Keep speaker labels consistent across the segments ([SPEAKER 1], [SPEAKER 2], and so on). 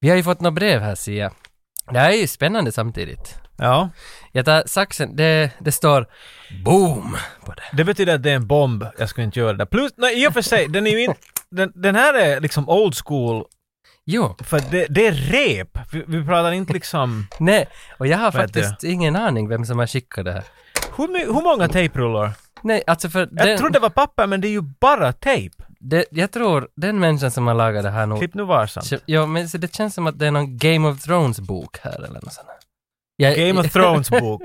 [SPEAKER 1] Vi har ju fått några brev här ser jag. Det här är ju spännande samtidigt.
[SPEAKER 2] Ja.
[SPEAKER 1] Jag tar saxen, det, det står boom på det.
[SPEAKER 2] Det betyder att det är en bomb. Jag skulle inte göra det. Plus, nej i och för sig, den är ju inte... Den, den här är liksom old school,
[SPEAKER 1] Jo,
[SPEAKER 2] för att det, det är rep. Vi, vi pratar inte liksom...
[SPEAKER 1] nej, och jag har
[SPEAKER 2] Vad heter
[SPEAKER 1] faktiskt ingen aning vem som har skickat det här.
[SPEAKER 2] Hur, my- hur många tejprullar?
[SPEAKER 1] Nej, alltså för
[SPEAKER 2] Jag
[SPEAKER 1] den,
[SPEAKER 2] trodde det var papper, men det är ju bara tejp.
[SPEAKER 1] det, jag tror den människan som har lagat det här nog...
[SPEAKER 2] Klipp nu varsamt.
[SPEAKER 1] Ja, men så det känns som att det är någon Game of Thrones-bok här eller något sånt. här. Jag,
[SPEAKER 2] Game of Thrones-bok.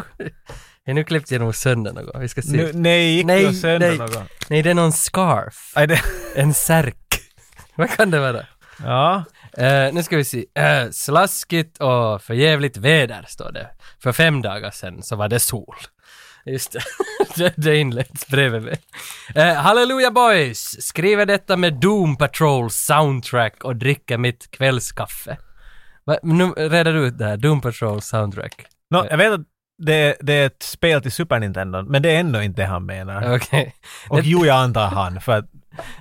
[SPEAKER 1] Ja, nu klippte jag nog sönder något, vi ska se.
[SPEAKER 2] Nu, nej, gick
[SPEAKER 1] Nej,
[SPEAKER 2] det och sönder
[SPEAKER 1] nej.
[SPEAKER 2] något?
[SPEAKER 1] Nej, det är någon scarf.
[SPEAKER 2] Nej, det...
[SPEAKER 1] En särk. Vad kan det vara?
[SPEAKER 2] Ja.
[SPEAKER 1] Eh, nu ska vi se. Eh, slaskigt och förjävligt väder, står det. För fem dagar sedan så var det sol. Just det, det, det inleds bredvid mig. Eh, Halleluja boys! Skriver detta med Doom Patrol soundtrack och dricker mitt kvällskaffe. Va, nu reder du ut det här, Doom Patrol soundtrack.
[SPEAKER 2] Nå, jag vet att det, det är ett spel till Super Nintendo, men det är ändå inte det han menar.
[SPEAKER 1] Okej.
[SPEAKER 2] Och jo, jag antar han, för att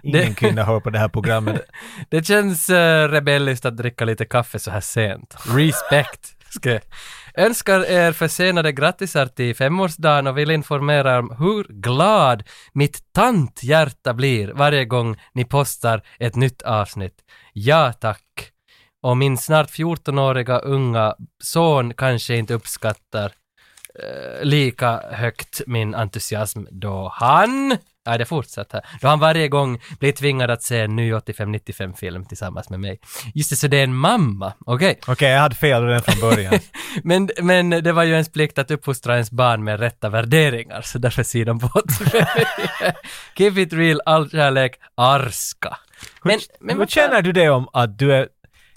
[SPEAKER 2] ingen
[SPEAKER 1] Det-
[SPEAKER 2] kvinna hör på det här programmet.
[SPEAKER 1] Det känns eh, rebelliskt att dricka lite kaffe så här sent. Respekt! Ska jag. Önskar er försenade grattisar till femårsdagen och vill informera om hur glad mitt tanthjärta blir varje gång ni postar ett nytt avsnitt. Ja tack! Och min snart 14-åriga unga son kanske inte uppskattar eh, lika högt min entusiasm då han, ja det fortsätter, då han varje gång blir tvingad att se en ny 85-95-film tillsammans med mig. Just det, så det är en mamma, okej.
[SPEAKER 2] Okej, jag hade fel redan från början.
[SPEAKER 1] Men, men det var ju ens plikt att uppfostra ens barn med rätta värderingar, så därför ser de bort Keep it real, all kärlek, arska. Men, men
[SPEAKER 2] Hur
[SPEAKER 1] vad fan-
[SPEAKER 2] känner du det om att du är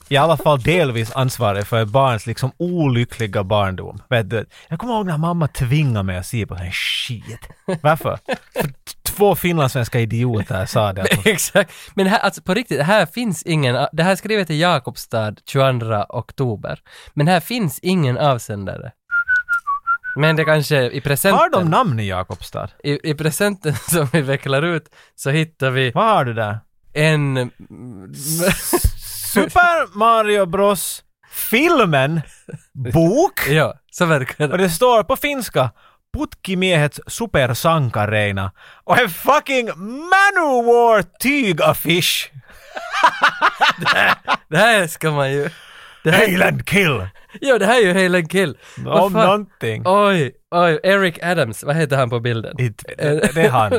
[SPEAKER 2] i alla fall delvis ansvarig för ett barns liksom olyckliga barndom? Vet du, jag kommer ihåg när mamma tvingade mig att se på den här shit. Varför? För t- två finlandssvenska idioter sa det. att-
[SPEAKER 1] Exakt. Men här, alltså på riktigt, här finns ingen, ah, det här skrivet till Jakobstad 22 oktober, men här finns ingen avsändare. Men det kanske i
[SPEAKER 2] Har de
[SPEAKER 1] presenten,
[SPEAKER 2] namn i Jakobstad?
[SPEAKER 1] i, i presenten som vi vecklar ut så hittar vi
[SPEAKER 2] Vad har du där?
[SPEAKER 1] en... mm,
[SPEAKER 2] Super Mario Bros filmen bok
[SPEAKER 1] ja, så verkar
[SPEAKER 2] och
[SPEAKER 1] det.
[SPEAKER 2] det står på finska Putkimiehets supersankareina och en fucking Manowar tygaffisch.
[SPEAKER 1] Det här ska man ju... Det här,
[SPEAKER 2] Hail and kill!
[SPEAKER 1] ja, det här är ju Helen Kill. Vad
[SPEAKER 2] Om
[SPEAKER 1] fan?
[SPEAKER 2] någonting.
[SPEAKER 1] Oj, oj, Eric Adams, vad heter han på bilden?
[SPEAKER 2] Inte- Det, det är han.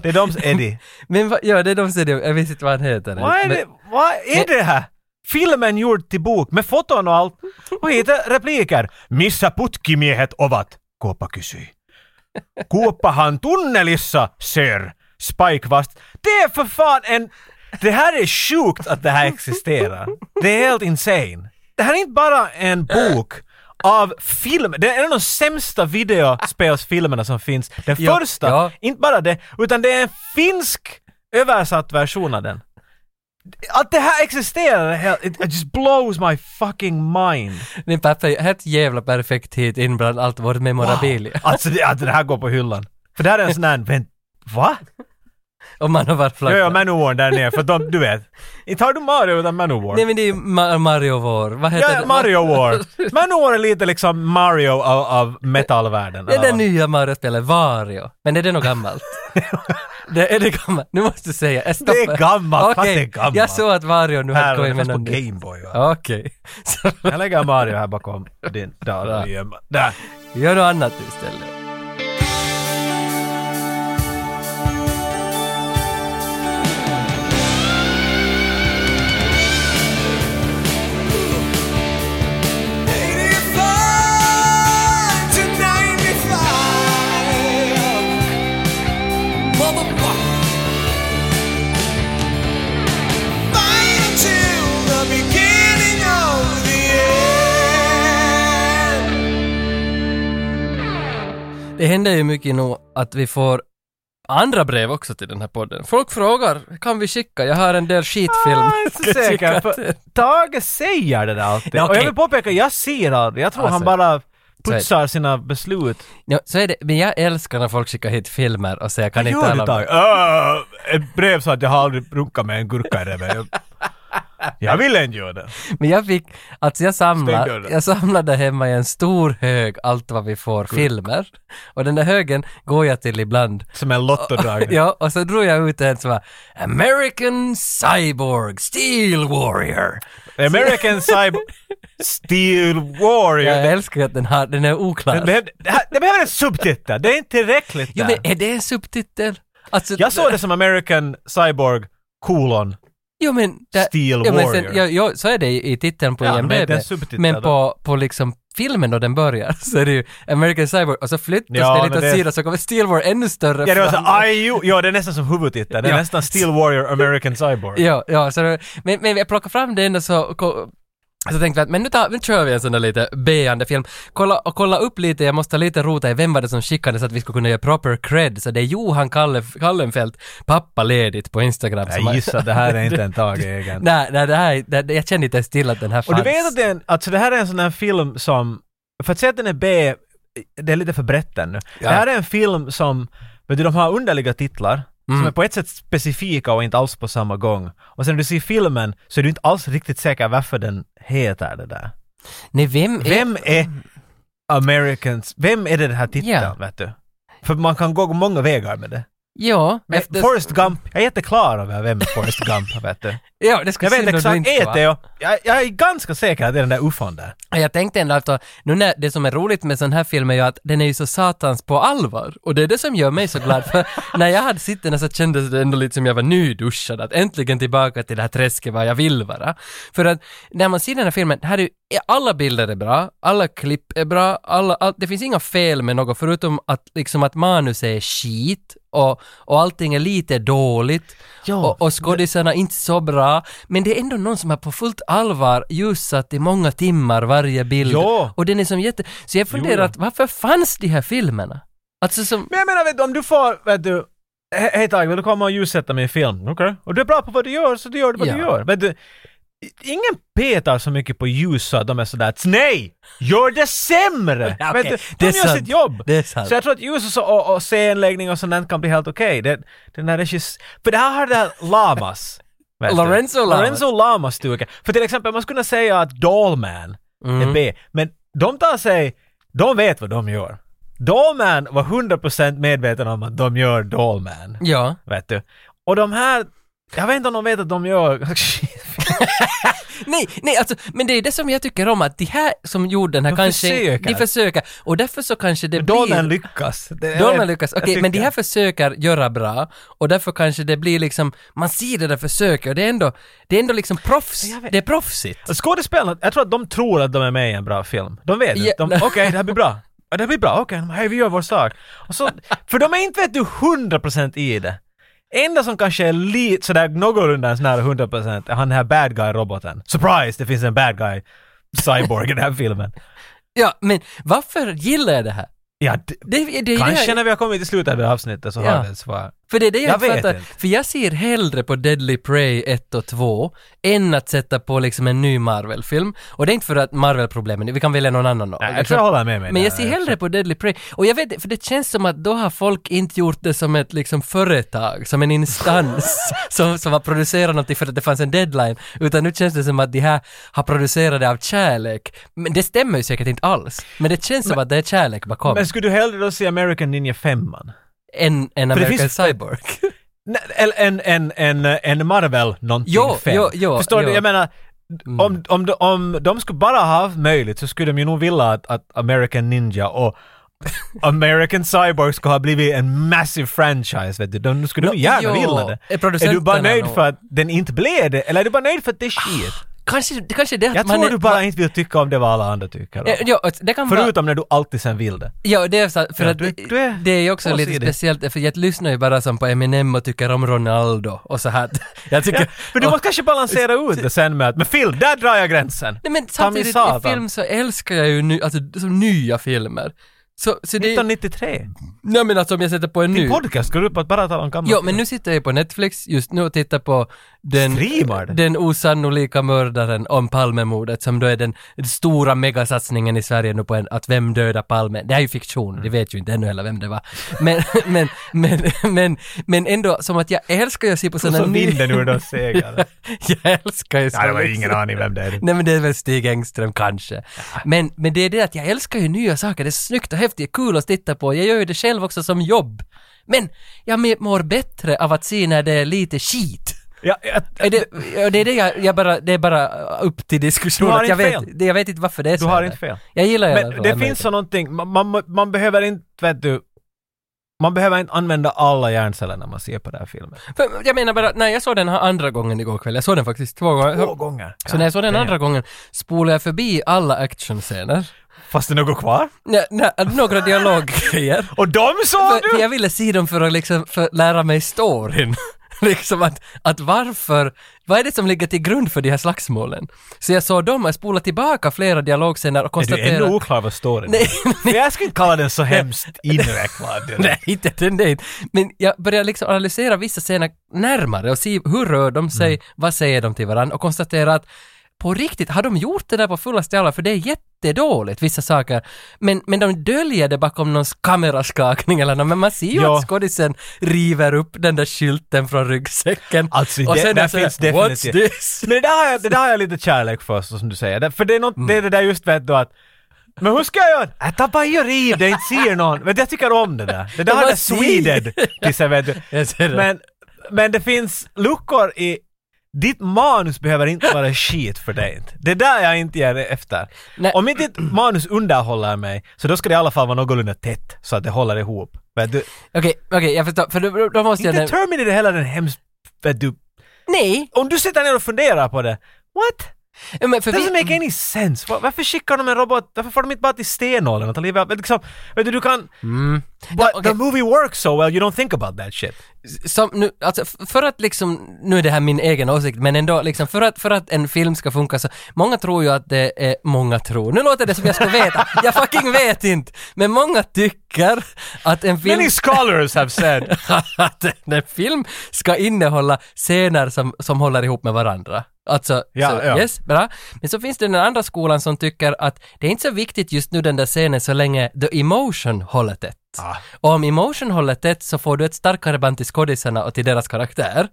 [SPEAKER 2] Det är doms Eddie.
[SPEAKER 1] Men vad- ja, det är de som, jag visste inte vad han heter.
[SPEAKER 2] Vad är
[SPEAKER 1] Men-
[SPEAKER 2] det, vad är det här? Filmen gjord till bok med foton och allt. Och heter repliker. Missä putkimiehet ovat? Kuoppa kysyi. Kuoppahan tunnelissa, sir. Spike vast. Det är för fan en... Det här är sjukt att det här existerar. Det är helt insane. Det här är inte bara en bok av film. Det är en av de sämsta videospelsfilmerna som finns. Den
[SPEAKER 1] Ja,
[SPEAKER 2] första,
[SPEAKER 1] ja.
[SPEAKER 2] inte bara det, utan det är en finsk översatt version av den. Att det här existerar, är helt- it, it just blows my fucking mind.
[SPEAKER 1] Min pappa är helt jävla perfekt hit in bland allt vårt memorabilia.
[SPEAKER 2] Alltså det, att det här går på hyllan. För det här är en sån här, vänt, va?
[SPEAKER 1] Om man har varit
[SPEAKER 2] Jag
[SPEAKER 1] flagga.
[SPEAKER 2] gör Manowar där nere, för de, du vet. Inte har du Mario utan Manowar.
[SPEAKER 1] Nej men det är ju Ma- Mario War. Vad heter
[SPEAKER 2] Ja,
[SPEAKER 1] det?
[SPEAKER 2] Mario War. Manowar är lite liksom Mario av, av metalvärlden.
[SPEAKER 1] Det är
[SPEAKER 2] eller
[SPEAKER 1] det nya Mario-spelet, Vario. Men är det något gammalt? det, är det gammalt? Nu måste du säga. Jag stoppar.
[SPEAKER 2] Det är gammalt, fast
[SPEAKER 1] Okej,
[SPEAKER 2] det är gammalt.
[SPEAKER 1] Jag såg att Vario nu
[SPEAKER 2] vad? här,
[SPEAKER 1] hade
[SPEAKER 2] det
[SPEAKER 1] kommit med
[SPEAKER 2] fanns
[SPEAKER 1] någon
[SPEAKER 2] på
[SPEAKER 1] ny.
[SPEAKER 2] Gameboy. va?
[SPEAKER 1] Okej. Så
[SPEAKER 2] Jag lägger Mario här bakom din
[SPEAKER 1] Bra.
[SPEAKER 2] dator. gömma- Där.
[SPEAKER 1] gör något annat istället. Det händer ju mycket nog att vi får andra brev också till den här podden. Folk frågar, kan vi skicka? Jag har en del skitfilm.
[SPEAKER 2] Ah, jag är inte så säker. För Tage säger det där alltid.
[SPEAKER 1] Ja,
[SPEAKER 2] Och jag
[SPEAKER 1] okej.
[SPEAKER 2] vill påpeka, jag ser aldrig. Jag tror
[SPEAKER 1] Alltså,
[SPEAKER 2] han bara
[SPEAKER 1] är det.
[SPEAKER 2] putsar sina beslut.
[SPEAKER 1] Ja, så är det. Men jag älskar när folk skickar hit filmer och säger kan ni
[SPEAKER 2] Vad gör
[SPEAKER 1] tala
[SPEAKER 2] du
[SPEAKER 1] om
[SPEAKER 2] Tage? Ah, Ett brev sa att jag har aldrig runkat med en gurka i röven. Jag- Jag vill inte göra det.
[SPEAKER 1] Men jag fick, alltså jag
[SPEAKER 2] Stäng
[SPEAKER 1] samlade,
[SPEAKER 2] dörren.
[SPEAKER 1] jag samlade hemma i en stor hög allt vad vi får filmer. Och den där högen går jag till ibland.
[SPEAKER 2] Som en lottodragning.
[SPEAKER 1] Ja, och så drog jag ut en som var American Cyborg Steel Warrior.
[SPEAKER 2] American Cyber... Steel Warrior.
[SPEAKER 1] Jag älskar ju att den, har, den är oklar.
[SPEAKER 2] Det, behöv, det, här- det behöver en subtitel, det är inte tillräckligt
[SPEAKER 1] Jo,
[SPEAKER 2] där.
[SPEAKER 1] men är det en subtitel? Alltså,
[SPEAKER 2] Jag såg det som American Cyborg kolon.
[SPEAKER 1] Jo, men...
[SPEAKER 2] Steel
[SPEAKER 1] jo, men
[SPEAKER 2] Warrior.
[SPEAKER 1] ja, ja, så är det i i titeln på
[SPEAKER 2] Ja, men
[SPEAKER 1] IMDB.
[SPEAKER 2] det är en subtitel
[SPEAKER 1] Men
[SPEAKER 2] då.
[SPEAKER 1] på, på liksom filmen då den börjar så är det ju American Cyborg och så flyttas
[SPEAKER 2] Ja,
[SPEAKER 1] det
[SPEAKER 2] men
[SPEAKER 1] lite åt
[SPEAKER 2] det-
[SPEAKER 1] sidan så kommer Steel War ännu större
[SPEAKER 2] Ja, det var så,
[SPEAKER 1] fram.
[SPEAKER 2] aj, jo, ja, det är nästan som huvudtiteln. Det är
[SPEAKER 1] Ja.
[SPEAKER 2] nästan Steel Warrior American Cyborg.
[SPEAKER 1] Ja, ja så det, men, men jag plockade fram den och så, ko- så tänkte jag att men nu, tar, nu kör vi en sån där lite beande film. Kolla, och kolla upp lite, jag måste lite rota i vem var det som skickade så att vi skulle kunna göra proper cred. Så det är Johan Kalle, Kallenfelt, pappa ledigt på Instagram. som har-
[SPEAKER 2] Jag gissar, det här är inte en Tage egen.
[SPEAKER 1] Nej, nej, det här, det, det- jag kände inte ens till att den här
[SPEAKER 2] Och
[SPEAKER 1] fanns.
[SPEAKER 2] du vet att det är en, alltså det här är en sån här film som, för att säga att den är B, det är lite för brett ännu.
[SPEAKER 1] Ja.
[SPEAKER 2] Det här är en film som, vet du, de har underliga titlar. Som
[SPEAKER 1] Mm.
[SPEAKER 2] är på ett sätt specifika och inte alls på samma gång. Och sen när du ser filmen så är du inte alls riktigt säker varför den heter det där.
[SPEAKER 1] Nej, vem, är...
[SPEAKER 2] Vem är Americans, vem är det den här titeln,
[SPEAKER 1] Ja.
[SPEAKER 2] vet du? För man kan gå många vägar med det.
[SPEAKER 1] Ja,
[SPEAKER 2] Men
[SPEAKER 1] efter...
[SPEAKER 2] Forrest Gump, jag är jätteklar över vem Forrest Gump, vet du.
[SPEAKER 1] Ja, det skulle
[SPEAKER 2] Jag vet
[SPEAKER 1] synd om du
[SPEAKER 2] exakt,
[SPEAKER 1] inte
[SPEAKER 2] är
[SPEAKER 1] var.
[SPEAKER 2] det jag, jag, jag är ganska säker att det är den där ufon där.
[SPEAKER 1] Ja, Jag tänkte ändå att nu när, det som är roligt med sån här film är ju att den är ju så satans på allvar. Och det är det som gör mig så glad. För när jag hade sett den här så kändes det ändå lite som jag var nyduschad. Att äntligen tillbaka till det här träsket vad jag vill vara. För att när man ser den här filmen, här är ju, alla bilder är bra, alla klipp är bra, alla, all, det finns inga fel med något förutom att liksom att manus är skit. Och, och allting är lite dåligt
[SPEAKER 2] Ja,
[SPEAKER 1] och, och skådisarna inte så bra. Men det är ändå någon som har på fullt allvar ljusat i många timmar varje bild.
[SPEAKER 2] Ja.
[SPEAKER 1] Och den är som jätte... Så jag
[SPEAKER 2] Jo,
[SPEAKER 1] funderar
[SPEAKER 2] ja.
[SPEAKER 1] att varför fanns de här filmerna? Alltså som...
[SPEAKER 2] Men jag menar, vet du, om du får, vet du, he- hej Tage, vill du komma och ljussätta mig i film? Okej. Och du är bra på vad du gör, så du gör vad
[SPEAKER 1] Ja.
[SPEAKER 2] du gör. Vet du, i- ingen petar så mycket på ljus så att de är sådär att, nej! Gör det sämre!
[SPEAKER 1] Ja,
[SPEAKER 2] vet
[SPEAKER 1] okej, det
[SPEAKER 2] du, de
[SPEAKER 1] är
[SPEAKER 2] gör
[SPEAKER 1] sant.
[SPEAKER 2] sitt jobb!
[SPEAKER 1] Det är sant.
[SPEAKER 2] Så jag tror att ljus och, så, och, och scenläggning och sånt där kan bli helt okej. Det, den här regis... För det här har det här Lamas. vet du.
[SPEAKER 1] Lorenzo Lamas.
[SPEAKER 2] Lorenzo Lamas duger. För till exempel, man skulle kunna säga att Dollman
[SPEAKER 1] Mm.
[SPEAKER 2] är B. Men de tar sig... De vet vad de gör. Dollman var 100% medveten om att de gör Dollman.
[SPEAKER 1] Ja.
[SPEAKER 2] Vet du. Och de här... Jag vet inte om de vet att de gör...
[SPEAKER 1] Nej, nej, alltså, men det är det som jag tycker om att de här som gjorde den här
[SPEAKER 2] De
[SPEAKER 1] kanske...
[SPEAKER 2] försöker.
[SPEAKER 1] De försöker. Och därför så kanske det blir...
[SPEAKER 2] Dollman lyckas. Det är-
[SPEAKER 1] Dolmen lyckas.
[SPEAKER 2] jag
[SPEAKER 1] Okej, men de
[SPEAKER 2] tycker-
[SPEAKER 1] här försöker göra bra och därför kanske det blir liksom, man ser det där försöket och det är ändå, det är ändå liksom proffs,
[SPEAKER 2] Jag vet-
[SPEAKER 1] det är proffsigt.
[SPEAKER 2] Och Skådespelarna, jag tror att de tror att de är med i en bra film. De vet
[SPEAKER 1] Ja.
[SPEAKER 2] yeah. Okej, det här blir bra. Ja, det här blir bra. Okej, okay, hej vi gör vår sak. Och så, för de är inte vet du 100% i det. Enda som kanske är lite sådär någorlunda ens nära 100% är han den här bad guy-roboten. Surprise! Det finns en bad guy cyborg i den här filmen.
[SPEAKER 1] Ja, men varför gillar jag det här?
[SPEAKER 2] Ja, d-
[SPEAKER 1] Det, det, det,
[SPEAKER 2] kanske
[SPEAKER 1] det,
[SPEAKER 2] när vi har kommit till slutet av det här avsnittet så
[SPEAKER 1] Ja.
[SPEAKER 2] har vi ett svar.
[SPEAKER 1] För det är det jag,
[SPEAKER 2] Jag
[SPEAKER 1] inte
[SPEAKER 2] vet
[SPEAKER 1] fattar.
[SPEAKER 2] inte.
[SPEAKER 1] För jag ser hellre på Deadly Prey 1 och 2 än att sätta på liksom en ny Marvel-film. Och det är inte för att Marvel-problemen, vi kan välja någon annan då.
[SPEAKER 2] Nej, jag tror jag håller med mig
[SPEAKER 1] Men
[SPEAKER 2] där.
[SPEAKER 1] jag ser hellre på Deadly Prey. Och jag vet för det känns som att då har folk inte gjort det som ett liksom företag, som en instans som, som har producerat någonting för att det fanns en deadline. Utan nu känns det som att de här har producerat det av kärlek. Men det stämmer ju säkert inte alls. Men det känns som att det är kärlek bakom.
[SPEAKER 2] Men skulle du hellre då se American Ninja 5?
[SPEAKER 1] en, en
[SPEAKER 2] För det
[SPEAKER 1] American
[SPEAKER 2] finns-
[SPEAKER 1] Cyborg.
[SPEAKER 2] Nej, Eller en, en, en, en Marvel någonting
[SPEAKER 1] Jo,
[SPEAKER 2] fem.
[SPEAKER 1] jo, jo,
[SPEAKER 2] Förstår
[SPEAKER 1] jo. Mm.
[SPEAKER 2] du? Jag menar, om, om, de- om de skulle bara ha haft möjligt så skulle de ju nog vilja att, att American Ninja och American Cyborg skulle ha blivit en massive franchise, vet du. De skulle
[SPEAKER 1] Nå,
[SPEAKER 2] nog gärna
[SPEAKER 1] jo,
[SPEAKER 2] vilja
[SPEAKER 1] är
[SPEAKER 2] det. Är du bara
[SPEAKER 1] producenterna
[SPEAKER 2] nöjd
[SPEAKER 1] nog-
[SPEAKER 2] för att den inte blev det? Eller är du bara nöjd för att det är skit?
[SPEAKER 1] Kanske, det kanske är det att
[SPEAKER 2] Jag
[SPEAKER 1] man
[SPEAKER 2] tror
[SPEAKER 1] är,
[SPEAKER 2] du bara inte vill tycka om det vad alla andra tycker om.
[SPEAKER 1] Ja, Ja, det kan vara...
[SPEAKER 2] Förutom när du alltid sen vill det.
[SPEAKER 1] Ja, det är så, för
[SPEAKER 2] Ja,
[SPEAKER 1] att
[SPEAKER 2] du- du är
[SPEAKER 1] det är ju också lite
[SPEAKER 2] tvåsidig.
[SPEAKER 1] speciellt, för jag lyssnar ju bara som på Eminem och tycker om Ronaldo och så här. Jag tycker...
[SPEAKER 2] Men du måste kanske balansera ut det sen med att, men Phil, där drar jag gränsen!
[SPEAKER 1] Nej men samtidigt i
[SPEAKER 2] Satan.
[SPEAKER 1] film så älskar jag ju ny, alltså, som nya filmer. Så, så det,
[SPEAKER 2] 1993.
[SPEAKER 1] nej men alltså om jag sätter på en
[SPEAKER 2] Din
[SPEAKER 1] ny.
[SPEAKER 2] podcast går ut på att bara tala om gamla
[SPEAKER 1] Ja men nu sitter jag ju på Netflix just nu och tittar på den,
[SPEAKER 2] Streamar den?
[SPEAKER 1] den osannolika mördaren om Palmemordet som då är den stora megasatsningen i Sverige nu på en, att vem dödar Palme? Det här är ju fiktion,
[SPEAKER 2] Mm.
[SPEAKER 1] det vet ju inte ännu heller vem det var. Men, men, men, men, men ändå som att jag älskar ju att se på
[SPEAKER 2] Och
[SPEAKER 1] sådana
[SPEAKER 2] så vinden ur de seglarna.
[SPEAKER 1] jag älskar ju
[SPEAKER 2] Nej, det var
[SPEAKER 1] såna-
[SPEAKER 2] ingen aning vem det är.
[SPEAKER 1] Nej men det är väl Stig Engström kanske. Men, men det är det att jag älskar ju nya saker, det är snyggt och häftigt, kul att titta på. Jag gör ju det själv också som jobb. Men jag mår bättre av att se när det är lite skit.
[SPEAKER 2] Ja, jag,
[SPEAKER 1] Är det, ja, det är det jag, jag bara, det är bara upp till diskussion.
[SPEAKER 2] Du har
[SPEAKER 1] att jag,
[SPEAKER 2] inte
[SPEAKER 1] vet,
[SPEAKER 2] fel.
[SPEAKER 1] det, jag vet inte varför det är så.
[SPEAKER 2] du har
[SPEAKER 1] här.
[SPEAKER 2] inte fel.
[SPEAKER 1] Jag gillar i alla
[SPEAKER 2] Men
[SPEAKER 1] fall
[SPEAKER 2] det
[SPEAKER 1] Amerika.
[SPEAKER 2] finns så någonting, man, man, man behöver inte, vet du, man behöver inte använda alla hjärnceller när man ser på den här filmen.
[SPEAKER 1] För Jag menar bara, när jag såg den här andra gången igår kväll, jag såg den faktiskt två gånger.
[SPEAKER 2] Två gånger.
[SPEAKER 1] Så när jag såg den
[SPEAKER 2] Ja.
[SPEAKER 1] andra gången spolade jag förbi alla actionscener.
[SPEAKER 2] Fast det är något kvar?
[SPEAKER 1] Nä- nä- Några dialoggrejer.
[SPEAKER 2] Och de såg
[SPEAKER 1] För, för
[SPEAKER 2] du!
[SPEAKER 1] jag ville se dem för att liksom, för att lära mig storyn. liksom att, att varför, vad är det som ligger till grund för de här slagsmålen? Så jag såg dem, jag spolade tillbaka flera dialogscener och
[SPEAKER 2] Är du
[SPEAKER 1] konstaterade...
[SPEAKER 2] ännu oklar vad storyn är? För Jag skulle inte kalla den så hemskt invecklad. direkt.
[SPEAKER 1] Nej, inte den dit. Men jag börjar liksom analysera vissa scener närmare och se hur rör de sig,
[SPEAKER 2] Mm.
[SPEAKER 1] vad säger de till varandra och konstatera att på riktigt, har de gjort det där på fullaste allvar? För det är jättedåligt, vissa saker. Men, men de döljer det bakom någons kameraskakning eller något. Men man ser ju
[SPEAKER 2] Ja.
[SPEAKER 1] att skådisen river upp den där skylten från ryggsäcken.
[SPEAKER 2] Alltså, det- där
[SPEAKER 1] är så här,
[SPEAKER 2] finns
[SPEAKER 1] What's
[SPEAKER 2] definitivt-
[SPEAKER 1] this?
[SPEAKER 2] Men det där, har jag, det där har jag lite kärlek för, så som du säger. Det- För det är, något, det, är det där just vet du att men hur ska jag göra? Jag tappar i och riv, det inte ser någon. Men jag tycker om det där. Det där
[SPEAKER 1] Men
[SPEAKER 2] har det
[SPEAKER 1] vad ser-
[SPEAKER 2] Sweden till sig, vet du.
[SPEAKER 1] Jag ser det.
[SPEAKER 2] Men, men det finns luckor i... Ditt manus behöver inte vara skit för dig. inte. Det är där jag inte ger efter.
[SPEAKER 1] Nej.
[SPEAKER 2] Om inte ditt manus underhåller mig, så då ska det i alla fall vara någorlunda tätt, så att det håller ihop. Vet du?
[SPEAKER 1] Okej, okej, jag förstår. För då, då måste jag...
[SPEAKER 2] Inte Terminator heller den hemskt... Vet du?
[SPEAKER 1] Nej!
[SPEAKER 2] Om du sitter ner och funderar på det, what?
[SPEAKER 1] Men för
[SPEAKER 2] It doesn't
[SPEAKER 1] vi,
[SPEAKER 2] make any sense. Var, varför skickar de en robot? Varför får de inte bara till stenåldern och ta livet av... men Liksom, vet du, du kan...
[SPEAKER 1] mm.
[SPEAKER 2] But
[SPEAKER 1] okej.
[SPEAKER 2] the movie works so well, you don't think about that shit.
[SPEAKER 1] som nu, alltså f- för att liksom, nu är det här min egen åsikt, men ändå liksom för att, för att en film ska funka så, många tror ju att det är, många tror, nu låter det som jag ska veta, jag fucking vet inte, men många tycker att en film
[SPEAKER 2] Many scholars have said.
[SPEAKER 1] att en film ska innehålla scener som, som håller ihop med varandra. Alltså,
[SPEAKER 2] Ja,
[SPEAKER 1] så,
[SPEAKER 2] ja.
[SPEAKER 1] yes, bra. Men så finns det den andra skolan som tycker att det är inte så viktigt just nu den där scenen så länge the emotion håller tätt.
[SPEAKER 2] Ah.
[SPEAKER 1] Och om emotion håller tätt så får du ett starkare band till skådisarna och till deras karaktär.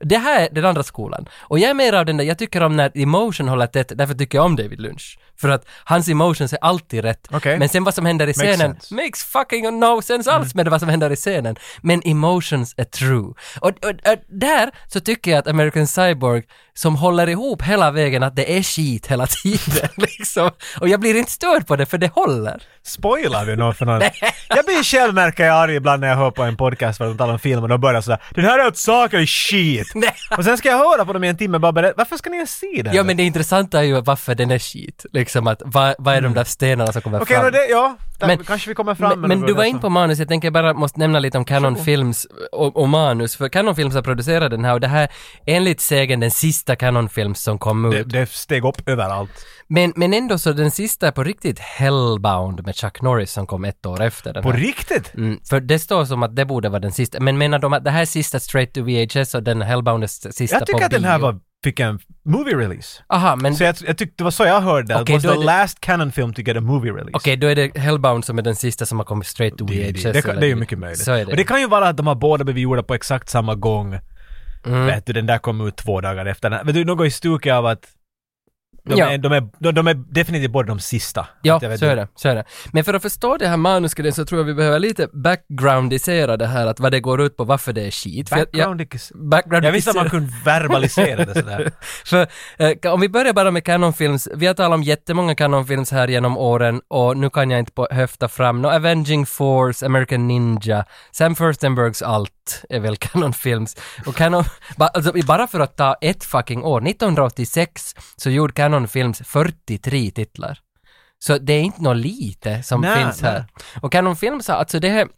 [SPEAKER 1] Det här är den andra skolan. Och jag är mer av den där, jag tycker om när emotion håller tätt, därför tycker jag om David Lynch. För att hans emotions är alltid rätt.
[SPEAKER 2] Okej.
[SPEAKER 1] Men sen vad som händer i
[SPEAKER 2] Makes
[SPEAKER 1] scenen,
[SPEAKER 2] sense. Mm.
[SPEAKER 1] makes fucking no sense alls med vad som händer i scenen. Men emotions är true. Och, och, och där så tycker jag att American Cyborg som håller ihop hela vägen att det är skit hela tiden liksom. Och jag blir inte störd på det för det håller.
[SPEAKER 2] Spoilar vi något för någon? jag blir själv märker jag arg ibland när jag hör på en podcast där de talar om filmen och börjar sådär Den här är ett saker är shit!
[SPEAKER 1] Nej.
[SPEAKER 2] och sen ska jag höra på dem i en timme och bara berätta, varför ska ni ens se den?
[SPEAKER 1] Ja men det intressanta är ju varför den är skit. Liksom att vad, vad
[SPEAKER 2] Mm.
[SPEAKER 1] är de där stenarna som kommer
[SPEAKER 2] Okej,
[SPEAKER 1] fram?
[SPEAKER 2] nå, det, ja. Där,
[SPEAKER 1] Men-
[SPEAKER 2] kanske vi kommer fram
[SPEAKER 1] Men,
[SPEAKER 2] med
[SPEAKER 1] men
[SPEAKER 2] något
[SPEAKER 1] du var
[SPEAKER 2] bra
[SPEAKER 1] in
[SPEAKER 2] där.
[SPEAKER 1] på manus, jag tänker bara måste nämna lite om Canon Films och, och manus, för Canon Films har producerat den här och det här enligt sägen den sista Canon Films som kom ut.
[SPEAKER 2] det, det steg upp överallt.
[SPEAKER 1] Men, men ändå så den sista är på riktigt Hellbound med Chuck Norris som kom ett år efter den
[SPEAKER 2] På
[SPEAKER 1] här.
[SPEAKER 2] riktigt?
[SPEAKER 1] Mm, för det står som att det borde vara den sista, men menar de att det här är sista straight to VHS och den Hellbound är s- sista
[SPEAKER 2] Jag tycker
[SPEAKER 1] på
[SPEAKER 2] att den
[SPEAKER 1] bio?
[SPEAKER 2] här var, fick en movie release.
[SPEAKER 1] Aha, men
[SPEAKER 2] Så
[SPEAKER 1] okej,
[SPEAKER 2] jag, jag tyckte det var så jag hörde.
[SPEAKER 1] Okej,
[SPEAKER 2] it was
[SPEAKER 1] då
[SPEAKER 2] the
[SPEAKER 1] är det-
[SPEAKER 2] last canon film to get a movie release.
[SPEAKER 1] då är det Hellbound som är den sista som har kommit straight to
[SPEAKER 2] Det,
[SPEAKER 1] VHS.
[SPEAKER 2] det, det, kan-
[SPEAKER 1] eller-
[SPEAKER 2] det är ju mycket möjligt.
[SPEAKER 1] Så är det. Mm.
[SPEAKER 2] Och det kan ju vara att de har båda blivit gjorda på exakt samma gång. Vet du, den där kom ut två dagar efter. den. Vet du, något i stuket av att de,
[SPEAKER 1] Ja.
[SPEAKER 2] är, de, är, de, de är definitivt båda de sista.
[SPEAKER 1] Ja,
[SPEAKER 2] Att jag vet
[SPEAKER 1] så är
[SPEAKER 2] inte.
[SPEAKER 1] det, så är det. Men för att förstå det här manusgrejen så tror jag vi behöver lite backgroundisera det här, att vad det går ut på, varför det är skit. För jag- jag-
[SPEAKER 2] Background is-
[SPEAKER 1] background
[SPEAKER 2] Jag visste att man kunde verbalisera det sådär.
[SPEAKER 1] För, eh, om vi börjar bara med kanonfilms, vi har talat om jättemånga kanonfilms här genom åren och nu kan jag inte på höfta fram. No, Avenging Force, American Ninja, Sam Furstenbergs Allt är väl kanonfilms. Och kanon, ba, alltså, bara för att ta ett fucking år, 1986 så gjorde kanonfilms 43 titlar. Så det är inte något lite som
[SPEAKER 2] Nej,
[SPEAKER 1] finns
[SPEAKER 2] nej.
[SPEAKER 1] här. Och kanonfilms, alltså det här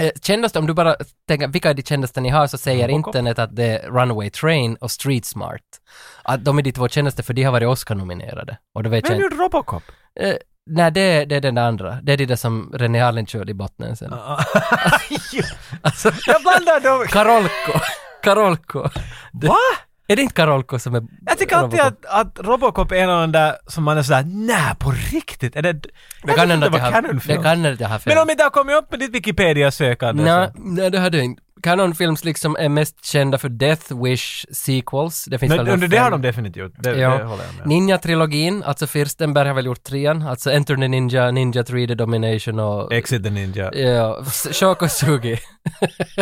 [SPEAKER 1] Eh, Kändaste, om du bara tänker vilka är de kändaste ni har så säger
[SPEAKER 2] Robocop.
[SPEAKER 1] internet att det är Runaway Train och Street Smart. Att de är de två kändaste för de har varit Oscar-nominerade. Och då vet jag
[SPEAKER 2] Vem
[SPEAKER 1] inte.
[SPEAKER 2] gjorde Robocop?
[SPEAKER 1] Eh, nej, det, är- det är den där andra. Det är de där som René Harlin körde i botten sen. Alltså,
[SPEAKER 2] jag blandar dem.
[SPEAKER 1] Karolko! Karolko!
[SPEAKER 2] Va?
[SPEAKER 1] Är det inte Karolko som är
[SPEAKER 2] Jag tycker alltid
[SPEAKER 1] Robocop?
[SPEAKER 2] att, att Robocop är en av de där som man är sådär, nä på riktigt? Är det...
[SPEAKER 1] Det
[SPEAKER 2] Jag
[SPEAKER 1] kan
[SPEAKER 2] tyckte
[SPEAKER 1] hända att
[SPEAKER 2] det
[SPEAKER 1] jag
[SPEAKER 2] var
[SPEAKER 1] har, det
[SPEAKER 2] kanonfilm.
[SPEAKER 1] kan hända att jag har fel.
[SPEAKER 2] Men om inte har kommit upp med ditt Wikipedia-sökande
[SPEAKER 1] Nej,
[SPEAKER 2] så.
[SPEAKER 1] nej, det hade jag inte. Canonfilms liksom är mest kända för Death Wish sequels. Det finns väl
[SPEAKER 2] Men
[SPEAKER 1] några
[SPEAKER 2] under det
[SPEAKER 1] fem.
[SPEAKER 2] har de definitivt gjort. Det,
[SPEAKER 1] Ja.
[SPEAKER 2] det håller jag med om.
[SPEAKER 1] Ninja-trilogin, alltså Firstenberg har väl gjort trean, alltså Enter the Ninja, Ninja 3D Domination och...
[SPEAKER 2] Exit the Ninja.
[SPEAKER 1] Ja, s- Shoko Sugi.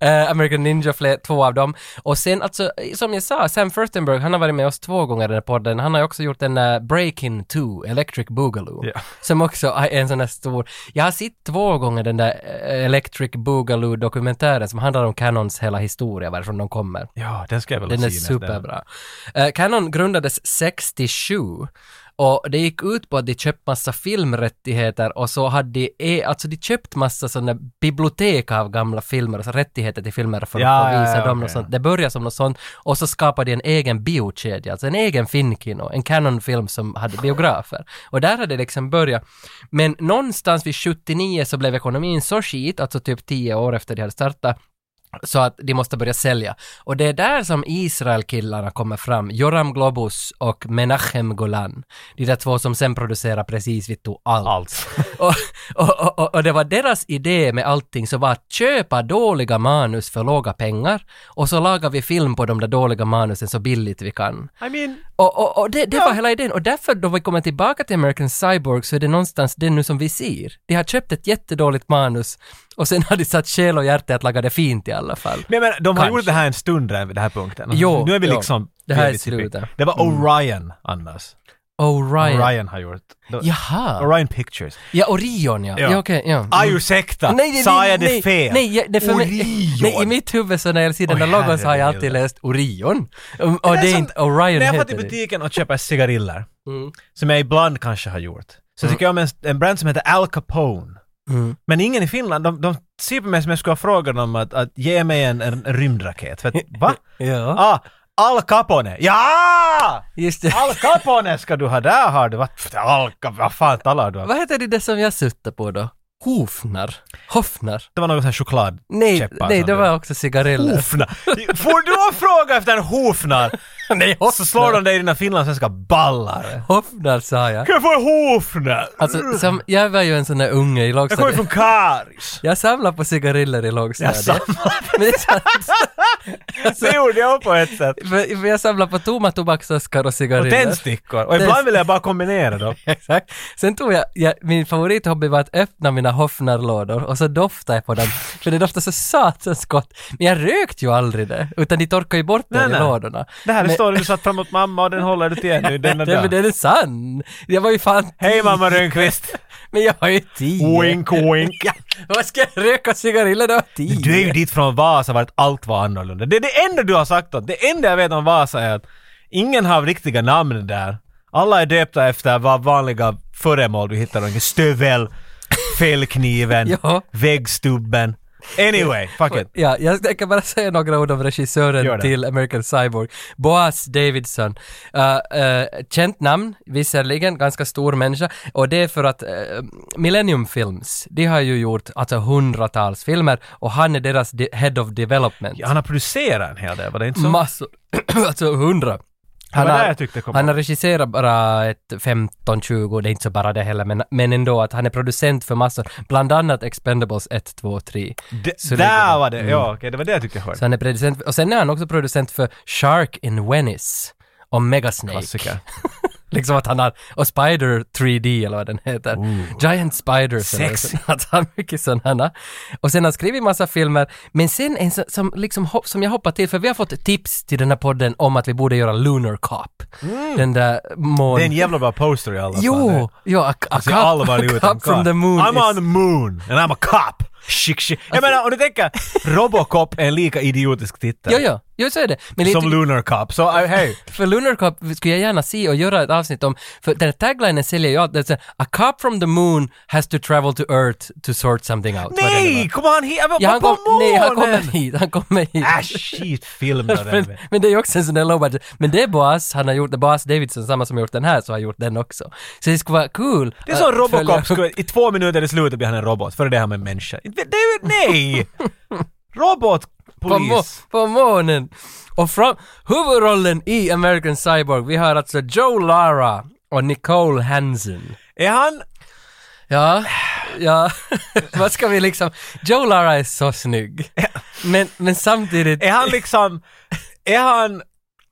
[SPEAKER 1] Eh, American Ninja, fler, två av dem. Och sen alltså, eh, som jag sa, Sam Firstenberg, han har varit med oss två gånger i den här podden. Han har ju också gjort en uh, Breaking 2, Electric Boogaloo.
[SPEAKER 2] Ja.
[SPEAKER 1] Som också är en sån här stor... Jag har sett två gånger den där eh, Electric Boogaloo-dokumentären som handlar om Canons hela historia, varifrån de kommer.
[SPEAKER 2] Ja, den ska jag väl
[SPEAKER 1] Den
[SPEAKER 2] se
[SPEAKER 1] är
[SPEAKER 2] nästa gång.
[SPEAKER 1] superbra. Eh, Canon grundades 67 och det gick ut på att de köpt massa filmrättigheter och så hade de, e- alltså de köpt massa sådana bibliotek av gamla filmer, alltså rättigheter till filmer för
[SPEAKER 2] Ja,
[SPEAKER 1] att få
[SPEAKER 2] ja,
[SPEAKER 1] visa
[SPEAKER 2] ja,
[SPEAKER 1] dem
[SPEAKER 2] okej,
[SPEAKER 1] och sånt.
[SPEAKER 2] ja.
[SPEAKER 1] Det började som något sånt och så skapade de en egen biokedja, alltså en egen Finkino, en Canon-film som hade biografer. Och där hade det liksom börjat. Men någonstans vid 79 så blev ekonomin så skit, alltså typ 10 år efter de hade startat, så att de måste börja sälja. Och det är där som Israel-killarna kommer fram, Joram Globus och Menachem Golan. De där två som sen producerar precis vid allt.
[SPEAKER 2] Allt.
[SPEAKER 1] Och, och, och- och, och det var deras idé med allting, så var att köpa dåliga manus för låga pengar och så lagar vi film på de där dåliga manusen så billigt vi kan.
[SPEAKER 2] I mean,
[SPEAKER 1] Och, och, och det, det var hela idén. Och därför då vi kommer tillbaka till American Cyborg så är det någonstans det nu som vi ser. De har köpt ett jättedåligt manus och sen har de satt själ och hjärta att laga det fint i alla fall.
[SPEAKER 2] men jag menar, de har
[SPEAKER 1] Kanske.
[SPEAKER 2] gjort det här en stund redan vid den här punkten.
[SPEAKER 1] Jo,
[SPEAKER 2] nu är vi
[SPEAKER 1] jo.
[SPEAKER 2] liksom...
[SPEAKER 1] Det här är
[SPEAKER 2] väldigt
[SPEAKER 1] slutet. Mm.
[SPEAKER 2] typiskt. Det var Orion annars.
[SPEAKER 1] Orion.
[SPEAKER 2] Orion har gjort. De-
[SPEAKER 1] Jaha.
[SPEAKER 2] Orion Pictures.
[SPEAKER 1] Ja, Orion ja. ja.
[SPEAKER 2] Ja.
[SPEAKER 1] okej, ja. Mm.
[SPEAKER 2] Aj, ursäkta!
[SPEAKER 1] Nej, nej,
[SPEAKER 2] Sa
[SPEAKER 1] nej,
[SPEAKER 2] jag
[SPEAKER 1] nej,
[SPEAKER 2] det fel?
[SPEAKER 1] Nej, jag- det är för mig,
[SPEAKER 2] Orion.
[SPEAKER 1] nej, i mitt huvud så när jag ser den
[SPEAKER 2] Oj,
[SPEAKER 1] där logon så har jag alltid
[SPEAKER 2] herregud.
[SPEAKER 1] läst Orion. Um, Och, och det är,
[SPEAKER 2] som-
[SPEAKER 1] inte Orion
[SPEAKER 2] När jag
[SPEAKER 1] heter
[SPEAKER 2] var till
[SPEAKER 1] det.
[SPEAKER 2] butiken och köper cigariller,
[SPEAKER 1] Mm.
[SPEAKER 2] som jag ibland kanske har gjort, så tycker jag om en, en brand som heter Al Capone.
[SPEAKER 1] Mm.
[SPEAKER 2] Men ingen i Finland, de, de ser på mig som jag skulle ha frågat dem att, att ge mig en, en rymdraket. För att, va?
[SPEAKER 1] Ja,
[SPEAKER 2] Ah, Al Capone! Ja!
[SPEAKER 1] just det.
[SPEAKER 2] Al Capone ska du ha, där har du! Vad, Al, Cap- vad fan talar du om?
[SPEAKER 1] Vad heter det där som jag suttar på då? Hofnar? Hoffnar?
[SPEAKER 2] Det var någon sån här choklad...
[SPEAKER 1] Nej,
[SPEAKER 2] Käppar
[SPEAKER 1] nej
[SPEAKER 2] som
[SPEAKER 1] det
[SPEAKER 2] du-
[SPEAKER 1] var också cigareller.
[SPEAKER 2] Hofnar! Får du fråga efter en hofnar?
[SPEAKER 1] nej,
[SPEAKER 2] Och så slår de dig i dina finlandssvenska ballar.
[SPEAKER 1] Hoffnar sa jag.
[SPEAKER 2] Kan jag få en hofnar?
[SPEAKER 1] Alltså, som, jag var ju en sån där unge i
[SPEAKER 2] jag kommer
[SPEAKER 1] lågstadiet.
[SPEAKER 2] från Karis.
[SPEAKER 1] Jag samlade på cigariller i lågstadiet.
[SPEAKER 2] Jag
[SPEAKER 1] Men det är sant.
[SPEAKER 2] Det gjorde jag på ett sätt.
[SPEAKER 1] För- för jag samlade på tomma tobaksaskar och
[SPEAKER 2] Och
[SPEAKER 1] cigariller.
[SPEAKER 2] tändstickor. Och ibland ville jag bara kombinera dem.
[SPEAKER 1] Exakt. Sen tog jag, jag, min favorithobby var att öppna mina Hoffnarlådor och så doftade jag på dem. För det doftade så satans gott. Men jag rökte ju aldrig det, utan de torkade ju bort
[SPEAKER 2] Nej,
[SPEAKER 1] den i
[SPEAKER 2] nej.
[SPEAKER 1] lådorna.
[SPEAKER 2] Det här
[SPEAKER 1] Men-
[SPEAKER 2] står det du satt framåt mamma och den håller du till ännu denna
[SPEAKER 1] Nej, men
[SPEAKER 2] dag.
[SPEAKER 1] den är sann! Jag var ju fan
[SPEAKER 2] Hej mamma Rönnqvist!
[SPEAKER 1] Men jag var ju tio!
[SPEAKER 2] Wink wink!
[SPEAKER 1] Vad ska jag röka cigariller när jag var tio?
[SPEAKER 2] Du är ju dit från Vasa var att allt var annorlunda. Det är det enda du har sagt åt. Det enda jag vet om Vasa är att ingen har riktiga namn där. Alla är döpta efter vad vanliga föremål du hittar omkring. Stövel, fällkniven,
[SPEAKER 1] Ja.
[SPEAKER 2] väggstubben. Anyway, fuck it.
[SPEAKER 1] Ja, jag jag kan bara säga några ord om
[SPEAKER 2] Gör
[SPEAKER 1] regissören
[SPEAKER 2] det.
[SPEAKER 1] till American Cyborg. Boaz Davidson. Uh, uh, känt namn, visserligen, ganska stor människa. Och det är för att eh, Millennium Films, de har ju gjort alltså hundratals filmer och han är deras de- head of development.
[SPEAKER 2] Han har producerat en hel del, var det inte så?
[SPEAKER 1] Massor, alltså hundra.
[SPEAKER 2] det var där jag tyckte det kom
[SPEAKER 1] han
[SPEAKER 2] upp.
[SPEAKER 1] har regisserat bara ett 15-20, det är inte så bara det heller, men, men ändå att han är producent för massor, bland annat Expendables 1, 2, 3.
[SPEAKER 2] Det-
[SPEAKER 1] Så ligger det. Mm.
[SPEAKER 2] där var det, ja okej, det var det jag tyckte jag hörde.
[SPEAKER 1] Så han är producent, och sen är han också producent för Shark in Venice och Megasnake.
[SPEAKER 2] Klassiker.
[SPEAKER 1] Liksom att han har, och Spider 3D eller vad den heter. Giant Spider.
[SPEAKER 2] Sexy.
[SPEAKER 1] Att han har mycket sådana. Och sen har han skrivit massa filmer, men sen en så- som, liksom, hopp- som jag hoppar till, för vi har fått tips till den här podden om att vi borde göra Lunar Cop. Den där mån...
[SPEAKER 2] Mm. Det är en jävla bra poster i alla fall.
[SPEAKER 1] Jo, jo, a, a,
[SPEAKER 2] Det Alltså, ser
[SPEAKER 1] cop-
[SPEAKER 2] allvarlig ut.
[SPEAKER 1] a
[SPEAKER 2] en
[SPEAKER 1] cop from the moon
[SPEAKER 2] I'm on
[SPEAKER 1] is-
[SPEAKER 2] the moon and I'm a cop. Shik, shik. Jag menar om du tänker, Robocop är en lika idiotisk titel.
[SPEAKER 1] Jo, jo, jo, så är det. Men
[SPEAKER 2] Som Lunar Cop. Så äh, hej,
[SPEAKER 1] För Lunar Cop skulle jag gärna se och göra ett avsnitt om, för den här taglinen säljer ju allt. Det är så här, A cop from the moon has to travel to earth to sort something out. Vad det nu
[SPEAKER 2] nej,
[SPEAKER 1] var.
[SPEAKER 2] kom han hit? Jag var
[SPEAKER 1] Ja, han
[SPEAKER 2] på
[SPEAKER 1] kom, nej, han kommer
[SPEAKER 2] månen!
[SPEAKER 1] hit, han kommer hit.
[SPEAKER 2] Äsch, skitfilm då, den.
[SPEAKER 1] Men, men det är ju också en sån där low budget. Men det är Boas, han har gjort det, Boas Davidson, samma som har gjort den här, så har gjort den också. Så det skulle vara cool.
[SPEAKER 2] Det är som Robocop skulle, i två minuter i slutet blir han en robot, före det är han en människa. Det, det, är ju- nej! Robot
[SPEAKER 1] på, må,
[SPEAKER 2] Please.
[SPEAKER 1] på månen. Och från huvudrollen i American Cyborg, vi har alltså Joe Lara och Nicole Hansen.
[SPEAKER 2] Är han...
[SPEAKER 1] Ja, ja. Vad ska vi liksom... Joe Lara är så snygg. Men, men samtidigt...
[SPEAKER 2] Är han liksom... är han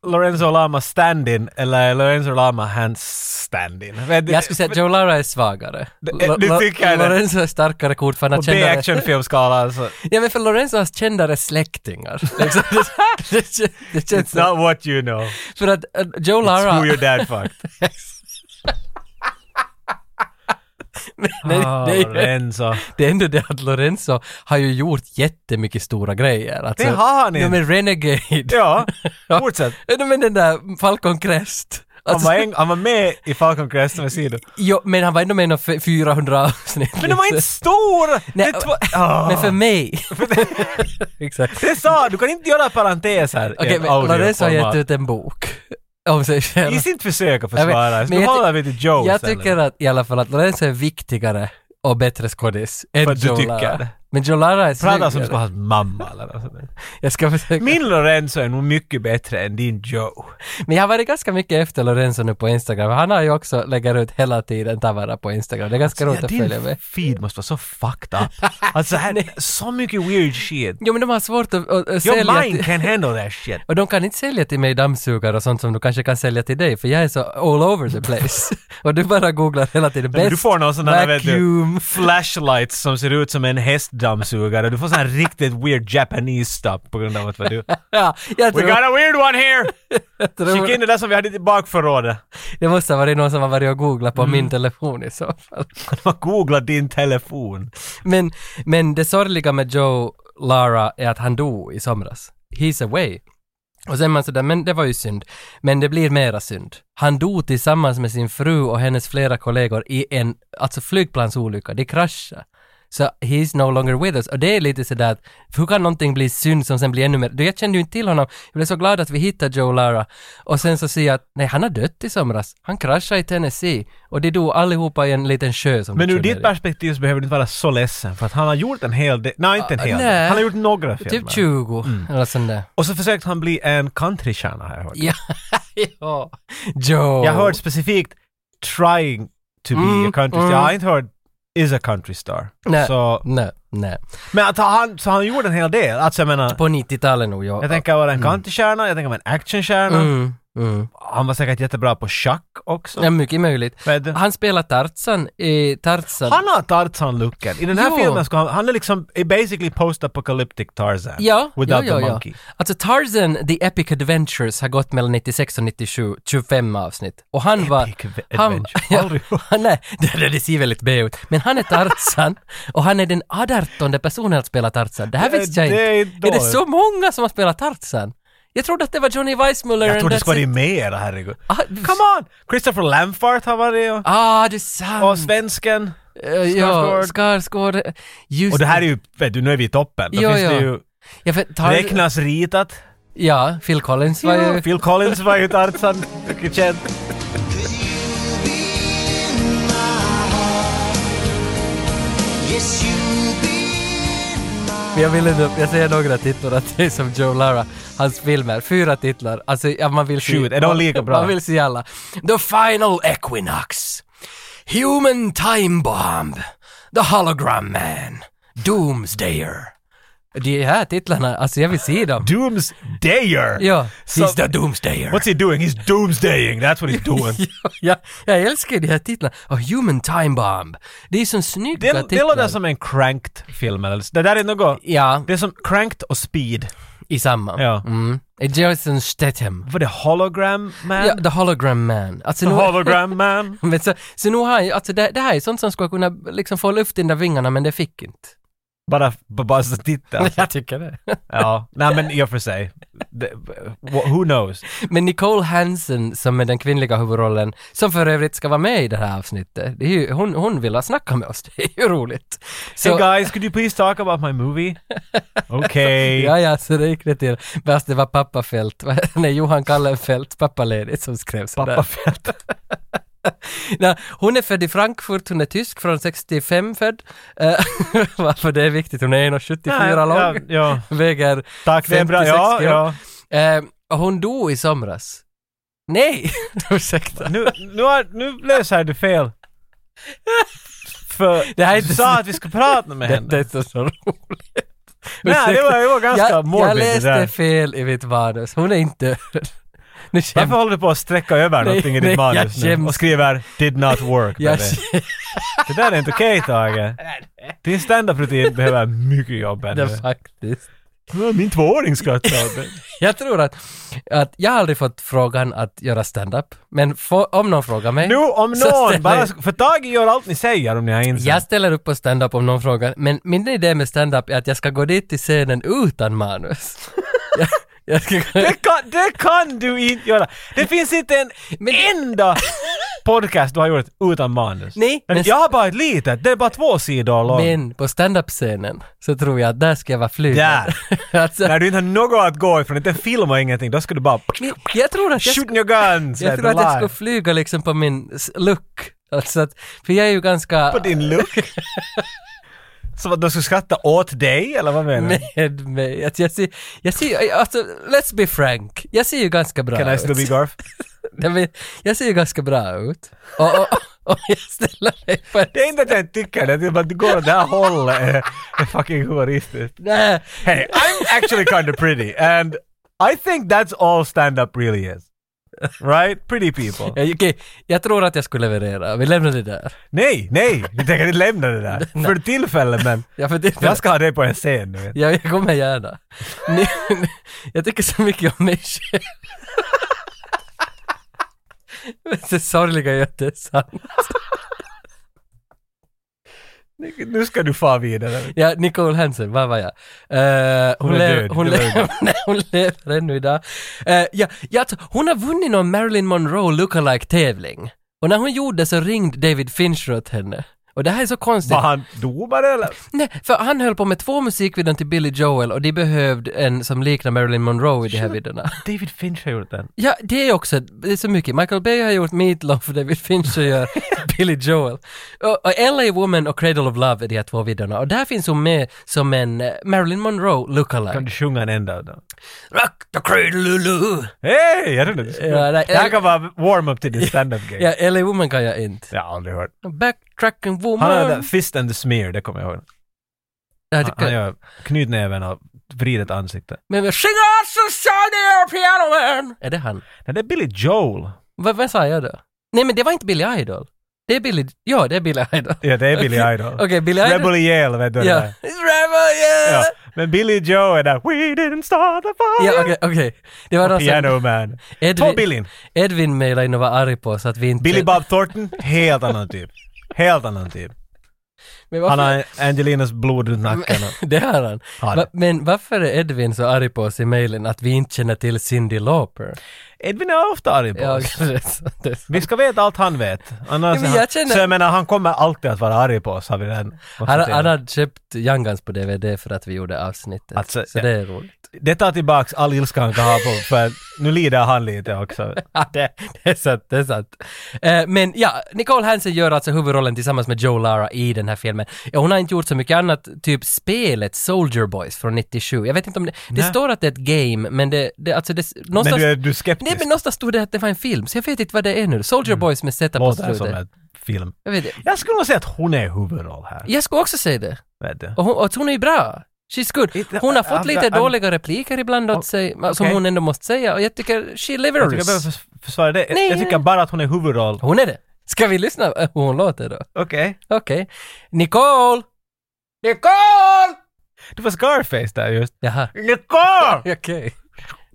[SPEAKER 2] Lorenzo Lama stand-in eller är Lorenzo Lama hans stand-in? Vet du-
[SPEAKER 1] Jag skulle säga att Joe Lara är svagare.
[SPEAKER 2] Det-
[SPEAKER 1] Lo-
[SPEAKER 2] du
[SPEAKER 1] Lo-
[SPEAKER 2] tycker det?
[SPEAKER 1] Lorenzo är starkare kort för han har
[SPEAKER 2] På
[SPEAKER 1] kändare...
[SPEAKER 2] B-actionfilmskala alltså.
[SPEAKER 1] Ja men för Lorenzo har kändare släktingar. Liksom, det, det, kän- det känns
[SPEAKER 2] It's not what you know.
[SPEAKER 1] För att eh, Joe
[SPEAKER 2] It's
[SPEAKER 1] Lara...
[SPEAKER 2] who your dad fucked.
[SPEAKER 1] Nej,
[SPEAKER 2] Ah,
[SPEAKER 1] det, är-
[SPEAKER 2] Lorenzo.
[SPEAKER 1] det är ändå det att Lorenzo har ju gjort jättemycket stora grejer. Alltså,
[SPEAKER 2] Det har han
[SPEAKER 1] Ja
[SPEAKER 2] inte.
[SPEAKER 1] men Renegade.
[SPEAKER 2] Ja, fortsätt.
[SPEAKER 1] Ja, men den där Falcon Crest.
[SPEAKER 2] Han
[SPEAKER 1] Alltså,
[SPEAKER 2] var, en, han var med i Falcon Crest, vad säger du?
[SPEAKER 1] jo, men han var ändå med i någon f- 400 avsnitt.
[SPEAKER 2] Men de var
[SPEAKER 1] liksom.
[SPEAKER 2] inte stora!
[SPEAKER 1] Nej,
[SPEAKER 2] det, var, Ah,
[SPEAKER 1] Men för mig. Exakt.
[SPEAKER 2] det sa du kan inte göra parenteser i
[SPEAKER 1] Okej,
[SPEAKER 2] en
[SPEAKER 1] men Lorenzo har gett
[SPEAKER 2] audioformat.
[SPEAKER 1] ut en bok. Om sig själv.
[SPEAKER 2] Inte försöka
[SPEAKER 1] Jag vet,
[SPEAKER 2] försvara,
[SPEAKER 1] men
[SPEAKER 2] nu
[SPEAKER 1] jag ty-
[SPEAKER 2] håller vi till Joe
[SPEAKER 1] Jag
[SPEAKER 2] istället.
[SPEAKER 1] tycker att, i alla fall att Lorenzo är viktigare och bättre skådis än
[SPEAKER 2] För att du
[SPEAKER 1] Joe
[SPEAKER 2] tycker
[SPEAKER 1] Lara.
[SPEAKER 2] det.
[SPEAKER 1] Men Joe Lara är
[SPEAKER 2] Prata som ska
[SPEAKER 1] snyggare.
[SPEAKER 2] ha hans mamma eller något sånt där.
[SPEAKER 1] Jag ska försöka.
[SPEAKER 2] Min Lorenzo är nog mycket bättre än din Joe.
[SPEAKER 1] Men jag har varit ganska mycket efter Lorenzo nu på Instagram. Han har ju också, lägger ut hela tiden Tavara på Instagram. Det är ganska roligt
[SPEAKER 2] Ja,
[SPEAKER 1] att följa
[SPEAKER 2] din
[SPEAKER 1] med.
[SPEAKER 2] feed måste vara så fucked up. Alltså här, så mycket weird shit.
[SPEAKER 1] Jo men de har svårt att, att, att sälja
[SPEAKER 2] Your
[SPEAKER 1] till,
[SPEAKER 2] mind can handle that shit.
[SPEAKER 1] Och de kan inte sälja till mig dammsugare och sånt som du kanske kan sälja till dig för jag är så all over the place. och du bara googlar hela tiden.
[SPEAKER 2] Men
[SPEAKER 1] Bäst
[SPEAKER 2] Du får någon sån där, vet
[SPEAKER 1] vacuum.
[SPEAKER 2] du, flashlights som ser ut som en hästdammsugare. Du får sån här riktigt weird Japanese stuff på grund av att vad du...
[SPEAKER 1] Ja, jag
[SPEAKER 2] We
[SPEAKER 1] tror,
[SPEAKER 2] got a weird one here!
[SPEAKER 1] tror
[SPEAKER 2] Skicka in det där som vi hade i bakförrådet.
[SPEAKER 1] det måste ha varit någon som har varit och googlat på
[SPEAKER 2] Mm.
[SPEAKER 1] min telefon i så fall.
[SPEAKER 2] Man googlar din telefon.
[SPEAKER 1] Men, men det sorgliga med Joe Lara är att han dog i somras. He's away. Och sen man sådär, men det var ju synd. Men det blir mera synd. Han dog tillsammans med sin fru och hennes flera kollegor i en, alltså flygplansolycka. De kraschade. Så he's no longer with us. Och det är lite sådär att, hur kan någonting bli synd som sen blir ännu mer... Du, jag kände ju inte till honom. Jag blev så glad att vi hittade Joe Lara. Och sen så ser jag att, nej han har dött i somras. Han kraschade i Tennessee. Och de dog allihopa i en liten sjö som
[SPEAKER 2] Men
[SPEAKER 1] de
[SPEAKER 2] ur
[SPEAKER 1] körde
[SPEAKER 2] ditt
[SPEAKER 1] ner i.
[SPEAKER 2] perspektiv så behöver du inte vara så ledsen för att han har gjort en hel del, nej inte en
[SPEAKER 1] Ah,
[SPEAKER 2] hel
[SPEAKER 1] nej.
[SPEAKER 2] del, han har gjort några
[SPEAKER 1] Typ
[SPEAKER 2] filmer.
[SPEAKER 1] 20
[SPEAKER 2] Mm.
[SPEAKER 1] eller sånt där.
[SPEAKER 2] Och så försökte han bli en countrystjärna har jag hört.
[SPEAKER 1] Ja, ja. Joe.
[SPEAKER 2] Jag har hört specifikt trying to be
[SPEAKER 1] Oh. Mm,
[SPEAKER 2] a country
[SPEAKER 1] mm.
[SPEAKER 2] star. Jag har inte hört is a country star.
[SPEAKER 1] Nej.
[SPEAKER 2] Så,
[SPEAKER 1] Nej, nej.
[SPEAKER 2] men att han, så han gjorde en hel del. Alltså jag menar,
[SPEAKER 1] På 90-talet nog, ja.
[SPEAKER 2] jag tänker vara en countrystjärna, jag tänker vara en actionstjärna.
[SPEAKER 1] Mm, mm.
[SPEAKER 2] Han var säkert jättebra på schack också.
[SPEAKER 1] Ja, mycket möjligt.
[SPEAKER 2] Vet du?
[SPEAKER 1] Han spelar Tarzan i Tarzan.
[SPEAKER 2] Han har Tarzan-looken. I den här
[SPEAKER 1] Jo.
[SPEAKER 2] filmen ska han, han är liksom är basically post-apocalyptic Tarzan.
[SPEAKER 1] Ja,
[SPEAKER 2] Without
[SPEAKER 1] ja, ja,
[SPEAKER 2] the
[SPEAKER 1] ja.
[SPEAKER 2] monkey.
[SPEAKER 1] Alltså Tarzan, The Epic Adventures, har gått mellan 96 och 97, 25 avsnitt. Och han var...
[SPEAKER 2] Epic adve-
[SPEAKER 1] Han,
[SPEAKER 2] adventure.
[SPEAKER 1] ja,
[SPEAKER 2] Aldrig hört.
[SPEAKER 1] han är, det, det- det ser väldigt B ut. Men han är Tarzan och han är den 18 personen att spela Tarzan. Det här
[SPEAKER 2] Det-
[SPEAKER 1] visste jag
[SPEAKER 2] det är
[SPEAKER 1] inte. Är det
[SPEAKER 2] dåligt.
[SPEAKER 1] så många som har spelat Tarzan? Jag trodde att det var Johnny Weissmuller
[SPEAKER 2] Jag
[SPEAKER 1] and
[SPEAKER 2] trodde det
[SPEAKER 1] that's
[SPEAKER 2] skulle
[SPEAKER 1] it.
[SPEAKER 2] vara mer, herregud.
[SPEAKER 1] Ah,
[SPEAKER 2] Come on! Christopher Lamfart har varit och,
[SPEAKER 1] Ah, det är sant!
[SPEAKER 2] och svensken.
[SPEAKER 1] Eh, ja,
[SPEAKER 2] Skarsgård.
[SPEAKER 1] Skarsgård. Just
[SPEAKER 2] Och det här är ju, vet du, nu är vi i toppen. Då
[SPEAKER 1] Jo,
[SPEAKER 2] finns det
[SPEAKER 1] jo.
[SPEAKER 2] ju
[SPEAKER 1] ja, för, tar,
[SPEAKER 2] Räknas ritat.
[SPEAKER 1] ja, Phil Collins var ju...
[SPEAKER 2] Phil Collins var ju Tarzan. Mycket känd.
[SPEAKER 3] Yes, you'll be
[SPEAKER 1] Men Jag vill ändå, jag säger några titlar att det är som Joe Lara, hans filmer. Fyra titlar. Alltså, ja, man vill se...
[SPEAKER 2] Shoot, är de lika bra?
[SPEAKER 1] Man vill se alla. The Final Equinox. Human Time Bomb. The Hologram Man. Doomsdayer. De här titlarna, alltså jag vill se dem.
[SPEAKER 2] Doomsdayer!
[SPEAKER 1] Ja,
[SPEAKER 2] Så-
[SPEAKER 1] He's the Doomsdayer.
[SPEAKER 2] What's he doing? He's doomsdaying. That's what he's doing.
[SPEAKER 1] ja, jag, jag älskar de här titlarna. Och Human Time Bomb. Det är så snygga
[SPEAKER 2] det, det
[SPEAKER 1] titlar.
[SPEAKER 2] låter som en cranked-film eller så. Det där är något...
[SPEAKER 1] Ja,
[SPEAKER 2] Det är som cranked och speed.
[SPEAKER 1] i samma.
[SPEAKER 2] Ja.
[SPEAKER 1] Mm. Jason Statham.
[SPEAKER 2] Var det hologram man?
[SPEAKER 1] Ja, The Hologram Man. Alltså,
[SPEAKER 2] The
[SPEAKER 1] nu-
[SPEAKER 2] hologram man?
[SPEAKER 1] Men så, så nu har han ju- alltså det, det här är sånt som skulle kunna liksom få luft in där vingarna men det fick inte.
[SPEAKER 2] Bara, b- bara så titta.
[SPEAKER 1] Jag tycker det.
[SPEAKER 2] Ja. Nej men i och för sig. Det, wh- who knows?
[SPEAKER 1] Men Nicole Hansen som är den kvinnliga huvudrollen, som för övrigt ska vara med i det här avsnittet, det är ju, hon, hon vill ha snacka med oss, det är ju roligt. Så,
[SPEAKER 2] Hey guys, could you please talk about my movie? Okay.
[SPEAKER 1] Ja, ja, så det gick det till. Fast det var pappafält, nej Johan Kallenfält, pappaledigt som skrev sådär.
[SPEAKER 2] Pappa Fält.
[SPEAKER 1] Nå, hon är född i Frankfurt, hon är tysk, från 65 född. Eh, Varför det är viktigt, hon är 1,74 lång.
[SPEAKER 2] Ja, ja.
[SPEAKER 1] Väger
[SPEAKER 2] Tack, det är bra.
[SPEAKER 1] 50-60
[SPEAKER 2] Ja,
[SPEAKER 1] år.
[SPEAKER 2] ja.
[SPEAKER 1] Eh, och hon dog i somras. Nej! Ursäkta.
[SPEAKER 2] Nu, nu, har, nu läser du fel. För
[SPEAKER 1] Det här är
[SPEAKER 2] du
[SPEAKER 1] inte-
[SPEAKER 2] sa att vi ska prata med
[SPEAKER 1] Det,
[SPEAKER 2] henne.
[SPEAKER 1] det är inte så roligt.
[SPEAKER 2] Nej, det var, det var ganska
[SPEAKER 1] jag,
[SPEAKER 2] morbid
[SPEAKER 1] jag
[SPEAKER 2] det
[SPEAKER 1] läste
[SPEAKER 2] där.
[SPEAKER 1] fel i mitt manus. Hon är inte död. Nu skämt-
[SPEAKER 2] Varför håller du på att sträcka över
[SPEAKER 1] Nej,
[SPEAKER 2] någonting i ditt
[SPEAKER 1] nej, jag
[SPEAKER 2] manus nu?
[SPEAKER 1] skäms.
[SPEAKER 2] Och skriver “Did not work”.
[SPEAKER 1] jag,
[SPEAKER 2] med det. det där är inte okej Tage. Din standup-rutin behöver mycket jobb ännu.
[SPEAKER 1] det faktiskt.
[SPEAKER 2] Ja, Min tvååring skrattar åt det.
[SPEAKER 1] Jag tror att, att jag har aldrig fått frågan att göra stand-up. Men få, om någon frågar mig.
[SPEAKER 2] Nu om
[SPEAKER 1] Så ställer-
[SPEAKER 2] någon, bara, för Tage gör allt ni säger om ni har insett.
[SPEAKER 1] Jag ställer upp på stand-up om någon frågar, men min idé med stand-up är att jag ska gå dit till scenen utan manus. jag, jag ska gå,
[SPEAKER 2] Det kan, det kan du inte göra! Det finns inte en
[SPEAKER 1] Men-
[SPEAKER 2] enda podcast du har gjort utan manus.
[SPEAKER 1] Nej,
[SPEAKER 2] men
[SPEAKER 1] men-
[SPEAKER 2] jag har bara ett litet, det är bara två sidor långt.
[SPEAKER 1] men på stand-up-scenen så tror jag att där ska jag vara flygande. alltså,
[SPEAKER 2] När du inte har något att gå ifrån, inte en film och ingenting, då ska du bara
[SPEAKER 1] men jag tror att jag, sk-
[SPEAKER 2] shooting your guns
[SPEAKER 1] jag,
[SPEAKER 2] at
[SPEAKER 1] tror att
[SPEAKER 2] the
[SPEAKER 1] jag
[SPEAKER 2] line.
[SPEAKER 1] ska flyga liksom på min s- look. Alltså att, för jag är ju ganska...
[SPEAKER 2] på din look. Som att de skulle skratta åt dig, eller vad menar du?
[SPEAKER 1] med mig. Att jag ser, jag ser, alltså, let's be frank. Jag ser ju ganska bra
[SPEAKER 2] Can I still
[SPEAKER 1] ut.
[SPEAKER 2] be Garf?
[SPEAKER 1] Nej, men jag ser ju ganska bra ut. Och, och, och jag ställer mig på en...
[SPEAKER 2] Det är inte att jag inte tycker det, det är bara att du går åt det här hållet. är- är fucking humoristiskt.
[SPEAKER 1] Nej.
[SPEAKER 2] Hey, I'm actually kind of pretty and I think that's all stand-up really is. Right? Pretty people.
[SPEAKER 1] Ja, Okej, jag tror att jag skulle leverera. Vi lämnar det där.
[SPEAKER 2] Nej, nej, vi tänker inte lämna det där. För tillfället men
[SPEAKER 1] Ja, för det,
[SPEAKER 2] jag ska ha dig på en scen nu.
[SPEAKER 1] typ- jag, jag kommer gärna. Ni, ni, jag tycker så mycket om mig själv. Men det sorgliga är ju att det är sant.
[SPEAKER 2] Nu ska du fan vidare.
[SPEAKER 1] Ja, Nicole Hansen, vad var jag? Eh,
[SPEAKER 2] Hon är
[SPEAKER 1] lever-
[SPEAKER 2] död,
[SPEAKER 1] Hon,
[SPEAKER 2] du var ju
[SPEAKER 1] lever- nej, hon lever ännu idag. Eh, ja, ja, t- hon har vunnit någon Marilyn Monroe lookalike tävling Och när hon gjorde det så ringde David Fincher åt henne. Och det här är så konstigt.
[SPEAKER 2] Var han domare eller?
[SPEAKER 1] Nej, för han höll på med två musikvideon till Billy Joel och de behövde en som liknar Marilyn Monroe i de här videorna.
[SPEAKER 2] David Finch har gjort den.
[SPEAKER 1] Ja, det är också, det är så mycket. Michael Bay har gjort Meatloaf, David Fincher gör Billy Joel. Och, och LA Woman och Cradle of Love är de här två videorna och där finns hon med som en eh, Marilyn Monroe
[SPEAKER 2] Kan
[SPEAKER 1] lookalike.
[SPEAKER 2] du sjunga en enda av dem?
[SPEAKER 1] Rock the cradle
[SPEAKER 2] Hej! Jag trodde du
[SPEAKER 1] Ja,
[SPEAKER 2] skulle...
[SPEAKER 1] nej,
[SPEAKER 2] Det här
[SPEAKER 1] jag-
[SPEAKER 2] kan vara warm-up till din standup-gig.
[SPEAKER 1] Ja, LA Woman kan jag inte.
[SPEAKER 2] Jag har aldrig hört.
[SPEAKER 1] Backtracking
[SPEAKER 2] Han har den där
[SPEAKER 1] woman.
[SPEAKER 2] Fist and the Smear, det kommer jag ihåg.
[SPEAKER 1] Ja, det
[SPEAKER 2] Han, han
[SPEAKER 1] kan-
[SPEAKER 2] gör knytnäven och vridet ansikte.
[SPEAKER 1] Men men, sing out so shiny piano man. Är det han?
[SPEAKER 2] Nej, det är Billy Joel.
[SPEAKER 1] Vad, vad sa jag då? Nej men det var inte Billy Idol. Det är Billy, ja det är Billy Idol.
[SPEAKER 2] Ja, det är Billy
[SPEAKER 1] Okej.
[SPEAKER 2] Idol.
[SPEAKER 1] Okej, Billy Idol.
[SPEAKER 2] Rebel Yale, vet du det
[SPEAKER 1] Ja.
[SPEAKER 2] där.
[SPEAKER 1] Rebel, yeah!
[SPEAKER 2] Ja. Men Billy Joe är där. We didn't start the
[SPEAKER 1] Ja,
[SPEAKER 2] fire.
[SPEAKER 1] okej, okej. Det var någon som-
[SPEAKER 2] Piano man. Två
[SPEAKER 1] Edvin,
[SPEAKER 2] Billyn.
[SPEAKER 1] Edvin mejlade in och var arg på oss att vi inte...
[SPEAKER 2] Billy Bob Thornton, helt annan typ. Helt annan typ.
[SPEAKER 1] Men varför,
[SPEAKER 2] Han har Angelinas blod runt nacken. och-
[SPEAKER 1] det har han.
[SPEAKER 2] Har
[SPEAKER 1] Va,
[SPEAKER 2] det.
[SPEAKER 1] men varför är Edvin så arg på oss i mejlen att vi inte känner till Cindy Lauper?
[SPEAKER 2] Edvin är ofta arg på
[SPEAKER 1] Ja,
[SPEAKER 2] oss.
[SPEAKER 1] det är sant, det är sant.
[SPEAKER 2] Vi ska veta allt han vet. Annars
[SPEAKER 1] Ja, men
[SPEAKER 2] han,
[SPEAKER 1] jag känner-
[SPEAKER 2] Så jag menar, han kommer alltid att vara arg på oss, har vi redan
[SPEAKER 1] han,
[SPEAKER 2] konstaterat.
[SPEAKER 1] han hade köpt Young Guns på DVD för att vi gjorde avsnittet.
[SPEAKER 2] Alltså,
[SPEAKER 1] så
[SPEAKER 2] ja.
[SPEAKER 1] det är roligt.
[SPEAKER 2] Det tar tillbaks all ilska han kan ha på, för nu lider han lite också.
[SPEAKER 1] Ja, det, det är sant, det är sant. Eh, men ja, Nicole Hansen gör alltså huvudrollen tillsammans med Joe Lara i den här filmen. Ja, hon har inte gjort så mycket annat, typ spelet Soldier Boys från 97. Jag vet inte om det... Det
[SPEAKER 2] Nej.
[SPEAKER 1] står att det är ett game, men det... det alltså det...
[SPEAKER 2] Men
[SPEAKER 1] Någonstans,
[SPEAKER 2] du är du är skeptisk?
[SPEAKER 1] Nej men någonstans stod det att det var en film, så jag vet inte vad det är nu. Soldier Boys med Z på
[SPEAKER 2] Låter Mm. det som
[SPEAKER 1] slutet.
[SPEAKER 2] en film.
[SPEAKER 1] Jag, vet, inte.
[SPEAKER 2] Jag skulle nog säga att hon är huvudroll här.
[SPEAKER 1] jag skulle också säga det.
[SPEAKER 2] Vet du.
[SPEAKER 1] Och hon, och hon är ju bra. She's good.
[SPEAKER 2] Inte-
[SPEAKER 1] Hon har
[SPEAKER 2] I'm-
[SPEAKER 1] fått lite
[SPEAKER 2] I'm-
[SPEAKER 1] dåliga repliker ibland åt
[SPEAKER 2] Och-
[SPEAKER 1] sig, som
[SPEAKER 2] okej.
[SPEAKER 1] hon ändå måste säga. Och jag tycker she
[SPEAKER 2] Jag tycker jag
[SPEAKER 1] delivers.
[SPEAKER 2] behöver förs- försvara det.
[SPEAKER 1] Nej,
[SPEAKER 2] Nej, jag tycker
[SPEAKER 1] nej.
[SPEAKER 2] bara att hon är huvudroll.
[SPEAKER 1] Hon är det. Ska vi lyssna på hur hon låter då?
[SPEAKER 2] Okej.
[SPEAKER 1] Okej. Nicole! Nicole!
[SPEAKER 2] Du var Scarface där just.
[SPEAKER 1] Jaha,
[SPEAKER 2] Nicole!
[SPEAKER 1] okej.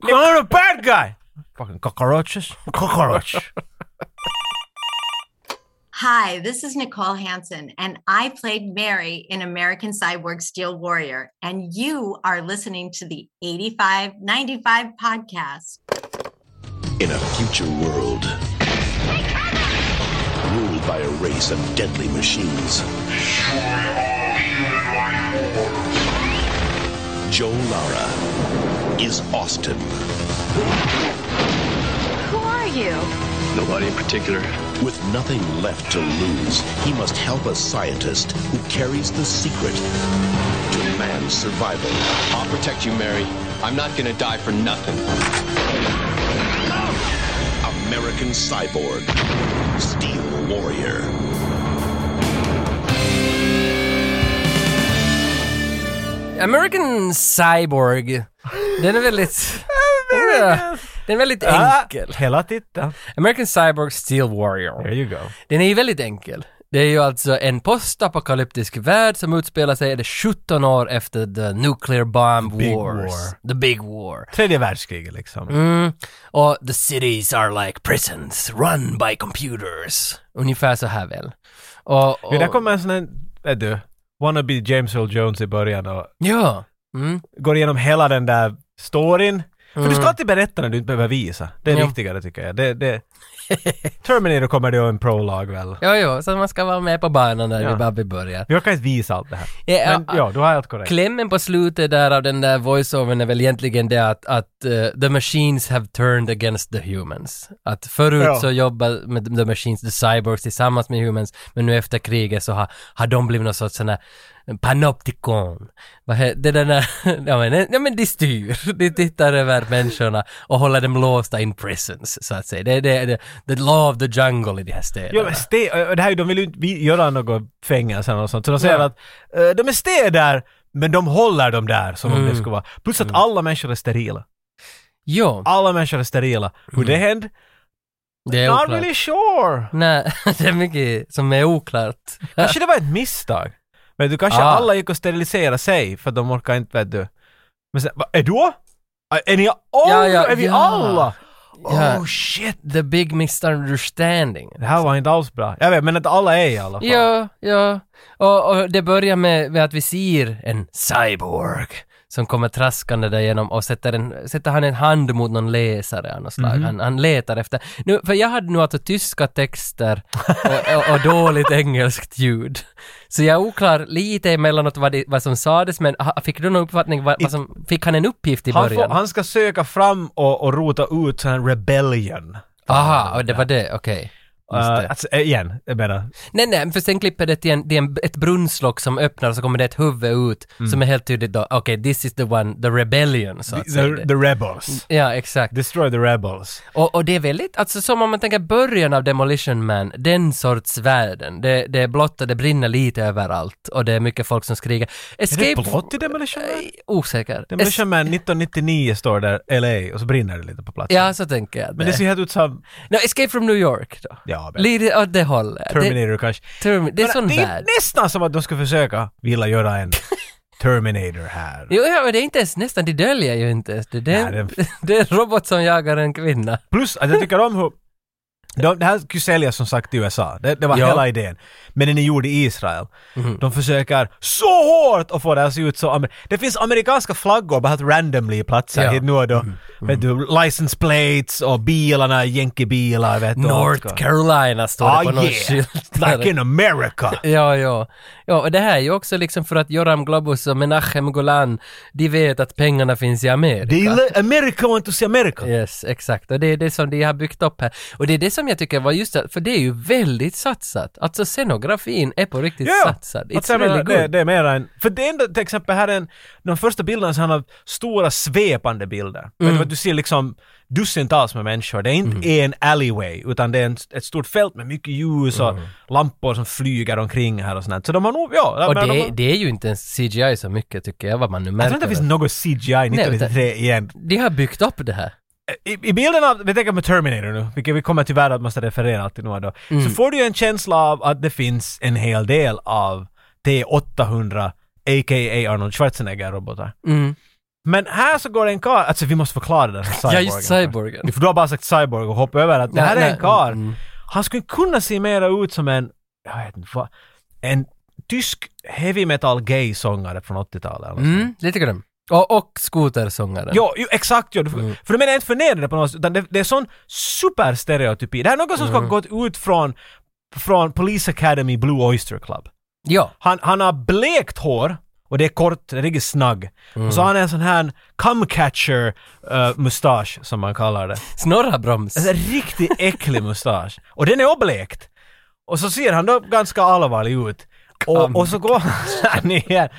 [SPEAKER 2] You're a bad guy! Fucking cockroaches. Cockroach.
[SPEAKER 4] Hi, this is Nicole Hansen, and I played Mary in American Cyborg Steel Warrior, and you are listening to the 8595 podcast.
[SPEAKER 5] In a future world, ruled by a race of deadly machines, Joe Lara is Austin.
[SPEAKER 6] Who are you?
[SPEAKER 5] Nobody in particular. With nothing left to lose, he must help a scientist who carries the secret to man's survival.
[SPEAKER 6] I'll protect you, Mary. I'm not gonna die for nothing.
[SPEAKER 5] American Cyborg, Steel Warrior.
[SPEAKER 1] American Cyborg. Den är väldigt... Ja, den är väldigt enkel.
[SPEAKER 2] Ah, hela titeln.
[SPEAKER 1] American Cyborg Steel Warrior.
[SPEAKER 2] There you go.
[SPEAKER 1] Den är ju väldigt enkel. Det är ju alltså en postapokalyptisk värld som utspelar sig är det 17 år efter the nuclear bomb
[SPEAKER 2] Big
[SPEAKER 1] wars.
[SPEAKER 2] War.
[SPEAKER 1] The big war.
[SPEAKER 2] Tredje världskriget liksom.
[SPEAKER 1] Mm. Och the cities are like prisons run by computers. Ungefär så här väl. Och, och,
[SPEAKER 2] Det där kommer en sån här, vet du, wannabe James Earl Jones i början och
[SPEAKER 1] Ja. Mm.
[SPEAKER 2] går igenom hela den där storyn. För du
[SPEAKER 1] Mm.
[SPEAKER 2] ska alltid berätta när du inte behöver visa. Det är
[SPEAKER 1] Ja.
[SPEAKER 2] viktigare tycker jag. Det, det... Terminator kommer det ju en prolog väl.
[SPEAKER 1] Jo, jo, så man ska vara med på banan när
[SPEAKER 2] Ja.
[SPEAKER 1] vi bara vi börjar.
[SPEAKER 2] Vi orkar inte visa allt det här.
[SPEAKER 1] Ja,
[SPEAKER 2] Men
[SPEAKER 1] ja,
[SPEAKER 2] ja, du har allt korrekt.
[SPEAKER 1] Klämmen på slutet där av den där voiceovern är väl egentligen det att, att eh, the machines have turned against the humans. Att förut
[SPEAKER 2] Ja.
[SPEAKER 1] så jobbar med the machines, the cyborgs tillsammans med humans, men nu efter kriget så har, har de blivit någon sorts sån här panoptikon. Vad he- Det där när, ja men, ja men de styr, de tittar över människorna och håller dem låsta in prisons så att säga. Det är det, det, the law of the jungle i de här
[SPEAKER 2] Ja,
[SPEAKER 1] städerna.
[SPEAKER 2] men ste- och det här, är- de vill ju inte vi- göra något fängelse eller något sånt. Så de säger att eh, de är städer, men de håller dem där som om
[SPEAKER 1] Mm.
[SPEAKER 2] det skulle vara. Plus att alla människor är sterila.
[SPEAKER 1] Jo,
[SPEAKER 2] Alla människor är sterila. Hur det hände?
[SPEAKER 1] Mm. det är
[SPEAKER 2] Not
[SPEAKER 1] oklart.
[SPEAKER 2] really sure.
[SPEAKER 1] Nej, det är mycket som är oklart.
[SPEAKER 2] Kanske det var ett misstag. Men du kanske
[SPEAKER 1] Ah.
[SPEAKER 2] alla gick och steriliserade sig för att de orkar inte, vet du. Men sen, va, är du? Är ni alla?
[SPEAKER 1] Ja, ja,
[SPEAKER 2] är vi
[SPEAKER 1] ja.
[SPEAKER 2] alla?
[SPEAKER 1] Ja.
[SPEAKER 2] Oh shit!
[SPEAKER 1] The big misunderstanding.
[SPEAKER 2] Det här var inte alls bra. Jag vet, men att alla är i alla fall.
[SPEAKER 1] Ja, ja. Och, och det börjar med, med att vi ser en cyborg som kommer traskande där genom och sätter, en, sätter han en hand mot någon läsare av något slag.
[SPEAKER 2] Mhm.
[SPEAKER 1] Han, han letar efter. Nu, för jag hade nu alltså tyska texter och, och, och dåligt engelskt ljud. Så jag är oklar lite emellanåt vad, det, vad som sades, men ha- fick du någon uppfattning vad, vad som, fick han en uppgift i
[SPEAKER 2] Han,
[SPEAKER 1] början?
[SPEAKER 2] får, han ska söka fram och, och rota ut sån här rebellion.
[SPEAKER 1] Aha, och det var det, okej. Just det.
[SPEAKER 2] Eh, alltså, eh, igen, jag menar.
[SPEAKER 1] Nej, nej, för sen klipper det till, en, till en, ett brunnslock som öppnar och så kommer det ett huvud ut som är helt tydligt då, okej, this is the one, the rebellion, så att säga.
[SPEAKER 2] Mm. The, the rebels.
[SPEAKER 1] Ja, exakt.
[SPEAKER 2] Destroy the rebels.
[SPEAKER 1] Och, och det är väldigt, alltså som om man tänker början av Demolition Man, den sorts världen. Det, det är blått och det brinner lite överallt och det är mycket folk som skriker.
[SPEAKER 2] Är
[SPEAKER 1] Escape...
[SPEAKER 2] det blått i Demolition Man?
[SPEAKER 1] Eh, Osäker.
[SPEAKER 2] Demolition Man 1999 står där LA och så brinner det lite på
[SPEAKER 1] Es-
[SPEAKER 2] platsen.
[SPEAKER 1] Ja, så tänker jag.
[SPEAKER 2] Men det ser helt ut som...
[SPEAKER 1] No, Escape from New York då.
[SPEAKER 2] Ja, men-
[SPEAKER 1] Lite åt det hållet. Det,
[SPEAKER 2] Terminator kanske.
[SPEAKER 1] Termin- det är
[SPEAKER 2] Men
[SPEAKER 1] sån
[SPEAKER 2] det är
[SPEAKER 1] värld.
[SPEAKER 2] nästan som att de ska försöka vilja göra en Terminator här.
[SPEAKER 1] Jo, ja, men det är inte ens nästan, de döljer ju inte ens det. Det är,
[SPEAKER 2] Nej,
[SPEAKER 1] det är en robot som jagar en kvinna.
[SPEAKER 2] Plus att jag tycker om hur... De, det här skulle säljas som sagt i USA, det, det var
[SPEAKER 1] Ja. Mhm.
[SPEAKER 2] hela idén. Men den är gjord i Israel. De försöker så hårt att få det att se ut så... amer- Det finns amerikanska flaggor bara helt randomly i platser
[SPEAKER 1] Ja. Mhm.
[SPEAKER 2] hit nu och då. Vet du, license plates och bilarna, jänkebilar vet du.
[SPEAKER 1] North Carolina står det
[SPEAKER 2] Ah
[SPEAKER 1] på någon
[SPEAKER 2] yeah!
[SPEAKER 1] skylt. där.
[SPEAKER 2] Like in America!
[SPEAKER 1] Ja, ja. Ja, och det här är ju också liksom för att Joram Globus och Menachem Golan, de vet att pengarna finns i Amerika.
[SPEAKER 2] They le- America want to see America!
[SPEAKER 1] Yes, exakt. Och det är det som de har byggt upp här. Och det är det som jag tycker var just det, för det är ju väldigt satsat. Alltså scenografin är på riktigt satsad.
[SPEAKER 2] Att
[SPEAKER 1] It's
[SPEAKER 2] säga
[SPEAKER 1] really
[SPEAKER 2] väl, Alltså, det,
[SPEAKER 1] good.
[SPEAKER 2] det är mer en... För det är ändå till exempel här är en... De första bilderna så han har stora svepande bilder.
[SPEAKER 1] Mm.
[SPEAKER 2] Vet du, vad, du ser liksom dussintals med människor. Det är inte en alleyway utan det är en, ett stort fält med mycket ljus
[SPEAKER 1] Mm.
[SPEAKER 2] och lampor som flyger omkring här och sånt. Så de har nog... Ja,
[SPEAKER 1] Och
[SPEAKER 2] men de
[SPEAKER 1] det,
[SPEAKER 2] har,
[SPEAKER 1] det är ju inte ens CGI så mycket tycker jag, vad man nu
[SPEAKER 2] jag
[SPEAKER 1] märker.
[SPEAKER 2] tror inte det finns något CGI 1993 igen.
[SPEAKER 1] De har byggt upp det här.
[SPEAKER 2] I, I bilden av, vi tänker på Terminator nu, vilket vi kommer tyvärr att måste referera till nu då,
[SPEAKER 1] Mm.
[SPEAKER 2] så får du ju en känsla av att det finns en hel del av T-800 a.k.a. Arnold Schwarzenegger-robotar.
[SPEAKER 1] Mm.
[SPEAKER 2] Men här så går det en karl, alltså vi måste förklara den här cyborgen.
[SPEAKER 1] Ja, just cyborgen.
[SPEAKER 2] För du har bara sagt cyborg och hoppat över att det
[SPEAKER 1] Nej,
[SPEAKER 2] här är
[SPEAKER 1] nej,
[SPEAKER 2] en karl.
[SPEAKER 1] mm, mm.
[SPEAKER 2] Han skulle kunna se mer ut som en, jag vet inte vad, en tysk heavy metal gay-sångare från 80-talet. eller något sånt.
[SPEAKER 1] Mm, lite grann. Och, och skotersångaren.
[SPEAKER 2] Ja, jo, exakt ja. Du, För du menar inte förnedrande på något sätt, utan det, det är sån superstereotypi. Det här är något som ska ha gått ut från, från Police Academy Blue Oyster Club.
[SPEAKER 1] Ja.
[SPEAKER 2] Han, han har blekt hår Och det är kort, det är riktigt snagg. Och så har han en sån här cumcatcher-mustasch som man kallar det.
[SPEAKER 1] Snorra broms.
[SPEAKER 2] En sån här Alltså, riktigt äcklig mustasch. Och den är oblekt. Och så ser han då ganska allvarlig ut. Och, och så går han ner.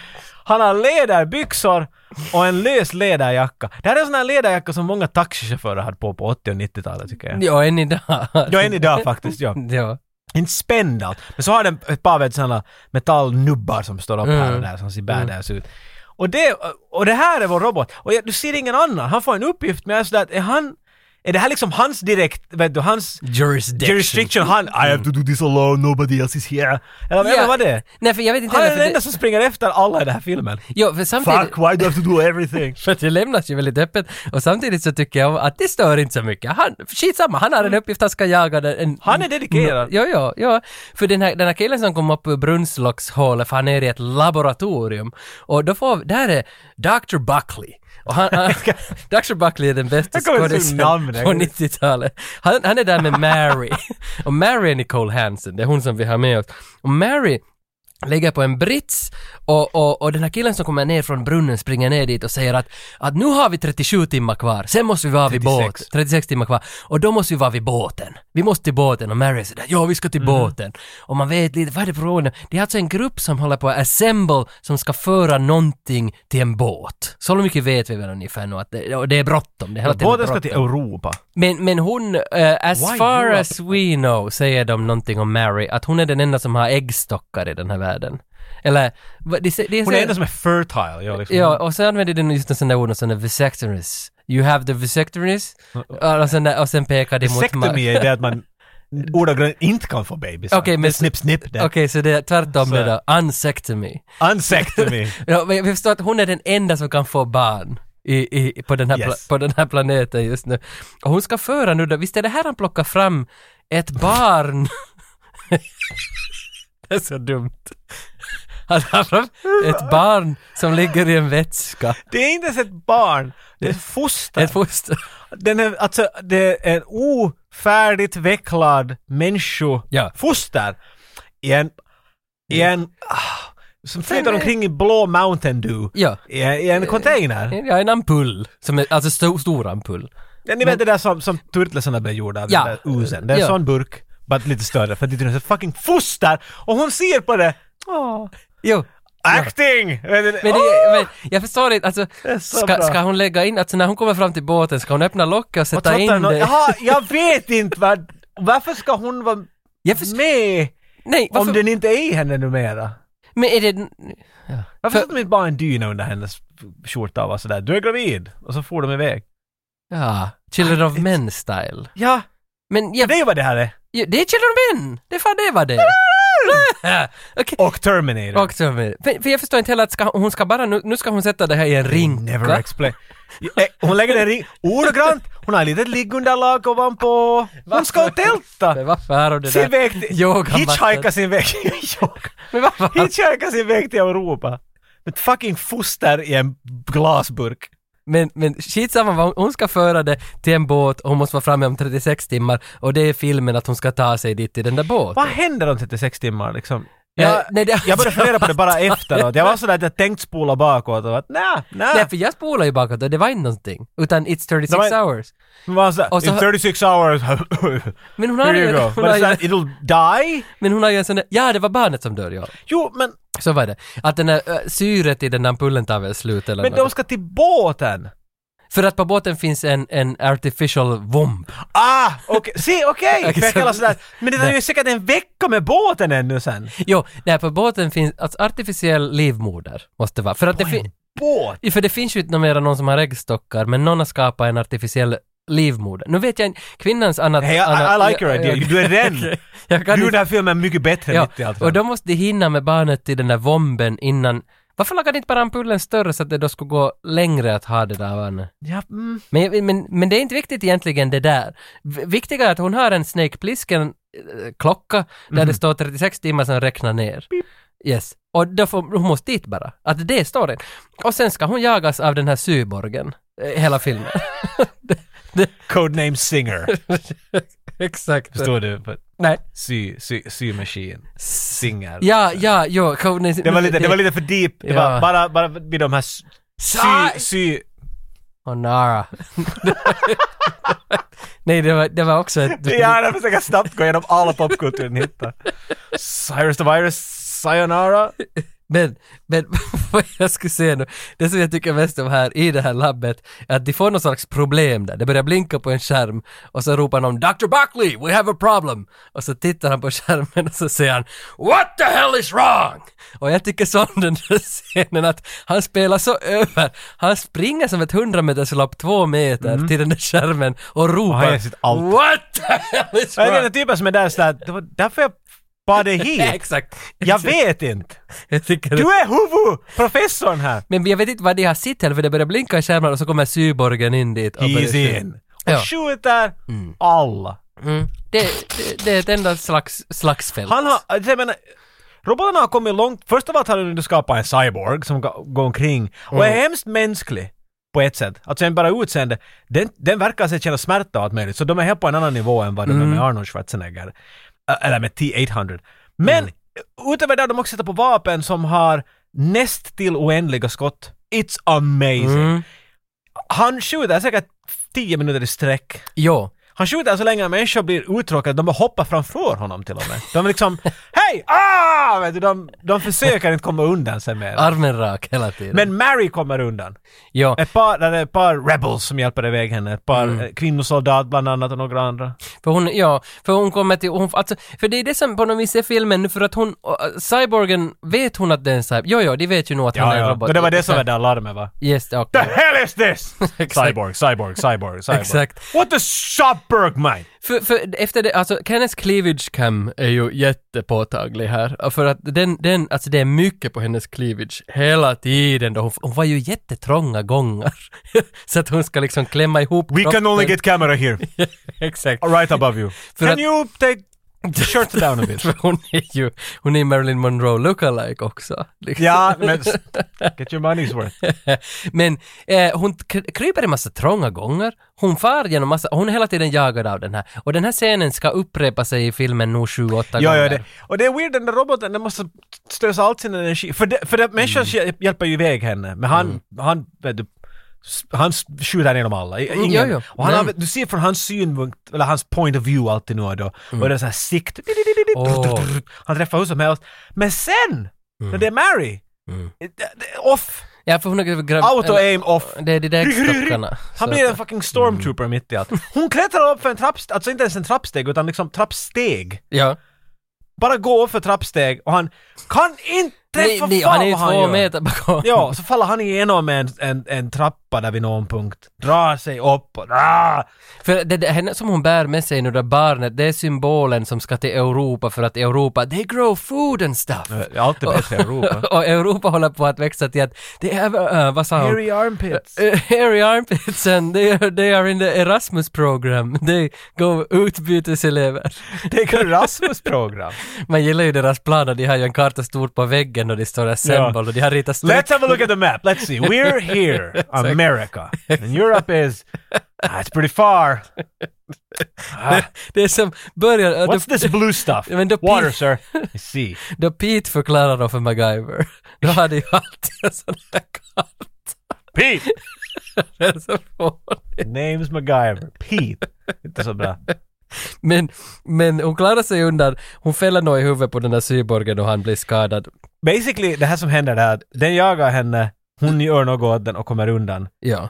[SPEAKER 2] Han har läderbyxor och en lös läderjacka. Det här är en sån här läderjacka som många taxichaufförer hade på på 80 och 90-talet tycker jag.
[SPEAKER 1] Ja, än idag.
[SPEAKER 2] Ja, än idag faktiskt, ja.
[SPEAKER 1] ja.
[SPEAKER 2] Inte spänd allt. Men så har den ett par vet, såna metallnubbar som står upp här och där som ser badass ut. Och det, och det här är vår robot. Och jag, du ser ingen annan. Han får en uppgift men jag är sådär att är han... Är det här liksom hans direkt, vet du, hans
[SPEAKER 1] Jurisdiction.
[SPEAKER 2] jurisdiction? Han, I have to do this alone, nobody else is here. Eller
[SPEAKER 1] Ja.
[SPEAKER 2] yeah. vad det är.
[SPEAKER 1] Nej, för jag vet inte
[SPEAKER 2] Han är
[SPEAKER 1] heller, för
[SPEAKER 2] den enda som springer efter alla i den här filmen.
[SPEAKER 1] det, jo, för samtidigt...
[SPEAKER 2] Fuck, why do you have to do everything?
[SPEAKER 1] För att det lämnas ju väldigt öppet. Och samtidigt så tycker jag att det stör inte så mycket. Han, skitsamma, han har en uppgift, han ska jaga den. En,
[SPEAKER 2] Mm.
[SPEAKER 1] Mm.
[SPEAKER 2] Han är dedikerad.
[SPEAKER 1] Ja, ja, ja. För den här, den här killen som kom upp ur Brunnslockshålet, för han är i ett laboratorium. Och då får, där är Dr. Buckley. Och han, han, Dr. Buckley är den bästa
[SPEAKER 2] Jag kommer inte ihåg namnet.
[SPEAKER 1] skådespelaren på 90-talet. Han, han är där med Mary. och Mary är Nicole Hansen, det är hon som vi har med oss. Och Mary, lägger på en brits och, och, och den här killen som kommer ner från brunnen springer ner dit och säger att, att nu har vi 37 timmar kvar, sen måste vi vara vid
[SPEAKER 2] 36.
[SPEAKER 1] båten. 36 timmar kvar. Och då måste vi vara vid båten. Vi måste till båten och Mary säger ja vi ska till
[SPEAKER 2] Mm.
[SPEAKER 1] båten. Och man vet lite, vad är det för ordning? Det är alltså en grupp som håller på att assemble som ska föra någonting till en båt. Så mycket vet vi väl ungefär nu att det, och det är bråttom. Det är hela tiden
[SPEAKER 2] Båten ska till
[SPEAKER 1] bråttom.
[SPEAKER 2] Europa.
[SPEAKER 1] Men, men hon, eh, as
[SPEAKER 2] Why
[SPEAKER 1] far
[SPEAKER 2] Europe?
[SPEAKER 1] as we know, säger de någonting om Mary, att hon är den enda som har äggstockar i den här världen. Eller, vad- det, sä- det
[SPEAKER 2] Hon är den enda som är fertile. Ja, liksom.
[SPEAKER 1] Ja, och sen använder den just en sån där ord, sån där vasectories. You have the vasectories, och, sen där- och sen pekar de mot... ma-
[SPEAKER 2] Sektomi Mm. är det att man ordagrant inte kan få bebisar.
[SPEAKER 1] Okej, men-
[SPEAKER 2] det är snipp snipp
[SPEAKER 1] Okej,
[SPEAKER 2] det.
[SPEAKER 1] så det är tvärtom
[SPEAKER 2] Så.
[SPEAKER 1] det då. Unsectomy.
[SPEAKER 2] Unsectomy.
[SPEAKER 1] Ja, men jag förstår att hon är den enda som kan få barn i, i, på, den här pla-
[SPEAKER 2] Yes.
[SPEAKER 1] på den här planeten just nu. Och hon ska föra nu då, visst är det här han plockar fram ett barn? det är så dumt. Han har fram ett barn som ligger i en vätska.
[SPEAKER 2] Det är inte ens ett barn, det är ett foster.
[SPEAKER 1] Ett foster.
[SPEAKER 2] Den är, alltså, det är en ofärdigt vecklad människofoster.
[SPEAKER 1] Ja.
[SPEAKER 2] Foster. I en... I en ah, som flyter
[SPEAKER 1] är-
[SPEAKER 2] omkring i blå Mountain Dew.
[SPEAKER 1] Ja.
[SPEAKER 2] I, en- I en container.
[SPEAKER 1] Ja, en ampull. Som är, alltså stor, stor ampull.
[SPEAKER 2] Ja, ni vet det där som, som turtlesarna blev gjorda av,
[SPEAKER 1] Ja.
[SPEAKER 2] den där usen. Det är en
[SPEAKER 1] Ja.
[SPEAKER 2] sån burk, bara lite större, för det är ett fucking foster! Och hon ser på det!
[SPEAKER 1] Jo.
[SPEAKER 2] Acting! Men det,
[SPEAKER 1] Men, det, men jag förstår inte, alltså,
[SPEAKER 2] är så
[SPEAKER 1] ska,
[SPEAKER 2] bra.
[SPEAKER 1] ska hon lägga in, alltså när hon kommer fram till båten, ska hon öppna locket och
[SPEAKER 2] Och
[SPEAKER 1] sätta
[SPEAKER 2] trottar
[SPEAKER 1] in
[SPEAKER 2] någon-
[SPEAKER 1] det?
[SPEAKER 2] Jaha, jag vet inte vad... Varför ska hon vara
[SPEAKER 1] Jag förs-
[SPEAKER 2] med
[SPEAKER 1] Nej, varför?
[SPEAKER 2] om den inte är i henne numera?
[SPEAKER 1] Men är det...
[SPEAKER 2] Varför
[SPEAKER 1] För-
[SPEAKER 2] sätter de inte bara en dyna under hennes skjorta och var sådär du är gravid och så får de iväg?
[SPEAKER 1] Ja, Children of Men style.
[SPEAKER 2] Ja,
[SPEAKER 1] Ah, Men ja,
[SPEAKER 2] det är vad det här är.
[SPEAKER 1] ja, det är Children of Men! Det är fan det var det. Okej.
[SPEAKER 2] Och Terminator.
[SPEAKER 1] Och så med. För, för jag förstår inte heller att ska, hon ska bara nu, nu ska hon sätta det här i en ring.
[SPEAKER 2] Never explain. Eh, Hon lägger en ring, ordagrant, hon har ett litet liggunderlag ovanpå. Hon ska och
[SPEAKER 1] Men
[SPEAKER 2] tälta!
[SPEAKER 1] varför har hon det
[SPEAKER 2] Sin
[SPEAKER 1] där
[SPEAKER 2] väg till...
[SPEAKER 1] yogamattan?
[SPEAKER 2] Hitchhika sin väg... Yoga-
[SPEAKER 1] Men varför?
[SPEAKER 2] Hitchhika sin väg till Europa. Ett fucking foster i en glasburk.
[SPEAKER 1] Men, men skitsamma vad hon- hon ska föra det till en båt och hon måste vara framme om 36 timmar och det är filmen att hon ska ta sig dit till den där båten.
[SPEAKER 2] Vad händer om 36 timmar liksom?
[SPEAKER 1] Eh,
[SPEAKER 2] Jag,
[SPEAKER 1] nej, det-
[SPEAKER 2] jag började fundera på det bara efteråt. Jag var sådär att jag tänkte spola bakåt och att nä, nä.
[SPEAKER 1] Nej, för jag spolar ju bakåt och det var inte någonting. Utan it's 36
[SPEAKER 2] Det var-
[SPEAKER 1] hours.
[SPEAKER 2] Men var sådär,
[SPEAKER 1] Och så-
[SPEAKER 2] in 36 hours,
[SPEAKER 1] Men hon har
[SPEAKER 2] here
[SPEAKER 1] ju...
[SPEAKER 2] you go.
[SPEAKER 1] Hon
[SPEAKER 2] Men
[SPEAKER 1] har
[SPEAKER 2] sådär,
[SPEAKER 1] ju
[SPEAKER 2] it'll die?
[SPEAKER 1] men hon har ju en sån där... Ja, det var barnet som dör, ja.
[SPEAKER 2] Jo, men,
[SPEAKER 1] Så var det. Att den här, ö, syret i den där ampullen tar väl slut eller
[SPEAKER 2] men
[SPEAKER 1] något.
[SPEAKER 2] de ska till båten!
[SPEAKER 1] För att på båten finns en, en artificial vomb.
[SPEAKER 2] Ah! Okej, se okej!
[SPEAKER 1] Okej,
[SPEAKER 2] För jag
[SPEAKER 1] så-
[SPEAKER 2] kallar sådär, men det där är ju säkert en vecka med båten ännu sen.
[SPEAKER 1] Jo, nej, på båten finns alltså, artificiell livmoder. Måste det vara. För att det finns...
[SPEAKER 2] Båt!
[SPEAKER 1] För det finns ju inte mer någon som har äggstockar, men någon har skapat en artificiell livmoder. Nu vet jag inte, kvinnans annat...
[SPEAKER 2] Hey, I, I like your idea, du är den!
[SPEAKER 1] Jag
[SPEAKER 2] Du
[SPEAKER 1] kan
[SPEAKER 2] gjorde den
[SPEAKER 1] inte,
[SPEAKER 2] här filmen mycket bättre
[SPEAKER 1] ja,
[SPEAKER 2] mitt i allt.
[SPEAKER 1] och då måste de hinna med barnet till den där vomben innan... Varför lagade inte bara ampullen större så att det då skulle gå längre att ha det där barnet?
[SPEAKER 2] Ja, mm.
[SPEAKER 1] Men, men, men det är inte viktigt egentligen det där. V- Viktigare är att hon har en Snake Plissken-klocka där det står 36 timmar som räknar ner. Yes. Och då får, hon måste dit bara. Att det står det. Och sen ska hon jagas av den här cyborgen eh, hela filmen.
[SPEAKER 2] Codename Singer.
[SPEAKER 1] Exakt.
[SPEAKER 2] Förstår du? But-
[SPEAKER 1] Nej.
[SPEAKER 2] Sy, sy, sy machine. Singer.
[SPEAKER 1] Ja, ja, jo. kom, nej,
[SPEAKER 2] Det var lite, det var lite för deep. Det
[SPEAKER 1] Ja.
[SPEAKER 2] var bara, bara vid de här s-
[SPEAKER 1] Sa-
[SPEAKER 2] sy, sy...
[SPEAKER 1] Onara. nej, det var, det var också ett...
[SPEAKER 2] Ja, jag försöker snabbt gå igenom alla popkulturen hitta. Cyrus the Virus, Sayonara.
[SPEAKER 1] Men, men vad jag skulle säga nu, det som jag tycker mest om här i det här labbet är att de får någon slags problem där. Det börjar blinka på en skärm och så ropar någon Dr. Buckley, we have a problem! Och så tittar han på skärmen och så säger han What the hell is wrong? Och jag tycker så om den där scenen att han spelar så över. Han springer som ett hundrameterslopp två meter till den där skärmen och
[SPEAKER 2] Mm. han
[SPEAKER 1] ropar
[SPEAKER 2] gör sitt allt.
[SPEAKER 1] What the hell is
[SPEAKER 2] Jag är den där
[SPEAKER 1] wrong?
[SPEAKER 2] typen som är där sådär, det var därför jag bad dig hit.
[SPEAKER 1] Exakt.
[SPEAKER 2] Jag vet inte.
[SPEAKER 1] Jag tycker
[SPEAKER 2] Du är huvudprofessorn här.
[SPEAKER 1] Men jag vet inte vad de har sett heller, för det börjar blinka i skärmen och så kommer cyborgen in dit. och börjar
[SPEAKER 2] He's
[SPEAKER 1] skjuta.
[SPEAKER 2] in.
[SPEAKER 1] Ja.
[SPEAKER 2] Och skjuter alla.
[SPEAKER 1] Mm. Det, det, det är ett enda slags, slagsfält.
[SPEAKER 2] Han har, alltså jag menar, robotarna har kommit långt. Först av allt har de nu skapat en cyborg som ga- går omkring och är hemskt mänsklig på ett sätt. Alltså en bara utseende, den, den verkar sig känna smärta och allt möjligt. Så de är helt på en annan nivå än vad de är med Arnold Schwarzenegger. Ä- Eller med T-800. Men utöver det har de också sitter på vapen som har näst till oändliga skott. It's amazing.
[SPEAKER 1] Mm.
[SPEAKER 2] Han skjuter säkert 10 minuter i sträck.
[SPEAKER 1] Jo.
[SPEAKER 2] Han skjuter så länge människor blir uttråkade, de bara hoppar framför honom till och med. De är liksom ”Hej! Ah!” vet du, de, de försöker inte komma undan sig mer.
[SPEAKER 1] Armen rak hela tiden.
[SPEAKER 2] Men Mary kommer undan.
[SPEAKER 1] jo.
[SPEAKER 2] Ett par, där är ett par rebels som hjälper iväg henne. Ett par eh, kvinnosoldat bland annat och några andra.
[SPEAKER 1] För hon, ja, för hon kommer till, hon, alltså, för det är det som på något vis är filmen nu, för att hon, och, äh, cyborgen, vet hon att det är en cyborg? Jo, jo, de vet ju nog att han
[SPEAKER 2] Ja,
[SPEAKER 1] är en
[SPEAKER 2] ja.
[SPEAKER 1] robot.
[SPEAKER 2] Och det var det som var det alarmet va?
[SPEAKER 1] Yes,
[SPEAKER 2] The
[SPEAKER 1] okay.
[SPEAKER 2] hell is this?
[SPEAKER 1] Exakt.
[SPEAKER 2] cyborg, cyborg, cyborg, cyborg.
[SPEAKER 1] Exakt.
[SPEAKER 2] What the Shopberg mine?
[SPEAKER 1] För, för efter det, alltså Kenneths cleavage cam är ju jättepåtaglig här. Och För att den, den, alltså det är mycket på hennes cleavage hela tiden då. Hon, hon var ju jättetrånga gångar. så att hon ska liksom klämma ihop
[SPEAKER 2] We can only get camera here.
[SPEAKER 1] Exakt.
[SPEAKER 2] Right above you.
[SPEAKER 1] För
[SPEAKER 2] can
[SPEAKER 1] att-
[SPEAKER 2] you take shirt down a bit?
[SPEAKER 1] För hon är ju, hon är Marilyn Monroe lookalike också. Liksom.
[SPEAKER 2] ja, men... s- Get your money's worth.
[SPEAKER 1] Men eh, hon k- kryper i massa trånga gånger, hon far genom massa, hon är hela tiden jagad av den här. Och den här scenen ska upprepa sig i filmen nog sju, åtta
[SPEAKER 2] Ja,
[SPEAKER 1] gånger.
[SPEAKER 2] ja, det. Och det är weird, den där roboten, den måste slösa all sin energi. För, det, för det, människan hjäl- hjälper ju iväg henne, men han, han, vet du, s- han s- skjuter ner dem alla. I-
[SPEAKER 1] Mm,
[SPEAKER 2] Ingen.
[SPEAKER 1] ja, ja.
[SPEAKER 2] Och han har,
[SPEAKER 1] Nej.
[SPEAKER 2] du ser från hans synpunkt, eller hans point of view alltid nu och då, och det är så här sikt.
[SPEAKER 1] Åh.
[SPEAKER 2] Han träffar hur som helst. Men sen, när det är Mary,
[SPEAKER 1] Mm.
[SPEAKER 2] det- det- off,
[SPEAKER 1] Ja, för hon har grabb-
[SPEAKER 2] auto-aim off.
[SPEAKER 1] Det är de där stockarna.
[SPEAKER 2] Han
[SPEAKER 1] Så
[SPEAKER 2] blir en
[SPEAKER 1] att-
[SPEAKER 2] fucking stormtrooper mitt i allt. Hon klättrar upp för en trappsteg, alltså inte ens en trappsteg utan liksom trappsteg.
[SPEAKER 1] Ja.
[SPEAKER 2] bara gå för trappsteg och han kan inte
[SPEAKER 1] Nej,
[SPEAKER 2] träffa
[SPEAKER 1] nej,
[SPEAKER 2] fan
[SPEAKER 1] han är ju
[SPEAKER 2] vad han
[SPEAKER 1] två
[SPEAKER 2] gör.
[SPEAKER 1] meter bakom.
[SPEAKER 2] Ja, så faller han igenom en, en, en trappa där vid någon punkt, drar sig upp och ah!
[SPEAKER 1] För det, det henne som hon bär med sig nu, det barnet, det är symbolen som ska till Europa för att Europa, they grow food and stuff.
[SPEAKER 2] Det är alltid bäst i Europa.
[SPEAKER 1] Och Europa håller på att växa till att det är, eh, vad sa hon?
[SPEAKER 2] Hairy armpits.
[SPEAKER 1] Eh, hairy armpits and they are, they are in the Erasmus program. They go utbyteselever.
[SPEAKER 2] Det är Rasmus program.
[SPEAKER 1] Man gillar ju deras planer, de har ju en karta stor på väggen och det står assemble och de har ritat streck.
[SPEAKER 2] Let's have a look at the map. Let's see. We're here, America. And Europe is... Ah, it's pretty far. Ah,
[SPEAKER 1] Det är som börjar... eh,
[SPEAKER 2] what's this blue stuff?
[SPEAKER 1] Men då-
[SPEAKER 2] Water, sir. I see.
[SPEAKER 1] Då Pete förklarar då för MacGyver, då hade ju alltid en sån där
[SPEAKER 2] Pete!
[SPEAKER 1] kartrecension.
[SPEAKER 2] Name's MacGyver. Pete. Inte så bra.
[SPEAKER 1] Men, men hon klarar sig undan, hon fäller nog i huvudet på den där cyborgen och han blir skadad.
[SPEAKER 2] basically det här som händer är att den jagar henne,
[SPEAKER 1] Mm.
[SPEAKER 2] hon gör något åt den och kommer undan.
[SPEAKER 1] Ja.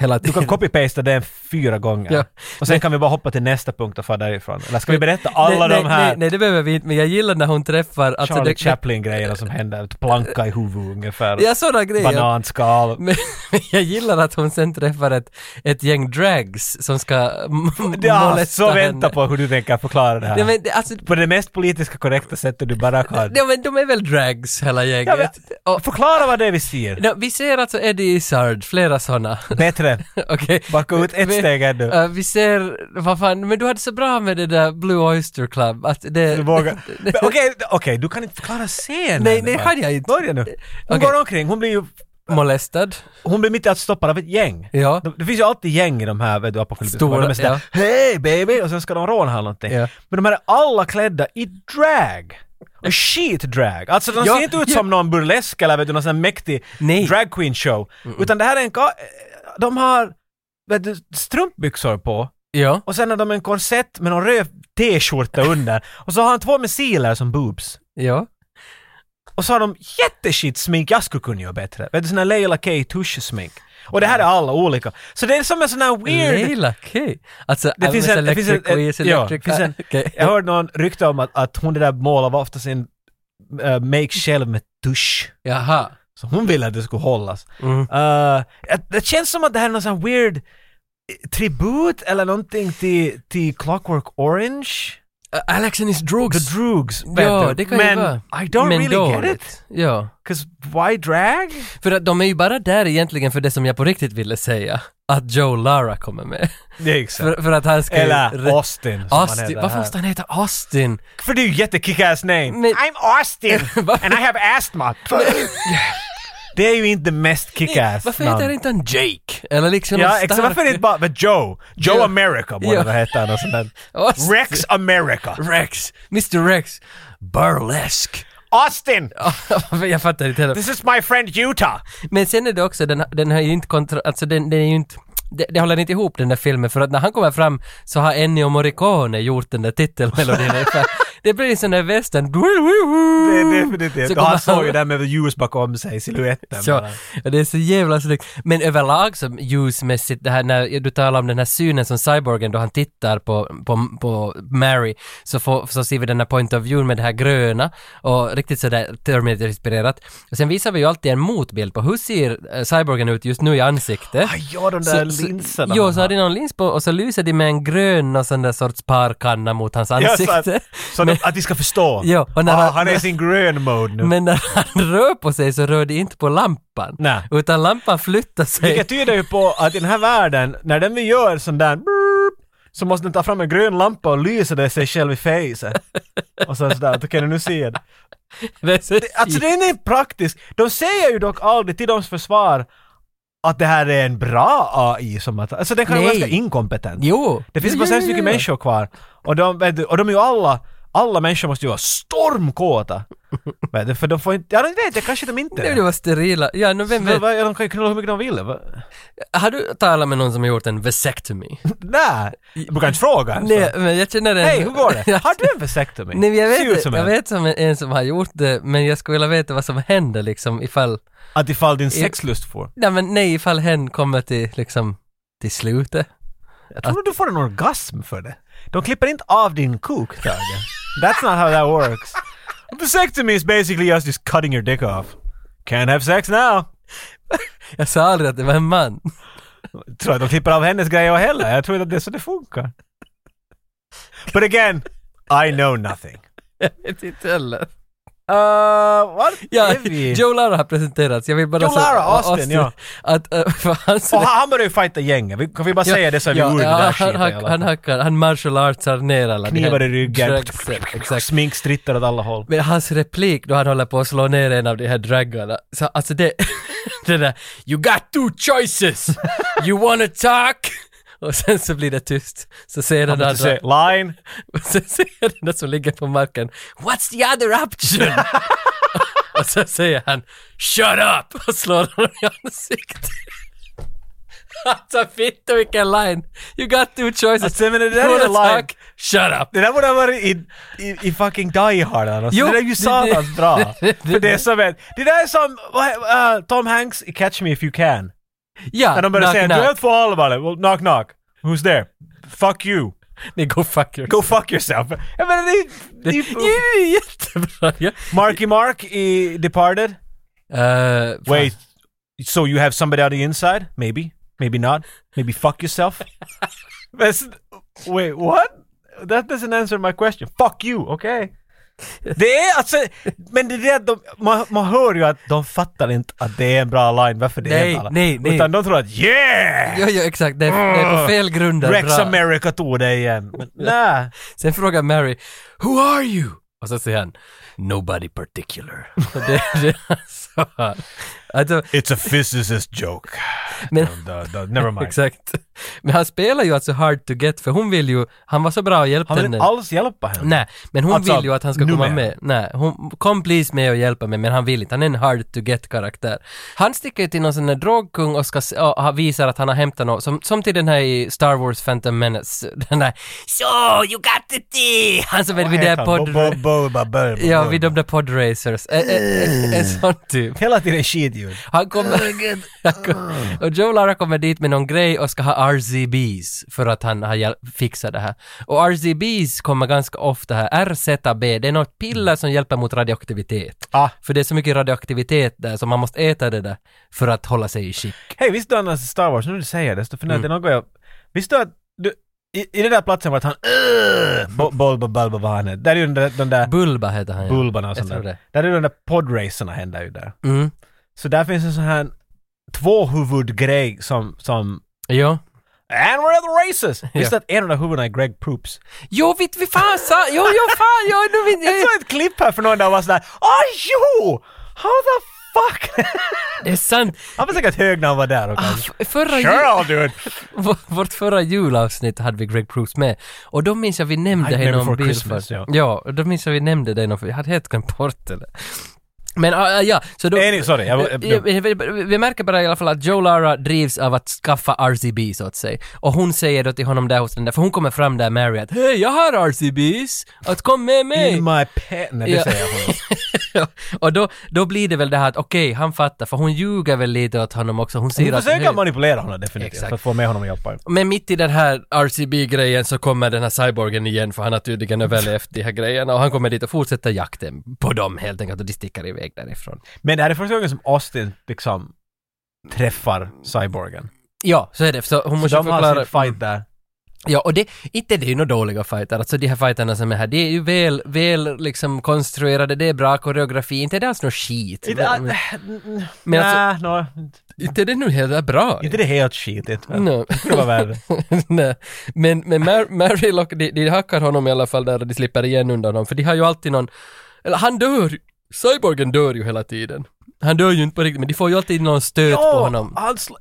[SPEAKER 1] Hela
[SPEAKER 2] Du kan copy-pasta den fyra gånger.
[SPEAKER 1] Ja.
[SPEAKER 2] Och sen kan vi bara hoppa till nästa punkt och få därifrån. Eller ska vi berätta alla
[SPEAKER 1] nej, nej,
[SPEAKER 2] de här
[SPEAKER 1] Nej, nej, det behöver vi inte, men jag gillar när hon träffar... Alltså,
[SPEAKER 2] Charlie
[SPEAKER 1] det,
[SPEAKER 2] Chaplin-grejerna som händer? Ett planka i huvudet ungefär.
[SPEAKER 1] Ja, sådana grejer.
[SPEAKER 2] Bananskal.
[SPEAKER 1] Men, men jag gillar att hon sen träffar ett, ett gäng drags som ska m-
[SPEAKER 2] Ja,
[SPEAKER 1] molesta
[SPEAKER 2] så vänta
[SPEAKER 1] henne.
[SPEAKER 2] på hur du tänker förklara det här.
[SPEAKER 1] Ja, men, det- alltså,
[SPEAKER 2] På det mest politiska korrekta sättet du bara kan.
[SPEAKER 1] ja, men de är väl drags, hela
[SPEAKER 2] Ja,
[SPEAKER 1] gänget?
[SPEAKER 2] men,
[SPEAKER 1] och,
[SPEAKER 2] förklara vad det är vi ser.
[SPEAKER 1] ja, vi ser alltså Eddie Izzard, flera sådana.
[SPEAKER 2] Bättre.
[SPEAKER 1] Okej.
[SPEAKER 2] Backa ut ett
[SPEAKER 1] Vi-
[SPEAKER 2] steg ännu.
[SPEAKER 1] eh, vi ser, vad fan, men du hade så bra med det där Blue Oyster Club att det...
[SPEAKER 2] Du vågar. Men Okej, okej, du kan inte förklara scenen.
[SPEAKER 1] Nej, nej, kan jag inte.
[SPEAKER 2] Börja nu. Hon
[SPEAKER 1] Okej.
[SPEAKER 2] går omkring, hon blir ju
[SPEAKER 1] molestad.
[SPEAKER 2] Hon blir mitt i allt stoppad av ett gäng.
[SPEAKER 1] Ja.
[SPEAKER 2] De- Det finns ju alltid gäng i de här vet du, apokalyptiska
[SPEAKER 1] Stora,
[SPEAKER 2] filmerna. De är sådär ”Hej baby” och sen ska de råna här någonting.
[SPEAKER 1] Ja.
[SPEAKER 2] Men de här är alla klädda i drag. Och shit drag. Alltså de
[SPEAKER 1] Ja,
[SPEAKER 2] ser inte ut
[SPEAKER 1] ja.
[SPEAKER 2] som någon burlesk eller vet du, någon sån här mäktig
[SPEAKER 1] Nej.
[SPEAKER 2] drag queen show. Utan det här är en ka- De har vet du, strumpbyxor på
[SPEAKER 1] Ja.
[SPEAKER 2] och sen har de en korsett med någon röd t-skjorta under. och så har han två missiler som boobs.
[SPEAKER 1] Ja.
[SPEAKER 2] Och så har de jätteshit smink, jag skulle kunna göra bättre. Vet du, sån här Leila K. Tush-smink. Och det här är alla olika. Så det är som en sån här weird...
[SPEAKER 1] Leila K. Alltså,
[SPEAKER 2] Det finns
[SPEAKER 1] Elvis
[SPEAKER 2] en, det
[SPEAKER 1] Electric
[SPEAKER 2] finns
[SPEAKER 1] Quiz
[SPEAKER 2] en, en, ja,
[SPEAKER 1] Electric... Ah,
[SPEAKER 2] finns en,
[SPEAKER 1] Okej.
[SPEAKER 2] jag hörde någon rykte om att, att hon det där målade ofta sin eh, make själv med tusch.
[SPEAKER 1] Jaha.
[SPEAKER 2] Så hon ville att det skulle hållas.
[SPEAKER 1] Mm.
[SPEAKER 2] Eh, det- det känns som att det här är någon sån här weird eh, tribut eller någonting till, till Clockwork Orange.
[SPEAKER 1] Uh, Alex and his drugs.
[SPEAKER 2] The Droogs. vet
[SPEAKER 1] ja,
[SPEAKER 2] du.
[SPEAKER 1] det kan
[SPEAKER 2] Men
[SPEAKER 1] ju vara.
[SPEAKER 2] I don't
[SPEAKER 1] Men
[SPEAKER 2] really get it.
[SPEAKER 1] dåligt. Ja.
[SPEAKER 2] 'Cause why drag?
[SPEAKER 1] För att de är ju bara där egentligen för det som jag på riktigt ville säga. Att Joe Lara kommer med.
[SPEAKER 2] Det är exakt.
[SPEAKER 1] För, för att han ska ju
[SPEAKER 2] Eller
[SPEAKER 1] re-
[SPEAKER 2] Austin, som han
[SPEAKER 1] Austin.
[SPEAKER 2] heter
[SPEAKER 1] Varför
[SPEAKER 2] här.
[SPEAKER 1] måste han heta Austin?
[SPEAKER 2] För det är ju jättekickass name.
[SPEAKER 1] Men-
[SPEAKER 2] I'm Austin
[SPEAKER 1] Varför-
[SPEAKER 2] and I have astma. det är ju inte det mest kickass
[SPEAKER 1] Varför heter inte han Jake? Eller liksom någon
[SPEAKER 2] Ja,
[SPEAKER 1] stark-
[SPEAKER 2] exakt. Varför är det inte bara men Joe? Joe
[SPEAKER 1] Ja.
[SPEAKER 2] America borde
[SPEAKER 1] Ja.
[SPEAKER 2] det heta. eller sånt där.
[SPEAKER 1] Austin.
[SPEAKER 2] Rex America.
[SPEAKER 1] Rex. Mr Rex. Burlesque.
[SPEAKER 2] Austin!
[SPEAKER 1] jag fattar inte heller.
[SPEAKER 2] This is my friend Utah!
[SPEAKER 1] Men sen är det också, den, den har ju inte kontra... Alltså den, den är ju inte... Det, det håller inte ihop den där filmen för att när han kommer fram så har Ennio Morricone gjort den där titelmelodin. ungefär. det blir en sån där western.
[SPEAKER 2] Det är definitivt.
[SPEAKER 1] Så
[SPEAKER 2] Och
[SPEAKER 1] kommer
[SPEAKER 2] han såg ju det här med ljus bakom sig, siluetten.
[SPEAKER 1] Så,
[SPEAKER 2] bara.
[SPEAKER 1] ja, det är så jävla snyggt. Men överlag så ljusmässigt, det här när du talar om den här synen som cyborgen då han tittar på, på, på Mary, så, får, så ser vi den här point of view med det här gröna och riktigt sådär Terminator-inspirerat. Och sen visar vi ju alltid en motbild på hur ser eh, cyborgen ut just nu i ansiktet.
[SPEAKER 2] Ah, ja, de där linserna.
[SPEAKER 1] Jo,
[SPEAKER 2] han
[SPEAKER 1] så har de någon lins på och så lyser de med en grön och sån där sorts parkanna mot hans
[SPEAKER 2] Ja, så
[SPEAKER 1] ansikte.
[SPEAKER 2] att, så att- att vi ska förstå.
[SPEAKER 1] Ja, och när
[SPEAKER 2] ah,
[SPEAKER 1] han-
[SPEAKER 2] han är i sin grön mode nu.
[SPEAKER 1] Men när han rör på sig så rör de inte på lampan.
[SPEAKER 2] Nej.
[SPEAKER 1] Utan lampan flyttar sig.
[SPEAKER 2] Vilket tyder ju på att i den här världen, när den vill göra sån där brrrr, så måste den ta fram en grön lampa och lysa det sig själv i fejset. Och sen sådär, att okej nu ser jag det.
[SPEAKER 1] Det är så
[SPEAKER 2] Alltså det är inte praktiskt. De säger ju dock aldrig till deras försvar att det här är en bra AI som att... Alltså den kan vara
[SPEAKER 1] Nej.
[SPEAKER 2] ganska inkompetent.
[SPEAKER 1] Jo.
[SPEAKER 2] Det finns
[SPEAKER 1] Jo,
[SPEAKER 2] bara så
[SPEAKER 1] jo,
[SPEAKER 2] hemskt
[SPEAKER 1] jo,
[SPEAKER 2] mycket
[SPEAKER 1] jo.
[SPEAKER 2] människor kvar. Och de, vet du, och de är ju alla, alla människor måste ju vara stormkåta. vet du, för de får inte, ja de vet jag, kanske de inte
[SPEAKER 1] Det var sterila. Ja, nu vem
[SPEAKER 2] de,
[SPEAKER 1] vet.
[SPEAKER 2] de kan ju knulla hur mycket de vill. va?
[SPEAKER 1] Har du talat med någon som har gjort en vasectomy?
[SPEAKER 2] Nej, jag brukar inte fråga. ens, va?
[SPEAKER 1] Nej, men jag känner en...
[SPEAKER 2] Alltså. Hej, hur går det? Har du en vasectomy?
[SPEAKER 1] Nej, men jag
[SPEAKER 2] Ser ut
[SPEAKER 1] vet,
[SPEAKER 2] som
[SPEAKER 1] jag
[SPEAKER 2] en.
[SPEAKER 1] vet som en, en som har gjort det, men jag skulle vilja veta vad som händer liksom ifall...
[SPEAKER 2] Att ifall din sexlust får.
[SPEAKER 1] Nej, men nej, ifall hen kommer till liksom till slutet.
[SPEAKER 2] Jag tror du får en orgasm för det. De klipper inte av din kuk, Tage. That's not how that works. Vasectomy is basically us just cutting your dick off. Can't have sex now.
[SPEAKER 1] Jag sa aldrig att det var en man.
[SPEAKER 2] Jag tror att de klipper av hennes grejer heller. Jag tror inte att det är så det funkar. But again, I know nothing.
[SPEAKER 1] Jag vet inte heller.
[SPEAKER 2] Uh, what?
[SPEAKER 1] Ja,
[SPEAKER 2] är vi?
[SPEAKER 1] Joe Lara har presenterats. Jag vill bara
[SPEAKER 2] Joe
[SPEAKER 1] säga-
[SPEAKER 2] Lara, Austin, ja.
[SPEAKER 1] Att, äh, för han,
[SPEAKER 2] Och han han börjar ju fighta gängen. Vi- Kan vi bara säga det så är vi ur den där
[SPEAKER 1] han,
[SPEAKER 2] skiten. i alla
[SPEAKER 1] han,
[SPEAKER 2] fall.
[SPEAKER 1] han hackar, han martial artsar ner alla de här
[SPEAKER 2] Knivar i ryggen,
[SPEAKER 1] dragsen, Exakt.
[SPEAKER 2] smink strittar åt alla håll.
[SPEAKER 1] Men hans replik då han håller på att slå ner en av de här draggarna, så alltså det... det där “You got two choices! You wanna talk?” Och sen så blir det tyst. Så säger den
[SPEAKER 2] Du
[SPEAKER 1] andra...
[SPEAKER 2] ser, Alltså, line,
[SPEAKER 1] Sen säger den där som ligger på marken “What's the other option?” Och så säger han “Shut up!” och slår honom i ansiktet. Alltså fitta vilken line! You got two choices.
[SPEAKER 2] Alltså, men det där
[SPEAKER 1] You
[SPEAKER 2] är
[SPEAKER 1] wanna
[SPEAKER 2] en line.
[SPEAKER 1] talk? Shut up!
[SPEAKER 2] Det där borde ha varit i, i, i fucking Die Hard eller nåt.
[SPEAKER 1] Jo,
[SPEAKER 2] Det där är ju
[SPEAKER 1] det-
[SPEAKER 2] satans
[SPEAKER 1] det-
[SPEAKER 2] bra.
[SPEAKER 1] det- det-
[SPEAKER 2] För det är som en, Det där är som vad he- äh, Tom Hanks i Catch Me If You Can.
[SPEAKER 1] Ja,
[SPEAKER 2] När de börjar
[SPEAKER 1] knock,
[SPEAKER 2] säga
[SPEAKER 1] knock.
[SPEAKER 2] du är två allvarliga, well, knock knock. Who's there? Fuck you.
[SPEAKER 1] Nej, go fuck your...
[SPEAKER 2] Go fuck yourself. Jag menar det är ju- det är ju...
[SPEAKER 1] Det är jättebra! Ja.
[SPEAKER 2] Marky Mark i Departed.
[SPEAKER 1] Eh, fan.
[SPEAKER 2] Wait, so you have somebody on the inside? Maybe, maybe not. Maybe fuck yourself. That's, wait, what? That doesn't answer my question. Fuck you, okay? Det är alltså, men det är det att de, man, man hör ju att de fattar inte att det är en bra line, varför det är en
[SPEAKER 1] Nej,
[SPEAKER 2] bra line.
[SPEAKER 1] nej, nej.
[SPEAKER 2] Utan de tror att yeah!
[SPEAKER 1] Jo, jo, exakt. Det är, det är på fel grunder.
[SPEAKER 2] Rex
[SPEAKER 1] Bra.
[SPEAKER 2] America tog det igen. Men, nej.
[SPEAKER 1] Sen frågar Mary “Who are you?” Och så säger han “Nobody particular”. Och det, det alltså, alltså,
[SPEAKER 2] It's a physicist joke.
[SPEAKER 1] men,
[SPEAKER 2] Da, da, never mind.
[SPEAKER 1] exakt. Men han spelar ju alltså hard to get för hon vill ju, han var så bra och hjälpte
[SPEAKER 2] Han vill
[SPEAKER 1] henne.
[SPEAKER 2] inte alls hjälpa henne.
[SPEAKER 1] Nej, men hon
[SPEAKER 2] Alltså,
[SPEAKER 1] vill ju att han ska komma
[SPEAKER 2] numera.
[SPEAKER 1] med. Nej, hon kom please med och hjälpa mig, men han vill inte. Han är en hard to get karaktär. Han sticker ju till någon sån där drogkung och, ska, se- och ha- visar att han har hämtat något, som, som till den här i Star Wars Phantom Menace. Den där “So, you got it!” eh." Han som är vid
[SPEAKER 2] Vad
[SPEAKER 1] det
[SPEAKER 2] heter han?
[SPEAKER 1] podd...
[SPEAKER 2] Bo- bo- bo- bo- bo- bo-
[SPEAKER 1] Ja,
[SPEAKER 2] bo-
[SPEAKER 1] vid de där podracers. En, en, en sån typ.
[SPEAKER 2] Hela tiden skitljud.
[SPEAKER 1] Han kommer...
[SPEAKER 2] Oh
[SPEAKER 1] Han kom,
[SPEAKER 2] Ah.
[SPEAKER 1] och Joe Lara kommer dit med någon grej och ska ha RZBs för att han har hjäl- fixat det här. Och RZBs kommer ganska ofta här. RZB, det är något piller som hjälper mot radioaktivitet.
[SPEAKER 2] Ah.
[SPEAKER 1] För det är så mycket radioaktivitet där så man måste äta det där för att hålla sig i skick.
[SPEAKER 2] Hej, visste du annars i Star Wars, nu när du säger det, så funderar
[SPEAKER 1] Mm.
[SPEAKER 2] jag, det är något jag... Visste du att du, i, i den där platsen vart han... Uh, bo, bo, bo, bo, bo, vad han är. Där är ju den där... Den där
[SPEAKER 1] Bulba heter han ja.
[SPEAKER 2] Bulbarna och
[SPEAKER 1] Jag
[SPEAKER 2] sånt där.
[SPEAKER 1] tror det.
[SPEAKER 2] Där är ju de där podracerna händer ju där.
[SPEAKER 1] Mm.
[SPEAKER 2] Så där finns en sån här tvåhuvudgrej som, som...
[SPEAKER 1] Jo.
[SPEAKER 2] And we're at the races! Visste du
[SPEAKER 1] Ja.
[SPEAKER 2] att en av de huvudena är Greg Proops?
[SPEAKER 1] Jo, vet vi fan sa... Jo, jo, fan, jo, nu vet
[SPEAKER 2] Jag såg ett klipp här för någon dag och var sådär Åh jo! How the fuck?
[SPEAKER 1] Det är sant.
[SPEAKER 2] han var säkert hög när han var där och kanske...
[SPEAKER 1] Ah, Förra ju-
[SPEAKER 2] Sure dude!
[SPEAKER 1] V- Vårt förra julavsnitt hade vi Greg Proops med och då minns jag vi nämnde
[SPEAKER 2] Nightmare
[SPEAKER 1] henne om
[SPEAKER 2] Before
[SPEAKER 1] bild
[SPEAKER 2] Christmas,
[SPEAKER 1] för.
[SPEAKER 2] ja.
[SPEAKER 1] ja, då minns jag vi nämnde det någon för jag hade helt glömt bort det. där. Men ah, ah, ja, så då...
[SPEAKER 2] Any, sorry, jag, jag,
[SPEAKER 1] Vi- vi- vi- Vi märker bara i alla fall att Joe Lara drivs av att skaffa RCBs åt sig. Och hon säger då till honom där hos den där, för hon kommer fram där Mary att “Hej, jag har RCBs! Att kom med mig!”
[SPEAKER 2] In my pen... Nej, det
[SPEAKER 1] Ja.
[SPEAKER 2] säger jag honom.
[SPEAKER 1] Ja, och då, då blir det väl det här att okej, han fattar, för hon ljuger väl lite åt honom också. Hon säger
[SPEAKER 2] Hon
[SPEAKER 1] att
[SPEAKER 2] försöker
[SPEAKER 1] "Hej."
[SPEAKER 2] manipulera honom definitivt
[SPEAKER 1] Exakt.
[SPEAKER 2] för att få med honom att hjälpa.
[SPEAKER 1] Men mitt i den här RCB-grejen så kommer den här cyborgen igen för han har tydligen överlevt de här grejerna och han kommer dit och fortsätter jakten på dem helt enkelt och de sticker iväg därifrån.
[SPEAKER 2] Men det här är första gången som Austin liksom träffar cyborgen.
[SPEAKER 1] Ja, så är det. Så hon måste
[SPEAKER 2] Så
[SPEAKER 1] ju
[SPEAKER 2] de har sin
[SPEAKER 1] förklara. Mm.
[SPEAKER 2] fight där.
[SPEAKER 1] Ja, och det, inte det är ju några dåliga fighter, alltså de här fighterna som är här, det är ju väl, väl liksom konstruerade, det är bra koreografi, inte det är alls något skit.
[SPEAKER 2] Inte- ah,
[SPEAKER 1] Men- men-
[SPEAKER 2] mm,
[SPEAKER 1] men alltså-
[SPEAKER 2] Nej, nå,
[SPEAKER 1] Inte det är nu helt bra.
[SPEAKER 2] inte det helt skitigt. men
[SPEAKER 1] No.
[SPEAKER 2] Det skulle vara värre.
[SPEAKER 1] Nej, men, men Mar- Mary Lock, de, de hackar honom i alla fall där och de slipper igen undan honom, för de har ju alltid någon, eller han dör ju- cyborgen dör ju hela tiden. Han dör ju inte på riktigt, men de får ju alltid någon stöt på honom.
[SPEAKER 2] han sl-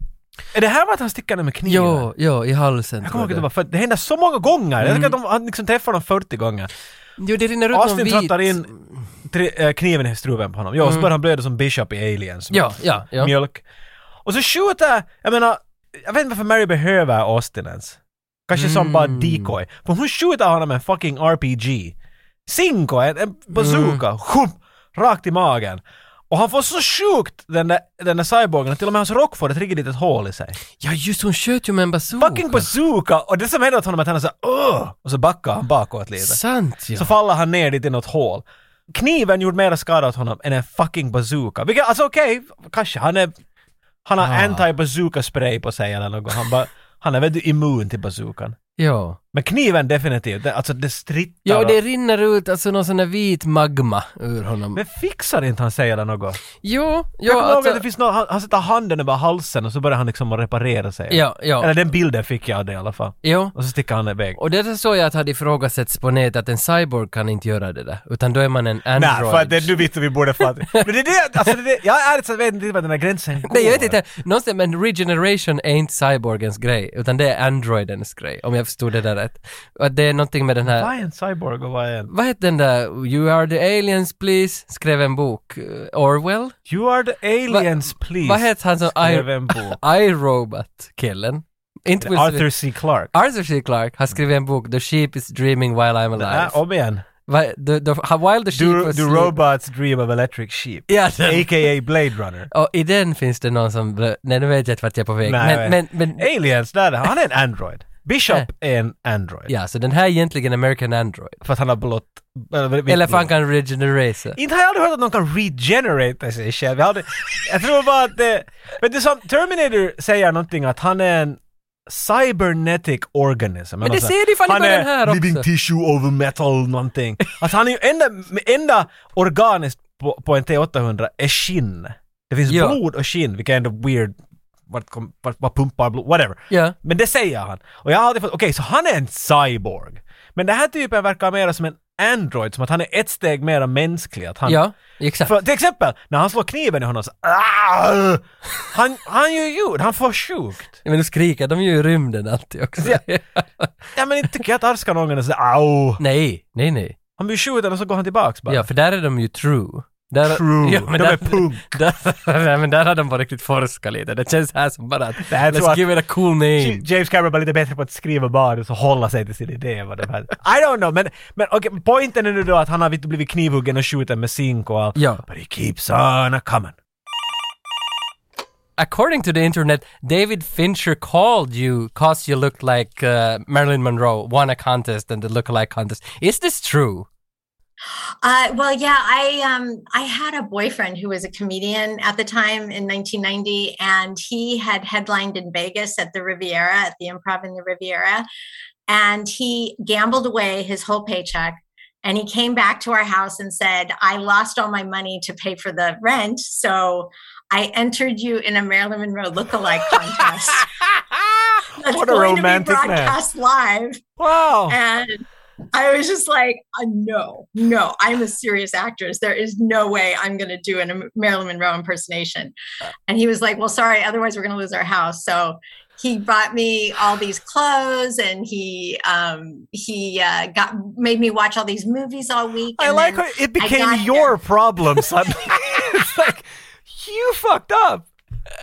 [SPEAKER 2] är det här var att han stickade med kniven?
[SPEAKER 1] Jo, jo, i halsen. tror
[SPEAKER 2] Jag kommer ihåg att det var för det händer så många gånger. Jag tycker att
[SPEAKER 1] Mm.
[SPEAKER 2] de, han liksom träffar dem 40 gånger.
[SPEAKER 1] Jo, det rinner ut någon
[SPEAKER 2] Austin
[SPEAKER 1] vit. Mm.
[SPEAKER 2] trattar in tre, eh, kniven i struven på honom. Ja, och så börjar han blöda som Bishop i Aliens.
[SPEAKER 1] Ja, ja, ja.
[SPEAKER 2] Mjölk. Och så skjuter, jag menar, jag vet inte varför Mary behöver Austin ens. Kanske som bara
[SPEAKER 1] Mm.
[SPEAKER 2] decoy. För hon skjuter honom med en fucking RPG. Cinco, en, en bazooka,
[SPEAKER 1] Mm.
[SPEAKER 2] Schupp! rakt i magen. Och han får så sjukt den där, den där cyborgen att till och med hans rock får ett riktigt litet hål i sig.
[SPEAKER 1] Ja, just hon sköt ju med en bazooka.
[SPEAKER 2] Fucking bazooka! Och det som händer åt honom är att han är såhär åh! Och så backar han bakåt lite.
[SPEAKER 1] Sant ja.
[SPEAKER 2] Så faller han ner dit i något hål. Kniven gjorde mer skada åt honom än en fucking bazooka. Vilket, alltså okej, kanske han är... Han har
[SPEAKER 1] Ah.
[SPEAKER 2] anti-bazooka spray på sig eller något. Han, bara, han är väl immun till bazookan.
[SPEAKER 1] ja.
[SPEAKER 2] Men kniven definitivt, det, alltså det strittar.
[SPEAKER 1] Ja, och
[SPEAKER 2] och-
[SPEAKER 1] det rinner ut alltså någon sån där vit magma ur honom.
[SPEAKER 2] Men fixar inte han sig eller något?
[SPEAKER 1] Jo, jo,
[SPEAKER 2] Jag kommer ihåg
[SPEAKER 1] alltså.
[SPEAKER 2] att det finns något, han, han sätter handen över halsen och så börjar han liksom att reparera sig.
[SPEAKER 1] Ja, ja,
[SPEAKER 2] Eller den bilden fick jag av det i alla fall.
[SPEAKER 1] jo.
[SPEAKER 2] Och så sticker han iväg.
[SPEAKER 1] Och det där såg jag att hade ifrågasatts på nätet att en cyborg kan inte göra det där, utan då är man en android.
[SPEAKER 2] Nej, för att det är nu vet vi borde fatta. Men det är det, alltså det är det, jag är ärligt talat vet inte vad den här gränsen går.
[SPEAKER 1] Nej, jag vet inte. Någonstans, men regeneration är inte cyborgens grej, utan det är androidens grej, om jag förstod det där rätt. Och det är någonting med den här...
[SPEAKER 2] Vad är en cyborg och vad är en...
[SPEAKER 1] Vad hette den där “You are the aliens please” skrev en bok? eh, Orwell?
[SPEAKER 2] You are the aliens please.
[SPEAKER 1] Vad hette han som...
[SPEAKER 2] Skrev en bok.
[SPEAKER 1] I-Robot-killen? Inte Will Smith.
[SPEAKER 2] Arthur C. Clarke.
[SPEAKER 1] Arthur C. Clarke har skrivit en bok “The sheep is dreaming while I'm
[SPEAKER 2] Det
[SPEAKER 1] alive”.
[SPEAKER 2] här, Ah, om igen.
[SPEAKER 1] Va, the, the, while the sheep
[SPEAKER 2] Do,
[SPEAKER 1] was
[SPEAKER 2] do
[SPEAKER 1] sleep-
[SPEAKER 2] robots dream of electric sheep?
[SPEAKER 1] Ja, den.
[SPEAKER 2] A.k.a. Blade Runner.
[SPEAKER 1] Och i den finns det någon som... blö- Nej, nu vet jag inte vart jag är på väg.
[SPEAKER 2] Nej, jag
[SPEAKER 1] men, men,
[SPEAKER 2] vet.
[SPEAKER 1] men,
[SPEAKER 2] Aliens, där, är han. han är en android. Bishop är en android.
[SPEAKER 1] Äh. Ja, så den här är egentligen American Android.
[SPEAKER 2] För att han har blått...
[SPEAKER 1] Eller för han kan regenerera.
[SPEAKER 2] Inte har jag aldrig hört att någon kan regenerate sig själv. Jag, hade, jag tror bara att det... Men det är som Terminator säger någonting att han är en cybernetic organism. Alltså,
[SPEAKER 1] Men det ser du fan i
[SPEAKER 2] Han
[SPEAKER 1] början
[SPEAKER 2] är
[SPEAKER 1] här också.
[SPEAKER 2] living tissue over metal någonting. Alltså han är ju enda, enda organiskt på, på en T800 är skinn. Det finns
[SPEAKER 1] Ja.
[SPEAKER 2] blod och skinn, vilket är ändå weird vart, kom, vart, vad pumpar blod, whatever.
[SPEAKER 1] Ja.
[SPEAKER 2] Men det säger han. Och jag har alltid fått, okej så han är en cyborg. Men den här typen verkar mer som en android, som att han är ett steg mer mänsklig. Att han,
[SPEAKER 1] Ja, exakt.
[SPEAKER 2] För, till exempel, när han slår kniven i honom så... "Aah!" Han, han gör ljud, han får sjukt.
[SPEAKER 1] Men nu skriker de ju i rymden alltid också.
[SPEAKER 2] Ja men inte tycker jag att arskanången är så au.
[SPEAKER 1] nej, nej, nej.
[SPEAKER 2] Han blir skjuten och så går han tillbaks bara.
[SPEAKER 1] Ja, för där är de ju true. Där,
[SPEAKER 2] True.
[SPEAKER 1] Ja,
[SPEAKER 2] De
[SPEAKER 1] men där,
[SPEAKER 2] är punk.
[SPEAKER 1] Där, nej, men där har de på riktigt forskat lite. Det känns här som bara att
[SPEAKER 2] här tror
[SPEAKER 1] let's
[SPEAKER 2] att-
[SPEAKER 1] give it a cool name.
[SPEAKER 2] J- James Cameron var lite bättre på att skriva manus och hålla sig till sin idé. Vad det här. I don't know, men, men okay, pointen är nu då att han har blivit knivhuggen och skjuten med zink och allt.
[SPEAKER 1] Ja.
[SPEAKER 2] But he keeps on a coming.
[SPEAKER 1] According to the internet, David Fincher called you cause you looked like uh, Marilyn Monroe won a contest and the lookalike contest. Is this true?
[SPEAKER 4] Uh, well, yeah, I um, I had a boyfriend who was a comedian at the time in 1990, and he had headlined in Vegas at the Riviera, at the Improv in the Riviera, and he gambled away his whole paycheck. And he came back to our house and said, "I lost all my money to pay for the rent, so I entered you in a Marilyn Monroe lookalike contest that's
[SPEAKER 2] What a
[SPEAKER 4] going to be
[SPEAKER 2] romantic man.
[SPEAKER 4] broadcast live."
[SPEAKER 2] Wow!
[SPEAKER 4] And I was just like, uh, no, no, I'm a serious actress. There is no way I'm going to do an Im- Marilyn Monroe impersonation. And he was like, well, sorry, otherwise we're going to lose our house. So he bought me all these clothes and he um, he uh, got made me watch all these movies all week.
[SPEAKER 2] I
[SPEAKER 4] and
[SPEAKER 2] like
[SPEAKER 4] then-
[SPEAKER 2] how it
[SPEAKER 4] got
[SPEAKER 2] became
[SPEAKER 4] there.
[SPEAKER 2] your problem suddenly. it's like, you fucked up.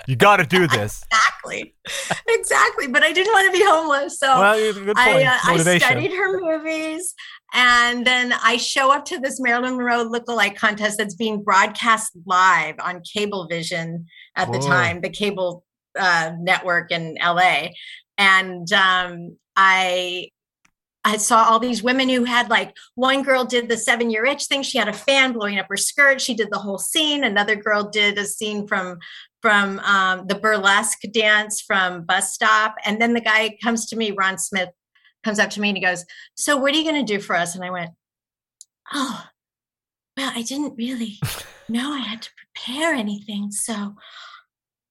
[SPEAKER 2] You gotta do this.
[SPEAKER 4] exactly, exactly. But I didn't want to be homeless, so
[SPEAKER 2] Well, you- good point.
[SPEAKER 4] I, uh, I
[SPEAKER 2] Motivation.
[SPEAKER 4] studied her movies, and then I show up to this Marilyn Monroe lookalike contest that's being broadcast live on Cablevision at the
[SPEAKER 2] Whoa.
[SPEAKER 4] time, the cable uh, network in LA, and um, I. I saw all these women who had like one girl did the seven year itch thing. She had a fan blowing up her skirt. She did the whole scene. Another girl did a scene from from um, the burlesque dance from bus stop and then the guy comes to me ron smith comes up to me and he goes so what are you going to do for us and i went oh well i didn't really know i had to prepare anything so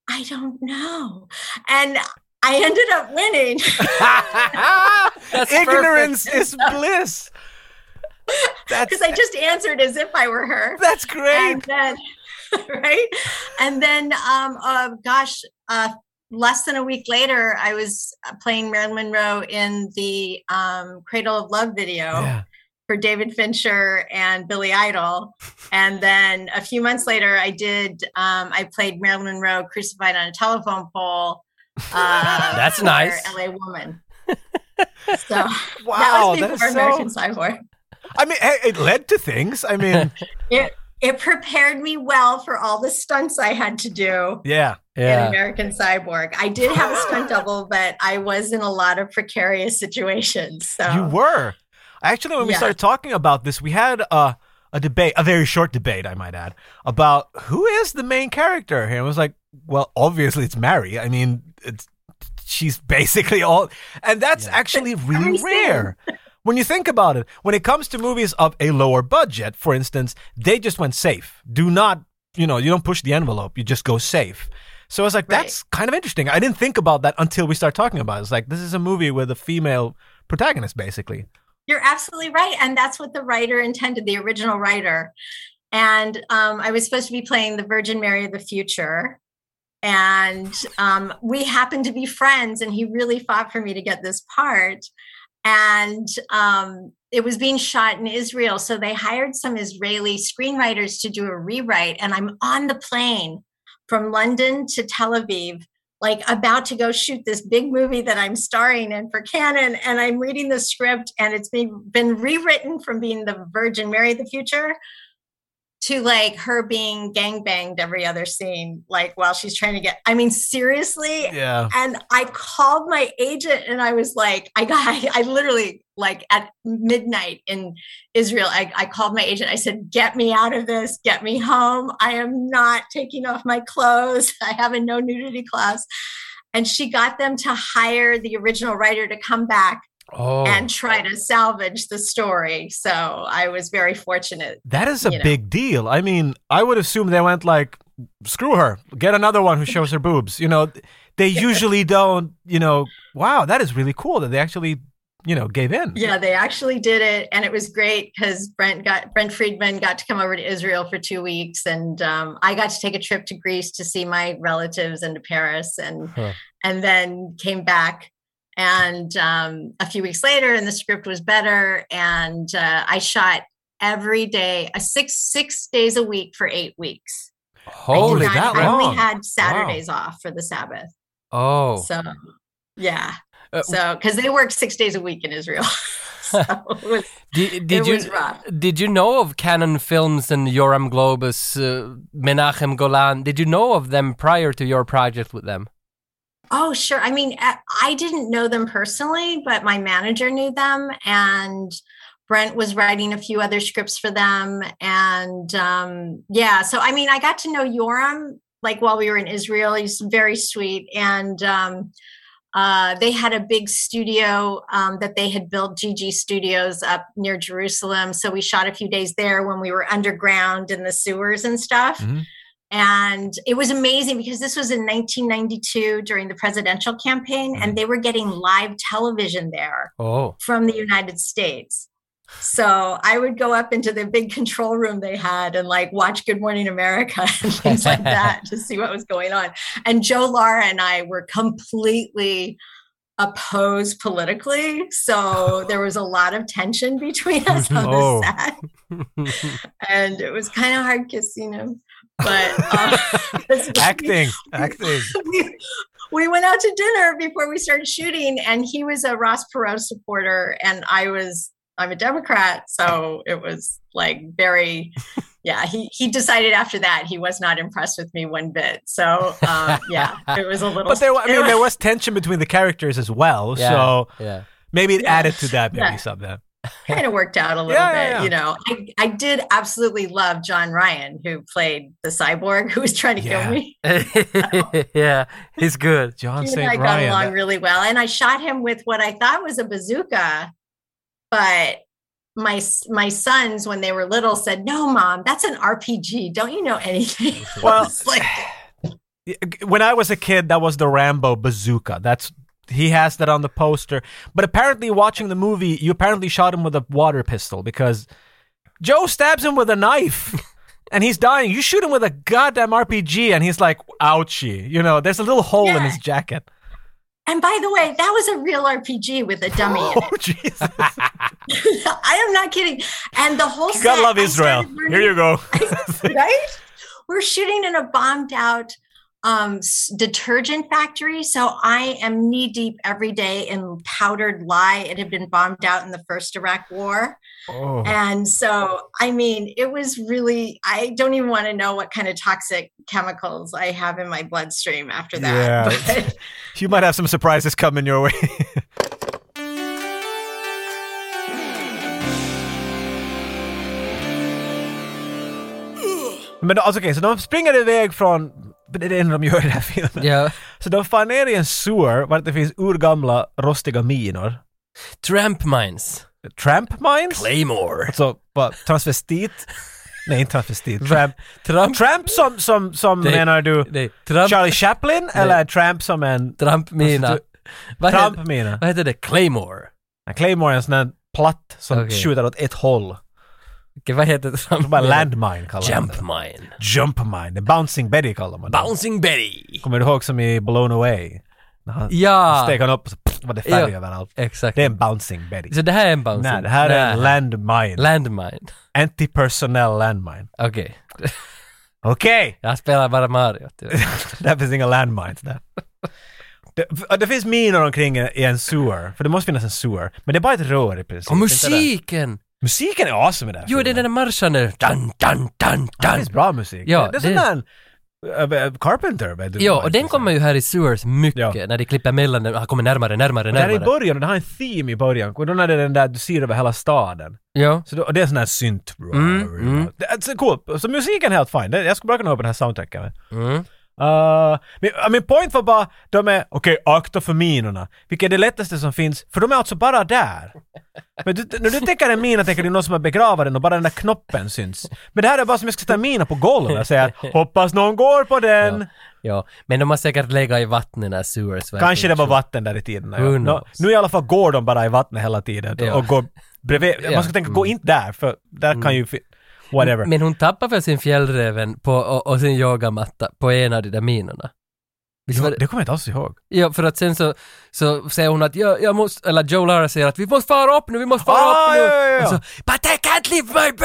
[SPEAKER 4] i don't know and i ended up winning
[SPEAKER 2] Ignorance is bliss. That's,
[SPEAKER 4] because i just answered as if i were her
[SPEAKER 2] that's great.
[SPEAKER 4] and then, right and then um uh, gosh uh less than a week later i was uh, playing marilyn monroe in the um cradle of love video
[SPEAKER 2] Yeah.
[SPEAKER 4] for david fincher and billy idol and then a few months later i did um i played marilyn monroe crucified on a telephone pole uh,
[SPEAKER 1] That's
[SPEAKER 4] for
[SPEAKER 1] nice.
[SPEAKER 4] la woman so that
[SPEAKER 2] Wow,
[SPEAKER 4] was
[SPEAKER 2] that
[SPEAKER 4] before
[SPEAKER 2] is so-
[SPEAKER 4] american cyborg
[SPEAKER 2] I mean, hey, it led to things. I mean,
[SPEAKER 4] it it prepared me well for all the stunts I had to do
[SPEAKER 2] yeah.
[SPEAKER 4] in
[SPEAKER 1] Yeah.
[SPEAKER 4] American Cyborg. I did have a stunt double, but I was in a lot of precarious situations. So
[SPEAKER 2] You were. Actually, when we
[SPEAKER 4] Yeah.
[SPEAKER 2] started talking about this, we had a, a debate, a very short debate, I might add, about who is the main character here. And I was like, well, obviously it's Mary. I mean, it's, she's basically all. And that's actually really
[SPEAKER 4] Everything.
[SPEAKER 2] rare. When you think about it, when it comes to movies of a lower budget, for instance, they just went safe. Do not, you know, you don't push the envelope, you just go safe. So I was like,
[SPEAKER 4] Right.
[SPEAKER 2] that's kind of interesting. I didn't think about that until we started talking about it. It's like, this is a movie with a female protagonist, basically.
[SPEAKER 4] You're absolutely right. And that's what the writer intended, the original writer. And um, I was supposed to be playing the Virgin Mary of the Future. And um, we happened to be friends, and he really fought for me to get this part. And um, it was being shot in Israel. So they hired some Israeli screenwriters to do a rewrite. And I'm on the plane from London to Tel Aviv like about to go shoot this big movie that I'm starring in for Canon, and I'm reading the script, and it's been been rewritten from being the Virgin Mary of the future to like her being gang banged every other scene, like while she's trying to get. I mean, seriously.
[SPEAKER 2] Yeah.
[SPEAKER 4] And I called my agent, and I was like, I got, I literally like at midnight in Israel, I, I called my agent. I said, Get me out of this. Get me home. I am not taking off my clothes. I have a no nudity clause. And she got them to hire the original writer to come back
[SPEAKER 1] Oh.
[SPEAKER 4] and try to salvage the story. So I was very fortunate.
[SPEAKER 2] That is a
[SPEAKER 4] You know.
[SPEAKER 2] big deal. I mean, I would assume they went like, screw her. Get another one who shows her boobs. You know, they usually don't. You know, wow, that is really cool that they actually, you know, gave in.
[SPEAKER 4] Yeah, they actually did it, and it was great because Brent got Brent Friedman got to come over to Israel for two weeks, and um, I got to take a trip to Greece to see my relatives and to Paris, and
[SPEAKER 1] Huh.
[SPEAKER 4] and then came back. And um, a few weeks later, and the script was better, and uh, I shot every day, a six six days a week for eight weeks. I did
[SPEAKER 1] Holy
[SPEAKER 4] not-
[SPEAKER 2] that
[SPEAKER 4] I
[SPEAKER 1] crap.
[SPEAKER 2] long.
[SPEAKER 4] only had Saturdays off for the Sabbath,
[SPEAKER 1] Oh.
[SPEAKER 4] so yeah.
[SPEAKER 1] Uh,
[SPEAKER 4] so, because they work six days a week in Israel, so it was
[SPEAKER 1] Did, did
[SPEAKER 4] it
[SPEAKER 1] you
[SPEAKER 4] was rough.
[SPEAKER 1] did you know of Canon Films and Yoram Globus, uh, Menachem Golan? Did you know of them prior to your project with them?
[SPEAKER 4] Oh, sure. I mean, I I didn't know them personally, but my manager knew them, and Brent was writing a few other scripts for them. And um, yeah, so I mean, I got to know Yoram like while we were in Israel. He's very sweet. And um, uh, they had a big studio um, that they had built, GG Studios, up near Jerusalem. So we shot a few days there when we were underground in the sewers and stuff
[SPEAKER 2] Mhm.
[SPEAKER 4] and it was amazing because this was in 1992 during the presidential campaign and they were getting live television there
[SPEAKER 1] Oh.
[SPEAKER 4] from the united states so i would go up into the big control room they had and like watch good morning america and things like that to see what was going on and joe lara and i were completely opposed politically so there was a lot of tension between us on
[SPEAKER 2] Oh.
[SPEAKER 4] the set and it was kind of hard kissing him. But uh, that's-
[SPEAKER 2] Acting, acting.
[SPEAKER 4] We, we went out to dinner before we started shooting, and he was a Ross Perot supporter, and I was I'm a Democrat, so it was like very. Yeah, he, he decided after that he was not impressed with me one bit. So um, yeah, it was a little.
[SPEAKER 2] But there, I
[SPEAKER 4] it
[SPEAKER 2] mean, there was tension between the characters as well.
[SPEAKER 1] Yeah.
[SPEAKER 2] So
[SPEAKER 1] yeah.
[SPEAKER 2] maybe it
[SPEAKER 4] Yeah.
[SPEAKER 2] added to that, maybe
[SPEAKER 4] Yeah.
[SPEAKER 2] something.
[SPEAKER 4] kind of worked out a little
[SPEAKER 2] Yeah, yeah,
[SPEAKER 4] bit, you know. I, I did absolutely love John Ryan, who played the cyborg who was trying to
[SPEAKER 2] Yeah.
[SPEAKER 4] kill me.
[SPEAKER 1] yeah, he's good.
[SPEAKER 2] John
[SPEAKER 4] he and I
[SPEAKER 2] St.
[SPEAKER 4] got
[SPEAKER 2] Ryan.
[SPEAKER 4] along
[SPEAKER 2] that-
[SPEAKER 4] really well, and I shot him with what I thought was a bazooka, but my s- my sons, when they were little, said, "No, mom, that's an RPG. Don't you know anything?" I
[SPEAKER 2] Well,
[SPEAKER 4] was like,
[SPEAKER 2] when I was a kid, that was the Rambo bazooka. That's he has that on the poster. But apparently, watching the movie, you apparently shot him with a water pistol because Joe stabs him with a knife. And he's dying. You shoot him with a goddamn RPG, and he's like, "Ouchie!" You know, there's a little hole in
[SPEAKER 4] Yeah.
[SPEAKER 2] his jacket.
[SPEAKER 4] and by the way, that was a real RPG with a dummy in
[SPEAKER 2] Oh, Jesus!
[SPEAKER 4] it. I am not kidding. And the whole
[SPEAKER 2] God
[SPEAKER 4] set,
[SPEAKER 2] love
[SPEAKER 4] I
[SPEAKER 2] Israel.
[SPEAKER 4] started learning-
[SPEAKER 2] Here you go.
[SPEAKER 4] right? We're shooting in a bombed out um, s- detergent factory. So I am knee deep every day in powdered lye. It had been bombed out in the first Iraq war.
[SPEAKER 2] Oh.
[SPEAKER 4] And so, I mean, it was really, I don't even want to know what kind of toxic chemicals I have in my bloodstream after that.
[SPEAKER 2] Yeah.
[SPEAKER 4] But-
[SPEAKER 2] You might have some surprises coming your way. Men alltså okej, så de springer iväg från... Det är det enda de gör i den här filmen.
[SPEAKER 1] Yeah.
[SPEAKER 2] Så de far ner i en sewer vart det finns urgamla rostiga minor.
[SPEAKER 1] Tramp mines.
[SPEAKER 2] Tramp mines?
[SPEAKER 1] Claymore.
[SPEAKER 2] Alltså, vad, transvestit? Nej, inte transvestit. Tramp.
[SPEAKER 1] Trump.
[SPEAKER 2] Tramp som, som, som
[SPEAKER 1] Det-
[SPEAKER 2] menar du
[SPEAKER 1] Nej, Trump.
[SPEAKER 2] Charlie Chaplin eller tramp som en...
[SPEAKER 1] Trump-mina. Vad heter-
[SPEAKER 2] Tramp mina.
[SPEAKER 1] Vad heter det? Claymore.
[SPEAKER 2] Nej, Claymore är en sån där platt som
[SPEAKER 1] Okej.
[SPEAKER 2] skjuter åt ett håll.
[SPEAKER 1] Okej, vad heter Trump?
[SPEAKER 2] De bara landmine kallar man
[SPEAKER 1] Jump
[SPEAKER 2] det.
[SPEAKER 1] mine.
[SPEAKER 2] Jump mine. Bouncing Betty kallar man det.
[SPEAKER 1] Bouncing Betty.
[SPEAKER 2] Kommer du ihåg som i Blown Away? När han
[SPEAKER 1] Ja.
[SPEAKER 2] steg han upp och så pff, var det färg
[SPEAKER 1] Ja.
[SPEAKER 2] överallt.
[SPEAKER 1] Exakt.
[SPEAKER 2] Det är en Bouncing Betty.
[SPEAKER 1] Så det här är en bouncing?
[SPEAKER 2] Nej, det här är en
[SPEAKER 1] Nej.
[SPEAKER 2] landmine.
[SPEAKER 1] Landmine.
[SPEAKER 2] Antipersonell landmine.
[SPEAKER 1] Okej.
[SPEAKER 2] Okej!
[SPEAKER 1] Jag spelar bara Mario. tyvärr.
[SPEAKER 2] Där finns inga landmines där. Det, det finns minor omkring i en sewer, för det måste finnas en sewer. Men det är bara ett rör i princip.
[SPEAKER 1] Och
[SPEAKER 2] inte det?
[SPEAKER 1] musiken!
[SPEAKER 2] Musiken är awesome i den här
[SPEAKER 1] Jo, det är
[SPEAKER 2] filmen.
[SPEAKER 1] den där marschen där. Dun, dun, dun,
[SPEAKER 2] Ja,
[SPEAKER 1] dun.
[SPEAKER 2] Det är bra musik.
[SPEAKER 1] Ja,
[SPEAKER 2] det är sån där äh, Carpenter. Vet du,
[SPEAKER 1] Ja, och den kommer ju här i Sewers mycket,
[SPEAKER 2] liksom. Ja.
[SPEAKER 1] när de klipper mellan den. Han kommer närmare, närmare,
[SPEAKER 2] Där i
[SPEAKER 1] närmare.
[SPEAKER 2] början, och den har en theme i början. Och då är det den där du ser över hela staden.
[SPEAKER 1] Ja.
[SPEAKER 2] Så då, och det är sån här synt. alltså,
[SPEAKER 1] Mm, mm.
[SPEAKER 2] Det är så cool. Så musiken är helt fin. Det- Jag skulle bara kunna ha på den här soundtracken.
[SPEAKER 1] Mm.
[SPEAKER 2] Uh, min, uh, min point var bara, de är, okej, akta för minorna, vilket är det lättaste som finns, för de är alltså bara där. Men du, när du tänker en mina tänker du någon som har begravit den och bara den där knoppen syns. Men det här är bara som jag ska sätta en mina på golvet och säga, hoppas någon går på den.
[SPEAKER 1] Ja, men de har säkert legat i vattnet när Sewers var
[SPEAKER 2] Kanske det var vatten där i tiden. Ja.
[SPEAKER 1] Who
[SPEAKER 2] Nå,
[SPEAKER 1] knows?
[SPEAKER 2] nu i alla fall går de bara i vattnet hela tiden
[SPEAKER 1] Ja.
[SPEAKER 2] och går bredvid. Man ska tänka, gå inte där, för där kan ju... fi- Whatever.
[SPEAKER 1] Mm. Men hon tappade väl sin fjällräven på, och, och sin yogamatta på en av de där minorna? Visst var
[SPEAKER 2] Jo,
[SPEAKER 1] det,
[SPEAKER 2] det kommer jag inte alls ihåg.
[SPEAKER 1] ja, för att sen så, så säger hon att jag, jag måste, eller Joe Lara säger att vi måste fara upp nu, vi måste fara
[SPEAKER 2] Ah,
[SPEAKER 1] upp nu.
[SPEAKER 2] ja, ja, ja.
[SPEAKER 1] Och så, But I can't leave my bag!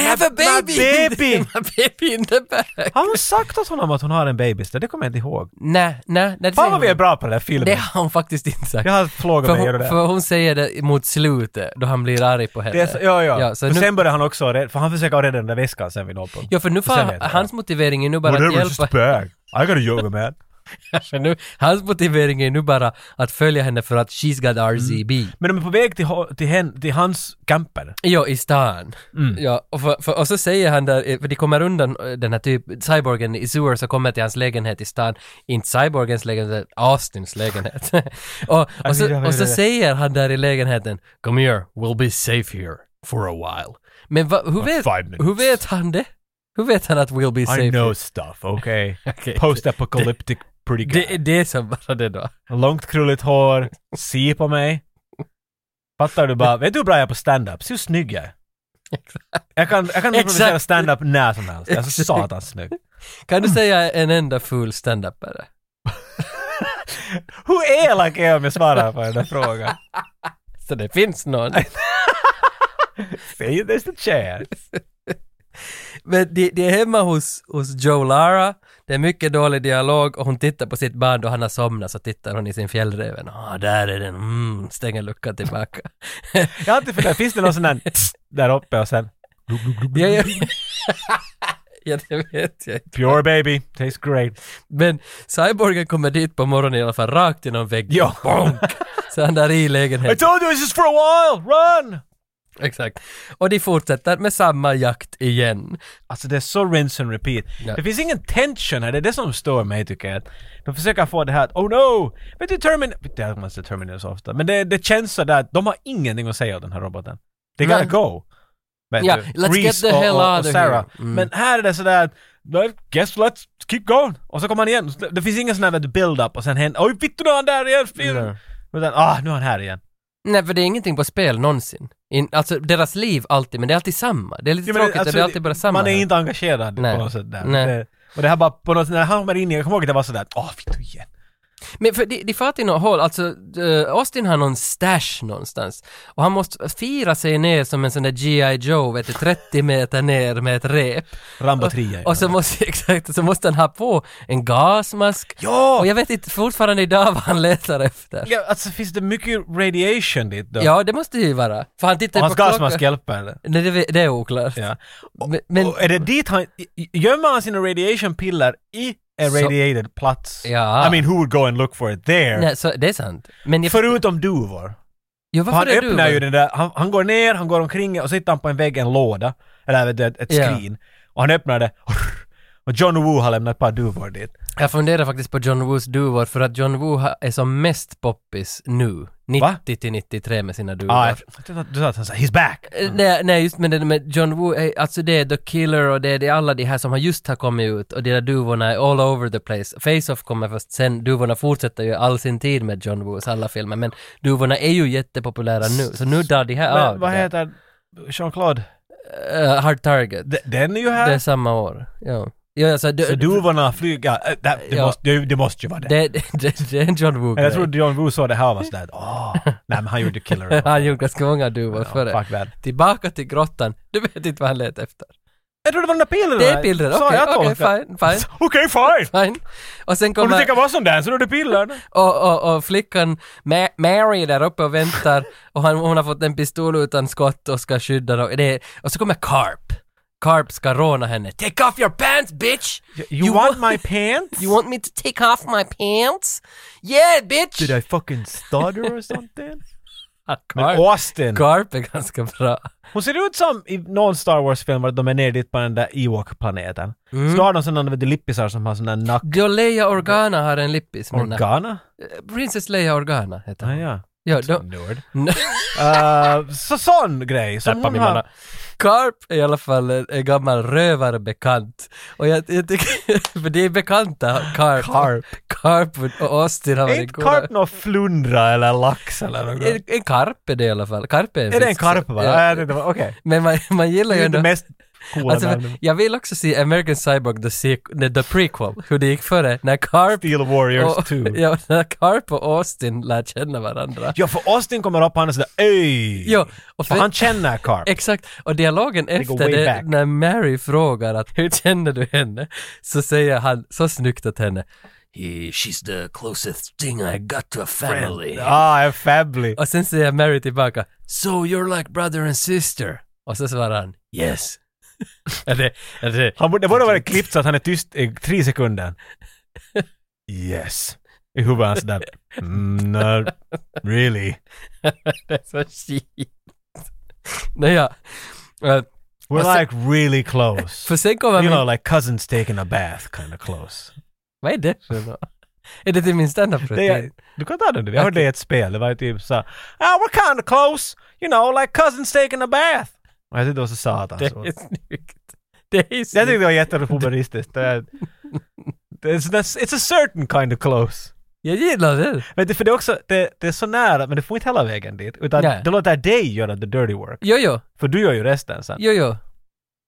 [SPEAKER 1] I have a baby!
[SPEAKER 2] baby.
[SPEAKER 1] my baby in the bag!
[SPEAKER 2] Har hon sagt åt honom att hon har en bebis där? Det kommer jag inte ihåg.
[SPEAKER 1] Nej, nej, nej. det
[SPEAKER 2] Fan
[SPEAKER 1] säger
[SPEAKER 2] vad vi
[SPEAKER 1] hon
[SPEAKER 2] är bra på den här
[SPEAKER 1] inte.
[SPEAKER 2] filmen.
[SPEAKER 1] Det har hon faktiskt inte sagt.
[SPEAKER 2] Jag har frågat
[SPEAKER 1] för,
[SPEAKER 2] mig om
[SPEAKER 1] hon,
[SPEAKER 2] det.
[SPEAKER 1] för hon säger det mot slutet, då han blir arg på henne.
[SPEAKER 2] det är så, ja, ja.
[SPEAKER 1] ja så
[SPEAKER 2] Men
[SPEAKER 1] nu,
[SPEAKER 2] sen börjar han också rädda, för han försöker rädda den där väskan sen vid någon punkt.
[SPEAKER 1] Ja, för nu
[SPEAKER 2] Sen vet
[SPEAKER 1] får
[SPEAKER 2] jag.
[SPEAKER 1] hans motivering är nu bara att
[SPEAKER 2] Whatever, just
[SPEAKER 1] hjälpa
[SPEAKER 2] a bag. I got a yoga man.
[SPEAKER 1] För nu, hans motivering är nu bara att följa henne för att she's got
[SPEAKER 2] Mm.
[SPEAKER 1] RZB.
[SPEAKER 2] Men de är på väg till, ho- till, hen, till hans camper.
[SPEAKER 1] Ja, i stan.
[SPEAKER 2] Mm.
[SPEAKER 1] Ja, och, för, för, och så säger han där, eh, för de kommer undan eh, den här typ, cyborgen i Sewers och kommer till hans lägenhet i stan. Inte cyborgens lägenhet, Austins lägenhet. och, och,
[SPEAKER 2] Ja,
[SPEAKER 1] så,
[SPEAKER 2] ja,
[SPEAKER 1] och så
[SPEAKER 2] ja, ja.
[SPEAKER 1] säger han där i lägenheten, Come here, we'll be safe here for a while. Men va, hur, vet,
[SPEAKER 2] five minutes.
[SPEAKER 1] hur vet han det? Hur vet han att we'll be safe?
[SPEAKER 2] I know
[SPEAKER 1] here?
[SPEAKER 2] stuff, okay?
[SPEAKER 1] Okej.
[SPEAKER 2] Post-apocalyptic pretty guy.
[SPEAKER 1] Det är det som bara det då.
[SPEAKER 2] Långt krulligt hår, se på mig. Fattar du bara, vet du hur bra jag är på stand-up? Se hur snygg jag är. Jag kan, jag kan improvisera
[SPEAKER 1] Exakt.
[SPEAKER 2] stand-up när som helst. Jag är så
[SPEAKER 1] Exakt.
[SPEAKER 2] satans snygg.
[SPEAKER 1] Kan
[SPEAKER 2] Mm.
[SPEAKER 1] du säga en enda full standupare?
[SPEAKER 2] Hur elak är jag om jag svarar på den där frågan?
[SPEAKER 1] Så det finns någon.
[SPEAKER 2] Säg det till tjejer.
[SPEAKER 1] Men det, det är hemma hos, hos Joe Lara, det är mycket dålig dialog och hon tittar på sitt barn då han har somnat så tittar hon i sin fjällräven. Ah, där är den, mm, stänger luckan tillbaka.
[SPEAKER 2] Jag har alltid funderat, finns det någon sån där tss där uppe och sen
[SPEAKER 1] ja, ja. ja, det vet jag inte.
[SPEAKER 2] Pure baby, tastes great.
[SPEAKER 1] Men cyborgen kommer dit på morgonen i alla fall, rakt genom väggen.
[SPEAKER 2] Ja.
[SPEAKER 1] Bonk! Så han där i
[SPEAKER 2] I
[SPEAKER 1] lägenheten.
[SPEAKER 2] told you this is for a while, run!
[SPEAKER 1] Exakt. Och de fortsätter med samma jakt igen.
[SPEAKER 2] Alltså det är så rinse and repeat.
[SPEAKER 1] Ja.
[SPEAKER 2] Det finns ingen tension här, det är det som stör mig tycker jag. Att De försöker få det här att oh no! Men du Terminator, det är att man ser Terminator så ofta, men det, det känns sådär att de har ingenting att säga åt den här roboten. They gotta
[SPEAKER 1] Nej.
[SPEAKER 2] go! Vet
[SPEAKER 1] Ja,
[SPEAKER 2] du.
[SPEAKER 1] let's get the
[SPEAKER 2] och-
[SPEAKER 1] hell
[SPEAKER 2] och, och
[SPEAKER 1] out of
[SPEAKER 2] Sarah.
[SPEAKER 1] here. Mm.
[SPEAKER 2] Men här är det sådär att "Well, guess let's keep going! Och så kommer han igen. Det finns ingen sån här vet du, build-up och sen händer oj vittu nu är han där igen!
[SPEAKER 1] Nej.
[SPEAKER 2] filmen. Utan ah nu är han här igen.
[SPEAKER 1] Nej, för det är ingenting på spel någonsin. In, alltså deras liv alltid, men det är alltid samma. Det är lite
[SPEAKER 2] Ja, men alltså,
[SPEAKER 1] tråkigt att det är alltid bara samma.
[SPEAKER 2] Man är
[SPEAKER 1] här.
[SPEAKER 2] inte engagerad
[SPEAKER 1] Nej.
[SPEAKER 2] på något sätt där.
[SPEAKER 1] Nej.
[SPEAKER 2] Det, och det här bara på något sätt, när han kommer in, jag kommer ihåg att det var sådär åh vittu igen.
[SPEAKER 1] Men för de, de far till något håll, alltså eh, Austin har någon stash någonstans. Och han måste fira sig ner som en sån där G.I. Joe, vet du, 30 meter ner med ett rep.
[SPEAKER 2] Rambo 3
[SPEAKER 1] Och så måste, exakt, så måste han ha på en gasmask.
[SPEAKER 2] Ja!
[SPEAKER 1] Och jag vet inte fortfarande idag vad han letar efter.
[SPEAKER 2] ja, alltså finns det mycket radiation dit då?
[SPEAKER 1] Ja, det måste det ju vara. För han tittar ju
[SPEAKER 2] och hans
[SPEAKER 1] på klockan.
[SPEAKER 2] gasmask hjälper eller?
[SPEAKER 1] Nej, det, vet- det är oklart.
[SPEAKER 2] Ja. Och,
[SPEAKER 1] Men- men-
[SPEAKER 2] och är det dit han... i- Gömmer han sina radiationpiller i en
[SPEAKER 1] Så-
[SPEAKER 2] radiated plats?
[SPEAKER 1] Ja.
[SPEAKER 2] I mean, who would go and look for it there?
[SPEAKER 1] Nej, så, det är sant. Men jag,
[SPEAKER 2] Förutom duvor.
[SPEAKER 1] jo,
[SPEAKER 2] För
[SPEAKER 1] varför
[SPEAKER 2] Han
[SPEAKER 1] är du-
[SPEAKER 2] öppnar ju den där, han, han går ner, han går omkring och så hittar han på en vägg en låda, eller vet du, ett, ett
[SPEAKER 1] Ja.
[SPEAKER 2] skrin. Och han öppnar det, och John Woo har lämnat ett par duvor dit.
[SPEAKER 1] Jag funderar faktiskt på John Woos duvor för att John Woo ha- är som mest poppis nu. 90 till 93 med sina duvor.
[SPEAKER 2] Ah, jag, du sa att han sa “He's back”.
[SPEAKER 1] Eh, Nej, nej, just men det med John Woo, eh, alltså det är The Killer och det är det är alla de här som har just har kommit ut och de där duvorna är all over the place. Face-Off kommer först sen, duvorna fortsätter ju all sin tid med John Woos alla filmer men duvorna är ju jättepopulära nu så nu drar de här
[SPEAKER 2] Men
[SPEAKER 1] av.
[SPEAKER 2] vad
[SPEAKER 1] det.
[SPEAKER 2] heter Jean-Claude?
[SPEAKER 1] Eh, Hard Target.
[SPEAKER 2] D- Den är ju här.
[SPEAKER 1] Det är samma år. Ja. Ja, alltså, det,
[SPEAKER 2] Så duvorna flyger, äh, det, det,
[SPEAKER 1] Ja.
[SPEAKER 2] måste, det, det måste ju vara det.
[SPEAKER 1] det, det, det, det är en John Woo
[SPEAKER 2] Men jag trodde John Woo sa det här och var sådär åh, nej men han gjorde Killer.
[SPEAKER 1] Han gjorde ganska många duvor
[SPEAKER 2] Ja,
[SPEAKER 1] före.
[SPEAKER 2] Fuck that.
[SPEAKER 1] Tillbaka till grottan. Du vet inte vad han letar efter.
[SPEAKER 2] Jag trodde det var den där pillren.
[SPEAKER 1] Det är pillren.
[SPEAKER 2] Så
[SPEAKER 1] Okej,
[SPEAKER 2] jag
[SPEAKER 1] okej,
[SPEAKER 2] tolkar.
[SPEAKER 1] fine, fine,
[SPEAKER 2] Okej, fine.
[SPEAKER 1] fine. Och sen
[SPEAKER 2] Om du
[SPEAKER 1] kommer
[SPEAKER 2] tycker vad som den så är det pillren.
[SPEAKER 1] och, och, och flickan Ma- Mary där uppe och väntar och han, hon har fått en pistol utan skott och ska skydda dem. Det, är- och så kommer Carp. Carp ska råna henne. Take off your pants bitch!
[SPEAKER 2] You, want my pants?
[SPEAKER 1] You want me to take off my pants? Yeah bitch! Ah,
[SPEAKER 2] Did I fucking stutter or something? Men
[SPEAKER 1] Carp,
[SPEAKER 2] Austin!
[SPEAKER 1] Carp är ganska bra.
[SPEAKER 2] Hon ser ut som i någon Star Wars-film att de är nere dit på den där Ewok-planeten.
[SPEAKER 1] Mm.
[SPEAKER 2] Så då har de sådana vet du, lippisar som har sån där nack...
[SPEAKER 1] Jo, Leia Organa har en lippis. men-
[SPEAKER 2] Organa?
[SPEAKER 1] Princess Leia Organa heter
[SPEAKER 2] Ah,
[SPEAKER 1] hon.
[SPEAKER 2] ja.
[SPEAKER 1] Ja, då,
[SPEAKER 2] Nörd. Uh, så sån grej som
[SPEAKER 1] Tappa
[SPEAKER 2] hon
[SPEAKER 1] min
[SPEAKER 2] har.
[SPEAKER 1] manna. Carp är i alla fall en, en gammal rövarbekant. Och jag, jag tycker, för det är bekanta, Carp.
[SPEAKER 2] Carp.
[SPEAKER 1] Carp och Austin har
[SPEAKER 2] Är
[SPEAKER 1] varit
[SPEAKER 2] inte
[SPEAKER 1] goda.
[SPEAKER 2] karp någon flundra eller lax eller något?
[SPEAKER 1] En, en karp är det i alla fall. Karp är en
[SPEAKER 2] Är det en
[SPEAKER 1] fisk,
[SPEAKER 2] karp
[SPEAKER 1] så-
[SPEAKER 2] va?
[SPEAKER 1] Ja.
[SPEAKER 2] Ja. jag tänkte bara, Okej.
[SPEAKER 1] Men man, man gillar
[SPEAKER 2] Det
[SPEAKER 1] ju
[SPEAKER 2] är inte
[SPEAKER 1] ändå...
[SPEAKER 2] mest coola
[SPEAKER 1] Alltså,
[SPEAKER 2] namnet.
[SPEAKER 1] jag vill också se American Cyborg the, sequ- nej, the prequel, hur det gick före, när Carp
[SPEAKER 2] Steel Warriors 2.
[SPEAKER 1] och, ja, när Carp och Austin lär känna varandra.
[SPEAKER 2] Ja, för Austin kommer upp och han är sådär öj!
[SPEAKER 1] Ja, och
[SPEAKER 2] för
[SPEAKER 1] för-
[SPEAKER 2] han känner Carp.
[SPEAKER 1] Exakt, och dialogen
[SPEAKER 2] går
[SPEAKER 1] efter
[SPEAKER 2] way
[SPEAKER 1] det,
[SPEAKER 2] back.
[SPEAKER 1] när Mary frågar att hur känner du henne? Så säger han så snyggt åt henne "He- She's the closest thing I got to a family.
[SPEAKER 2] Ah, en family.
[SPEAKER 1] Och sen säger Mary tillbaka So you're like brother and sister. Och så svarar han Yes. är det, är det,
[SPEAKER 2] Han borde, det borde ha varit klippt så att han är tyst i tre sekunder. Yes. I huvudet han sådär. Mm, no, really?
[SPEAKER 1] det är så skit. Nåja. Eh, Och
[SPEAKER 2] We're
[SPEAKER 1] sen-
[SPEAKER 2] like really close.
[SPEAKER 1] För sen kommer
[SPEAKER 2] You
[SPEAKER 1] min...
[SPEAKER 2] know, like cousins taking a bath kind of close.
[SPEAKER 1] Vad är det för nå- Är det till min
[SPEAKER 2] Det är,
[SPEAKER 1] standup-rutin?
[SPEAKER 2] du kan ta den. Jag hörde det i ett spel. Det var ju typ så ah, we're kind of close. You know, like cousins taking a bath. Och jag tyckte det var så satan.
[SPEAKER 1] Det
[SPEAKER 2] så.
[SPEAKER 1] är snyggt. Det är
[SPEAKER 2] Alltså. Jag tyckte
[SPEAKER 1] snyggt.
[SPEAKER 2] det var jättehumoristiskt. Det är- det är sådär- It's a certain kind of close.
[SPEAKER 1] Jag gillar det.
[SPEAKER 2] Men det, för det är också, det, det är så nära, men det får inte hela vägen dit. Utan
[SPEAKER 1] Nej.
[SPEAKER 2] det låter dig göra the dirty work.
[SPEAKER 1] Jo, jo.
[SPEAKER 2] För du gör ju resten sen.
[SPEAKER 1] Jo, jo.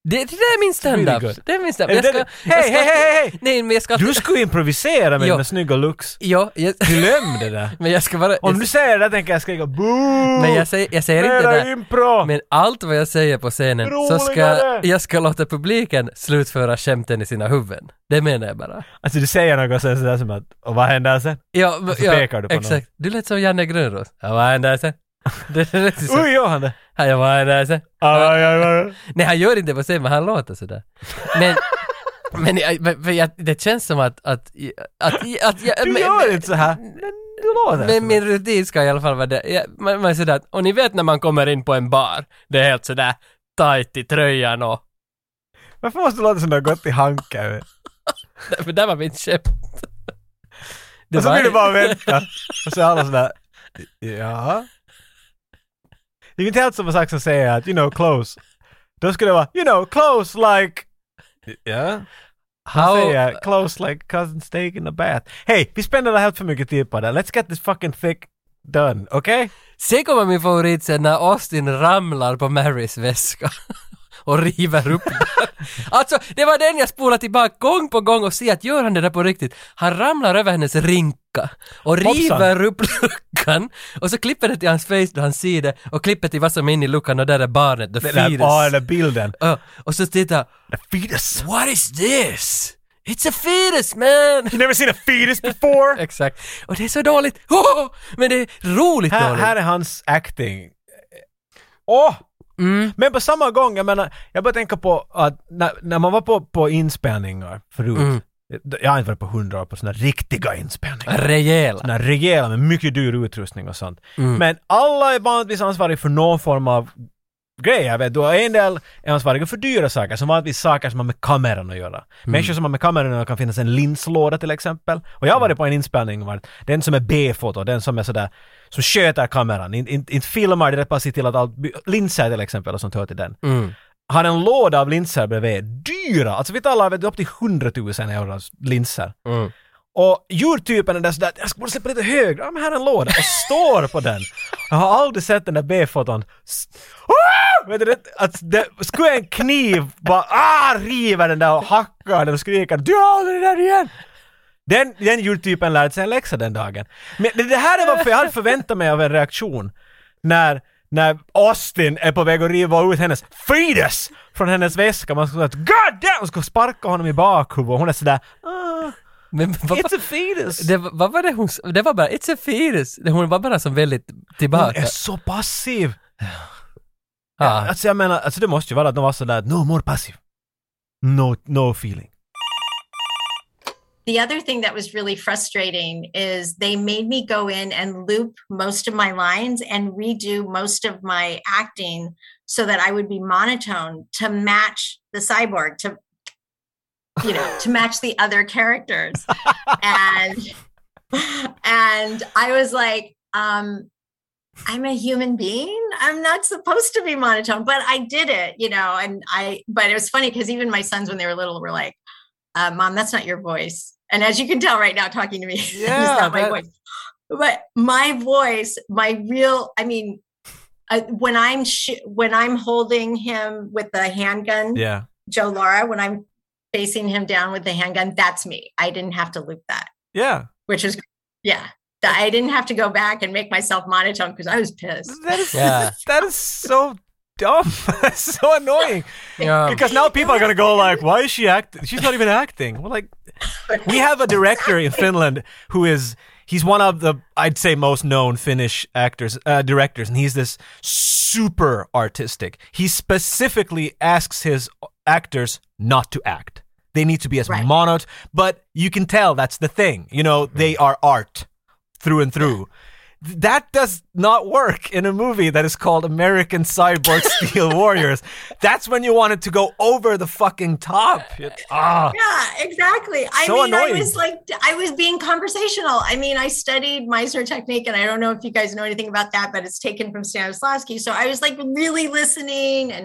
[SPEAKER 1] Det, det där är min
[SPEAKER 2] Really
[SPEAKER 1] standup.
[SPEAKER 2] good.
[SPEAKER 1] det är min standup.
[SPEAKER 2] Är
[SPEAKER 1] Jag
[SPEAKER 2] det
[SPEAKER 1] ska,
[SPEAKER 2] det?
[SPEAKER 1] jag
[SPEAKER 2] Hej,
[SPEAKER 1] ska,
[SPEAKER 2] hej, hej, hej!
[SPEAKER 1] Nej, men jag ska...
[SPEAKER 2] Du skulle improvisera med
[SPEAKER 1] Jo.
[SPEAKER 2] dina snygga looks.
[SPEAKER 1] Ja, jag,
[SPEAKER 2] Glöm det där.
[SPEAKER 1] men jag ska bara...
[SPEAKER 2] Om du säger det där tänker jag skrika boo!
[SPEAKER 1] men jag säger, jag säger inte
[SPEAKER 2] Mera
[SPEAKER 1] det där.
[SPEAKER 2] impro!
[SPEAKER 1] Men allt vad jag säger på scenen så ska
[SPEAKER 2] Roligare!
[SPEAKER 1] jag ska låta publiken slutföra skämten i sina huvuden. Det menar jag bara.
[SPEAKER 2] Alltså du säger något sen sådär som att, och vad händer sen?
[SPEAKER 1] Ja,
[SPEAKER 2] så
[SPEAKER 1] ja
[SPEAKER 2] Alltså, pekar du på någon.
[SPEAKER 1] exakt. Du lät som Janne Grönros. Ja, vad händer sen? Det är riktigt så.
[SPEAKER 2] Oj, gör han det?
[SPEAKER 1] Han gör, vad händer sen?
[SPEAKER 2] Ah, ja, ja, ja.
[SPEAKER 1] Nej, han gör inte på scen, men han låter sådär. Men, men, jag- men, men jag, det känns som att... att, att, att, att jag,
[SPEAKER 2] Du
[SPEAKER 1] men-
[SPEAKER 2] gör
[SPEAKER 1] men-
[SPEAKER 2] inte så här. Men du låter
[SPEAKER 1] Men min rutin ska i alla fall vara det. Ja, man, man är sådär, att- och ni vet när man kommer in på en bar, det är helt sådär tight i tröjan och...
[SPEAKER 2] Varför måste du låta som du har gått i hanken?
[SPEAKER 1] För där var mitt skämt. Det
[SPEAKER 2] Och så
[SPEAKER 1] var-
[SPEAKER 2] vill du bara vänta. Och så är alla sådär, ja. Det är inte helt samma sak som att säga att, you know, close. Då skulle det vara, you know, close like... Ja?
[SPEAKER 1] How,
[SPEAKER 2] Säga, close like cousin steak in a bath. Hej, vi spenderar helt för mycket tid på det. Let's get this fucking thick done, okay?
[SPEAKER 1] Sen kommer min favorit sen när Austin ramlar på Marys väska och river upp den. Alltså, det var den jag spolade tillbaka gång på gång och ser att gör han det där på riktigt? Han ramlar över hennes rinka och
[SPEAKER 2] Hoppsan.
[SPEAKER 1] river upp luckan och så klipper det till hans face då han ser det och klipper till vad som är inne i luckan och där är barnet, the
[SPEAKER 2] Den där,
[SPEAKER 1] fetus.
[SPEAKER 2] åh, den där bilden.
[SPEAKER 1] Ja, och så tittar
[SPEAKER 2] The fetus.
[SPEAKER 1] What is this? It's a fetus man!
[SPEAKER 2] You never seen a fetus before?
[SPEAKER 1] Exakt. Och det är så dåligt. Oh, men det är roligt
[SPEAKER 2] här,
[SPEAKER 1] dåligt.
[SPEAKER 2] här är hans acting. Åh!
[SPEAKER 1] Mm.
[SPEAKER 2] Men på samma gång, jag menar, jag bara tänker på att när, när man var på, på inspelningar förut, jag har inte varit på hundra år på sådana riktiga inspelningar.
[SPEAKER 1] Rejäla.
[SPEAKER 2] Sådana rejäla med mycket dyr utrustning och sånt. Men alla är vanligtvis ansvariga för någon form av grejer, vet du. Och En del är ansvariga för dyra saker, som vanligtvis saker som har med kameran att göra. Människor som har med kameran att göra kan finnas en linslåda till exempel. Och jag har varit på en inspelning var den som är B-foto, den som är sådär, som sköter kameran, inte in, in filmar direkt bara ser till att allt, by- linser till exempel och sånt hör till den.
[SPEAKER 1] Mm.
[SPEAKER 2] Har en låda av linser bredvid, dyra! Alltså vi talar vet du, upp till 100 000 euro linser. Och djurtypen är där sådär, jag ska bara släppa lite högre, ja men här är en låda, och står på den. Jag har aldrig sett den där B-foton. S- Ah! Vet du, det, att det, skulle en kniv bara ah, riva den där och hacka den och skrika du har aldrig det där igen! Den, den djurtypen lärde sig en läxa den dagen. Men det, det här är varför jag hade förväntat mig av en reaktion när, när Austin är på väg att riva ut hennes fetus från hennes väska. Man skulle säga att God damn! Och skulle sparka honom i bakhuvudet och hon är sådär ah.
[SPEAKER 1] Men vad,
[SPEAKER 2] It's a fetus!
[SPEAKER 1] det, var- vad var det hon s- Det var bara “It's a fetus”. Hon var bara som väldigt
[SPEAKER 2] Hon
[SPEAKER 1] tillbaka.
[SPEAKER 2] är så passiv!
[SPEAKER 1] Ja.
[SPEAKER 2] Alltså jag menar, alltså det måste ju vara att de var sådär no more passiv. No, no feeling.
[SPEAKER 4] The other thing that was really frustrating is they made me go in and loop most of my lines and redo most of my acting so that I would be monotone to match the cyborg to you know to match the other characters and and I was like um I'm a human being. I'm not supposed to be monotone, but I did it, you know. And I, but it was funny because even my sons, when they were little, were like, uh, mom that's not your voice and as you can tell right now talking to me it's
[SPEAKER 1] Yeah,
[SPEAKER 4] not my
[SPEAKER 1] that-
[SPEAKER 4] voice but my voice my real i mean uh, when i'm sh- when i'm holding him with the
[SPEAKER 1] Mm.
[SPEAKER 4] handgun
[SPEAKER 2] Yeah.
[SPEAKER 4] joe laura when i'm facing him down with the handgun that's me i didn't have to loop that
[SPEAKER 2] Yeah.
[SPEAKER 4] which is yeah That i didn't have to go back and make myself monotone because i was pissed
[SPEAKER 2] That is
[SPEAKER 1] Yeah.
[SPEAKER 2] that is so dumb. so annoying.
[SPEAKER 1] Yeah.
[SPEAKER 2] Because now people are gonna go like, "Why is she acting? She's not even acting." Well, like, we have a director in Finland who is he's one of the I'd say most known Finnish actors uh, directors, and he's this super artistic. He specifically asks his actors not to act. They need to be as
[SPEAKER 4] Right.
[SPEAKER 2] monot, but you can tell that's the thing. You know, they are art through and through. That does not work in a movie that is called American Cyborg Steel Warriors. That's when you want it to go over the fucking top. It- Ah,
[SPEAKER 4] Yeah, exactly. I
[SPEAKER 2] So
[SPEAKER 4] mean, I
[SPEAKER 2] annoying.
[SPEAKER 4] was like, I was being conversational. I mean, I studied Meisner technique, and I don't know if you guys know anything about that, but it's taken from Stanislavski. So I was like really listening and,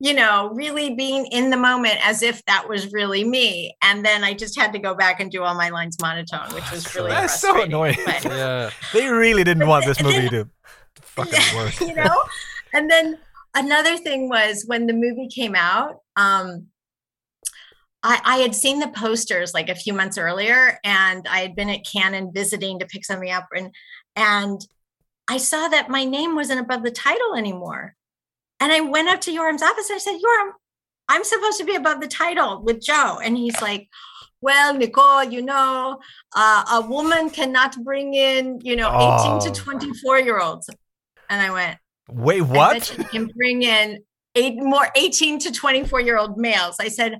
[SPEAKER 4] you know, really being in the moment as if that was really me. And then I just had to go back and do all my lines monotone, which was really
[SPEAKER 2] Oh, that's so
[SPEAKER 4] frustrating,
[SPEAKER 2] annoying.
[SPEAKER 4] but-
[SPEAKER 1] Yeah.
[SPEAKER 2] They really didn't want this
[SPEAKER 4] And
[SPEAKER 2] movie
[SPEAKER 4] then-
[SPEAKER 2] to fucking
[SPEAKER 4] Yeah,
[SPEAKER 2] work.
[SPEAKER 4] you know and then another thing was when the movie came out um I, I had seen the posters like a few months earlier and i had been at canon visiting to pick something up and and i saw that my name wasn't above the title anymore and i went up to yoram's office and i said yoram i'm supposed to be above the title with joe and he's like well nicole you know uh, a woman cannot bring in you know 18
[SPEAKER 2] Oh.
[SPEAKER 4] to 24 year olds and I went,
[SPEAKER 2] Wait,
[SPEAKER 4] I
[SPEAKER 2] what?
[SPEAKER 4] bet you can bring in eight more 18 to 24 year old males. I said,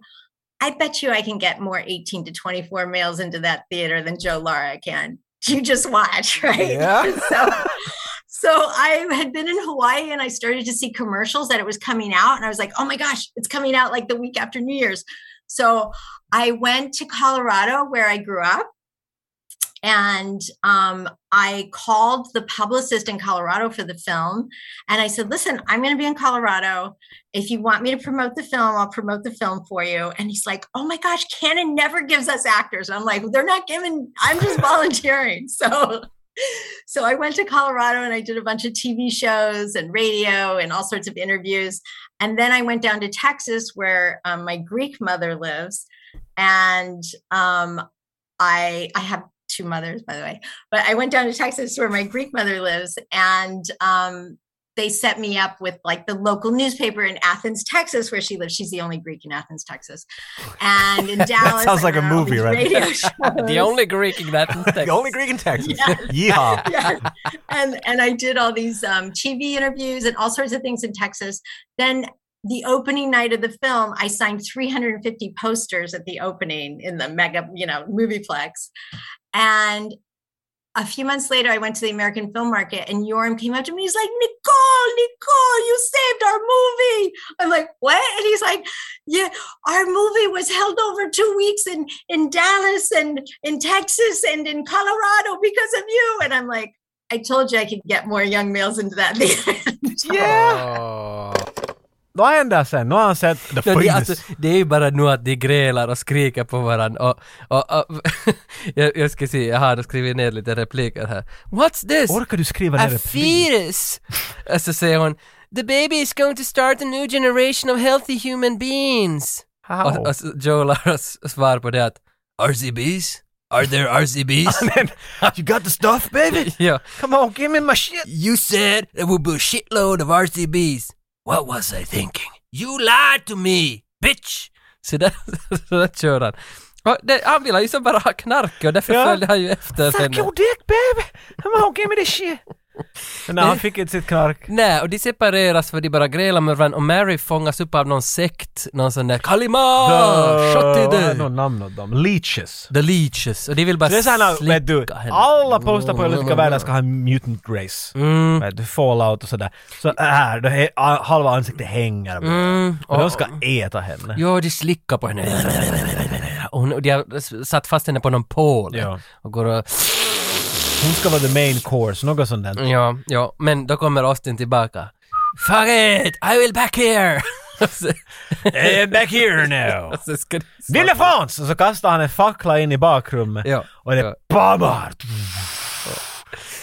[SPEAKER 4] I bet you I can get more 18 to 24 males into that theater than Joe Lara can. You just watch, right?
[SPEAKER 2] Yeah.
[SPEAKER 4] So so I had been in Hawaii and I started to see commercials that it was coming out. And I was like, oh my gosh, it's coming out like the week after New Year's. So I went to Colorado where I grew up. And um, I called the publicist in Colorado for the film. And I said, listen, I'm going to be in Colorado. If you want me to promote the film, I'll promote the film for you. And he's like, oh my gosh, Canon never gives us actors. And I'm like, they're not giving, I'm just volunteering. So so I went to Colorado and I did a bunch of TV shows and radio and all sorts of interviews. And then I went down to Texas where um, my Greek mother lives. And um, I, I have two mothers, by the way, but I went down to Texas where my Greek mother lives. And um, they set me up with like the local newspaper in Athens, Texas, where she lives. She's the only Greek in Athens, Texess. And in Dallas,
[SPEAKER 2] sounds
[SPEAKER 4] I
[SPEAKER 2] like a
[SPEAKER 4] went on all
[SPEAKER 2] movie
[SPEAKER 4] these
[SPEAKER 2] right
[SPEAKER 4] radio
[SPEAKER 1] The
[SPEAKER 4] shows.
[SPEAKER 1] only Greek in that
[SPEAKER 2] the only Greek in Texas. Yeehaw.
[SPEAKER 4] yeah. And and I did all these um, TV interviews and all sorts of things in Texas. Then the opening night of the film, I signed 350 posters at the opening in the mega, you know, movieplex. And a few months later, I went to the American film market and Yoram came up to me. He's like, Nicole, Nicole, you saved our movie. I'm like, what? And he's like, yeah, our movie was held over two weeks in, in Dallas and in Texas and in Colorado because of you. And I'm like, I told you I could get more young males into that theater.
[SPEAKER 2] Yeah. Vad händer sen? Nu har han sett The
[SPEAKER 1] Ja, det,
[SPEAKER 2] Finns.
[SPEAKER 1] alltså, det är ju bara nu att de grälar och skriker på varandra och... och, och jag, jag ska se, jag har skrivit ner lite repliker här. What's this?
[SPEAKER 2] Orkar du skriva
[SPEAKER 1] A
[SPEAKER 2] ner det? please?
[SPEAKER 1] fetus! Och så säger hon The baby is going to start a new generation of healthy human beings.
[SPEAKER 2] How?
[SPEAKER 1] Och, och så Joe Laras svar på det är att RCBs? Are there RCBs?
[SPEAKER 2] You got the stuff baby?
[SPEAKER 1] ja.
[SPEAKER 2] Come on, give me my shit!
[SPEAKER 1] You said there would be a shitload of RCBs. What was I thinking? You lied to me, bitch! Så där, så där kör han. Och det, han ville ju som bara ha knark och därför
[SPEAKER 2] Ja.
[SPEAKER 1] följde han ju efter
[SPEAKER 2] Suck
[SPEAKER 1] henne.
[SPEAKER 2] your dick baby! Come on, give me the shit! Nej, han fick inte sitt knark.
[SPEAKER 1] Nej, och de separeras för de bara grälar med varandra och Mary fångas upp av någon sekt, någon sån där Kalima! Shot i
[SPEAKER 2] Vad är
[SPEAKER 1] det!
[SPEAKER 2] någon namn åt dem? Leeches.
[SPEAKER 1] The Leeches. Och de vill bara
[SPEAKER 2] Så det är såhär, vet du,
[SPEAKER 1] slicka henne.
[SPEAKER 2] alla postar på Elutica världen ska ha mutant grace.
[SPEAKER 1] Mm.
[SPEAKER 2] Vet du, fallout och sådär. Så här, då he, a- halva ansiktet hänger.
[SPEAKER 1] Mm.
[SPEAKER 2] Och de
[SPEAKER 1] Och,
[SPEAKER 2] ska äta henne.
[SPEAKER 1] ja, de slickar på henne. Och hon- och de har s- satt fast henne på någon pål.
[SPEAKER 2] Ja.
[SPEAKER 1] Och går och...
[SPEAKER 2] Hon ska vara the main course, något sånt där.
[SPEAKER 1] Ja, ja. Men då kommer Austin tillbaka. Fuck it! I will back here! Och så-
[SPEAKER 2] Eh, back here now!
[SPEAKER 1] och så ska de-
[SPEAKER 2] Ville Frans! Och så kastar han en fackla in i bakrummet.
[SPEAKER 1] Ja.
[SPEAKER 2] Och det
[SPEAKER 1] Ja.
[SPEAKER 2] bammar!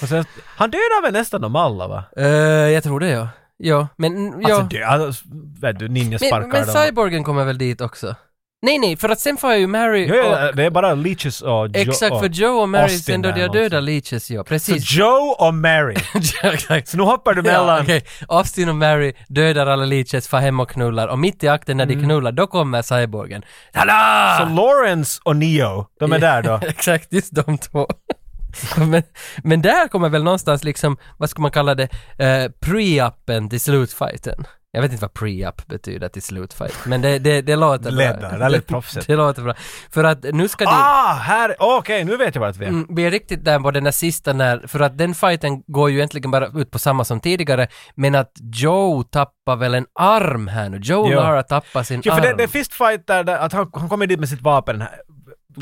[SPEAKER 2] Och sen, han dödar väl nästan dem alla va?
[SPEAKER 1] Eh, jag tror det ja. Ja, men... Ja.
[SPEAKER 2] Alltså, dö, alltså vet du, ninja sparkar
[SPEAKER 1] men, men
[SPEAKER 2] dem.
[SPEAKER 1] cyborgen kommer väl dit också? Nej, nej, för att sen får jag ju Mary
[SPEAKER 2] Jo,
[SPEAKER 1] och...
[SPEAKER 2] ja, det är bara leeches och Joe.
[SPEAKER 1] Exakt,
[SPEAKER 2] och,
[SPEAKER 1] för Joe och Mary
[SPEAKER 2] Austin
[SPEAKER 1] sen då
[SPEAKER 2] där
[SPEAKER 1] de har
[SPEAKER 2] också.
[SPEAKER 1] dödat Leeches, ja,
[SPEAKER 2] Så
[SPEAKER 1] precis.
[SPEAKER 2] Joe och Mary.
[SPEAKER 1] Exakt.
[SPEAKER 2] Så nu hoppar du mellan.
[SPEAKER 1] Ja, okej. Austin och Mary dödar alla Leeches, far hem och knullar och mitt i akten när
[SPEAKER 2] Mm.
[SPEAKER 1] de knullar, då kommer cyborgen. Tada!
[SPEAKER 2] Så Lawrence och Neo, de är där då.
[SPEAKER 1] Exakt, just de två. men, men där kommer väl någonstans liksom, vad ska man kalla det, eh, pre-upen till slutfighten. Jag vet inte vad pre-up betyder till slutfight, men det, det, det låter bra.
[SPEAKER 2] Ledda, det här lät proffsigt.
[SPEAKER 1] det låter bra. För att nu ska de...
[SPEAKER 2] Ah, här, okej, nu vet jag vart vi är.
[SPEAKER 1] Mm, vi är riktigt där på den där sista när, för att den fighten går ju egentligen bara ut på samma som tidigare, men att Joe tappar väl en arm här nu. Joe
[SPEAKER 2] Ja.
[SPEAKER 1] Lara tappar sin
[SPEAKER 2] Ja, för
[SPEAKER 1] arm.
[SPEAKER 2] det, det är fistfight där, där att han, han kommer dit med sitt vapen här.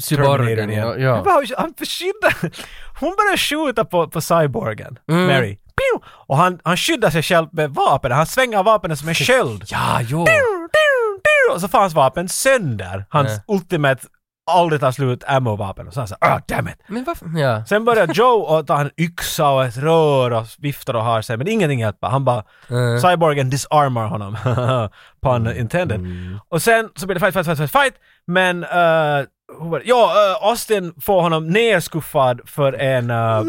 [SPEAKER 1] Cyborgen,
[SPEAKER 2] Terminatorn igen.
[SPEAKER 1] ja, ja.
[SPEAKER 2] Han, bara, han förskyddar... Hon börjar skjuta på, på cyborgen,
[SPEAKER 1] Mm.
[SPEAKER 2] Mary. Pew! Och han, han skyddar sig själv med vapen. Han svänger vapnet som en sköld.
[SPEAKER 1] Ja, jo.
[SPEAKER 2] Pew, pew, pew! Och så får hans vapen sönder. Hans
[SPEAKER 1] Nej.
[SPEAKER 2] ultimate, aldrig tar slut ammo-vapen. Och så han säger ah damn it.
[SPEAKER 1] Men varför? Ja.
[SPEAKER 2] Sen börjar Joe och ta en yxa och ett rör och viftar och har sig. Men ingenting hjälper. Han bara...
[SPEAKER 1] Mm.
[SPEAKER 2] Cyborgen disarmar honom. Pun intended.
[SPEAKER 1] mm.
[SPEAKER 2] Och sen så blir det fight, fight, fight, fight, fight. Men... eh, hur var det? ja, eh, Austin får honom nerskuffad för en... Uh,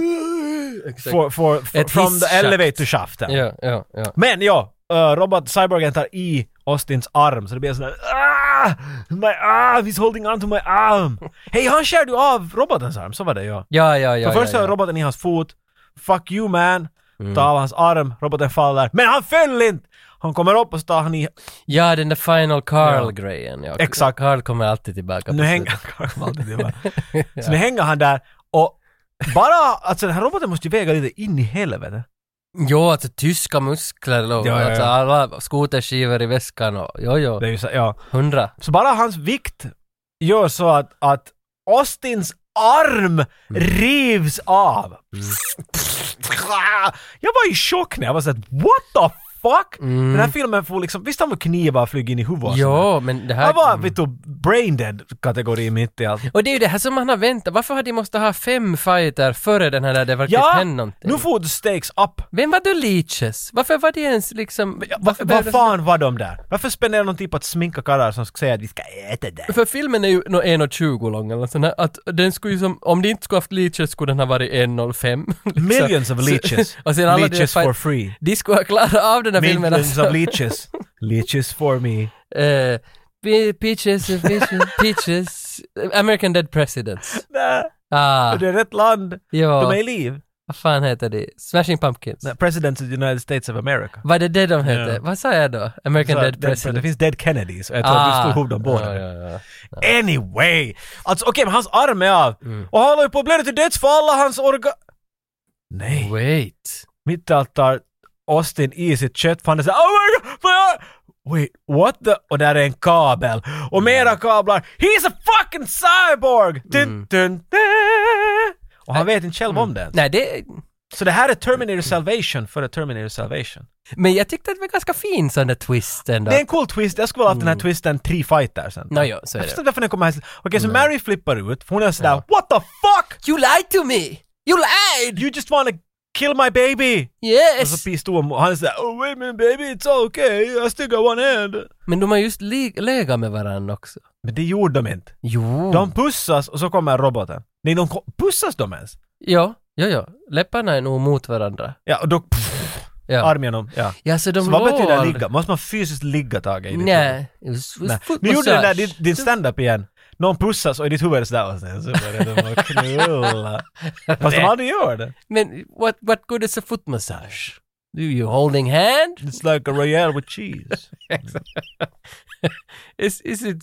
[SPEAKER 2] for, for, for,
[SPEAKER 1] Ett
[SPEAKER 2] from the
[SPEAKER 1] hisschakt.
[SPEAKER 2] elevator shaft.
[SPEAKER 1] Ja, ja, ja.
[SPEAKER 2] Men ja, eh, robot Cyborgen tar i Austins arm så det blir en sån där ah, My arm, he's holding on to my arm. Hej, han skärde ju av robotens arm, så var det ja.
[SPEAKER 1] Ja, ja, ja.
[SPEAKER 2] För först
[SPEAKER 1] ja,
[SPEAKER 2] har
[SPEAKER 1] ja. Mm.
[SPEAKER 2] roboten i hans fot. Fuck you man. Tar av hans arm, roboten faller. Men han föll inte! Han kommer upp och så tar han i...
[SPEAKER 1] Ja, den där Final Carl-grejen. Ja.
[SPEAKER 2] Exakt.
[SPEAKER 1] Carl kommer alltid tillbaka. på
[SPEAKER 2] Nu hänger
[SPEAKER 1] slutet.
[SPEAKER 2] han... så nu hänger han där och bara... Alltså den här roboten måste ju väga lite in i helvete.
[SPEAKER 1] Jo, alltså tyska muskler. Ja,
[SPEAKER 2] Ja, ja, ja.
[SPEAKER 1] Alltså alla skoterskivor i väskan och jo, jo.
[SPEAKER 2] Det är ju så, ja.
[SPEAKER 1] Hundra.
[SPEAKER 2] Så bara hans vikt gör så att, att Austins
[SPEAKER 1] Mm.
[SPEAKER 2] arm rivs av. Jag var i chock när jag var såhär what the fuck?
[SPEAKER 1] Mm.
[SPEAKER 2] Den här filmen får liksom, visst har man knivar flyga in i huvudet? och sådär?
[SPEAKER 1] Jo, men det här...
[SPEAKER 2] Han var vet du, brain dead kategori mitt i allt.
[SPEAKER 1] Och det är ju det här som man har väntat. Varför har de måste ha fem fighter före den här där det verkligen
[SPEAKER 2] Ja,
[SPEAKER 1] hände någonting?
[SPEAKER 2] nu får du stakes up.
[SPEAKER 1] Vem var då Leeches? Varför var det ens liksom...
[SPEAKER 2] Va,
[SPEAKER 1] Varför
[SPEAKER 2] vad
[SPEAKER 1] behövdes-
[SPEAKER 2] fan var de där? Varför spenderar någon tid på att sminka karlar som ska säga att vi ska äta det?
[SPEAKER 1] För filmen är ju nå 1.20 lång eller sån här, att den skulle ju som, om de inte skulle haft leeches skulle den ha varit 1.05. liksom.
[SPEAKER 2] Millions of leeches.
[SPEAKER 1] och sen alla
[SPEAKER 2] leeches
[SPEAKER 1] deras fight-
[SPEAKER 2] for free.
[SPEAKER 1] De skulle ha klarat av den här filmen
[SPEAKER 2] Millions
[SPEAKER 1] alltså.
[SPEAKER 2] of leeches. Leeches for me.
[SPEAKER 1] Eh, pe- peaches, eh, peaches, peaches. American Dead Presidents.
[SPEAKER 2] Nä,
[SPEAKER 1] Ah,
[SPEAKER 2] Det är rätt land. De är
[SPEAKER 1] ja.
[SPEAKER 2] i liv.
[SPEAKER 1] Vad fan heter det? Smashing Pumpkins.
[SPEAKER 2] Nä, Presidents of the United States of America.
[SPEAKER 1] Var det det de hette?
[SPEAKER 2] Ja.
[SPEAKER 1] Vad sa jag då? American
[SPEAKER 2] Så
[SPEAKER 1] Dead
[SPEAKER 2] det- Det
[SPEAKER 1] Presidents.
[SPEAKER 2] finns Dead Kennedys och jag tror att du slog ihop dem båda.
[SPEAKER 1] Ja, ja, ja.
[SPEAKER 2] Anyway! Alltså okej, men hans arm är av.
[SPEAKER 1] Mm.
[SPEAKER 2] Och han håller ju på att blöda till döds för alla hans organ... Nej.
[SPEAKER 1] Wait.
[SPEAKER 2] mitt i allt tar Austin i sitt kött för han är såhär Oh my god! My god! Wait, what the... Och där är en kabel. Och
[SPEAKER 1] Mm.
[SPEAKER 2] mera kablar. He's a fucking cyborg! Dun, dun, dun. Och han vet inte själv om det.
[SPEAKER 1] Mm. Nej, det...
[SPEAKER 2] Så det här är Terminator Salvation före Terminator Salvation.
[SPEAKER 1] Men jag tyckte att det var ganska fin sån där twist ändå.
[SPEAKER 2] Det är en cool twist. Jag skulle vilja ha den här twisten tre fighter sen.
[SPEAKER 1] Nå, ja, Mm. så är
[SPEAKER 2] jag
[SPEAKER 1] det.
[SPEAKER 2] förstår inte varför den kommer här. Okej, så Mary flippar ut. Hon är sådär What the fuck!
[SPEAKER 1] You lied to me! You lied!
[SPEAKER 2] You just wanna kill my baby! Och
[SPEAKER 1] Yes!
[SPEAKER 2] så pistolen, han är sådär Oh wait a minute baby, it's all okay, I still got one hand.
[SPEAKER 1] Men de har just li- legat med varandra också.
[SPEAKER 2] Men det gjorde de inte.
[SPEAKER 1] Jo.
[SPEAKER 2] De pussas och så kommer roboten. Nej, de ko- pussas de ens?
[SPEAKER 1] Ja, ja, ja. Läpparna är nog mot varandra.
[SPEAKER 2] Ja, och då... Pff,
[SPEAKER 1] Ja.
[SPEAKER 2] Arm genom. Ja.
[SPEAKER 1] ja, så de
[SPEAKER 2] så vad
[SPEAKER 1] låg
[SPEAKER 2] betyder
[SPEAKER 1] aldrig-
[SPEAKER 2] ligga? Måste man fysiskt ligga taget i det?
[SPEAKER 1] Nej.
[SPEAKER 2] Nej. Nu gjorde den där din, din stand-up igen. någon pussas och i ditt huvud är det sådär och sen så börjar de att knulla. Fast de aldrig gör det.
[SPEAKER 1] Men what, what good is a foot massage? Do you holding hand?
[SPEAKER 2] It's like a royale with cheese.
[SPEAKER 1] Is, is it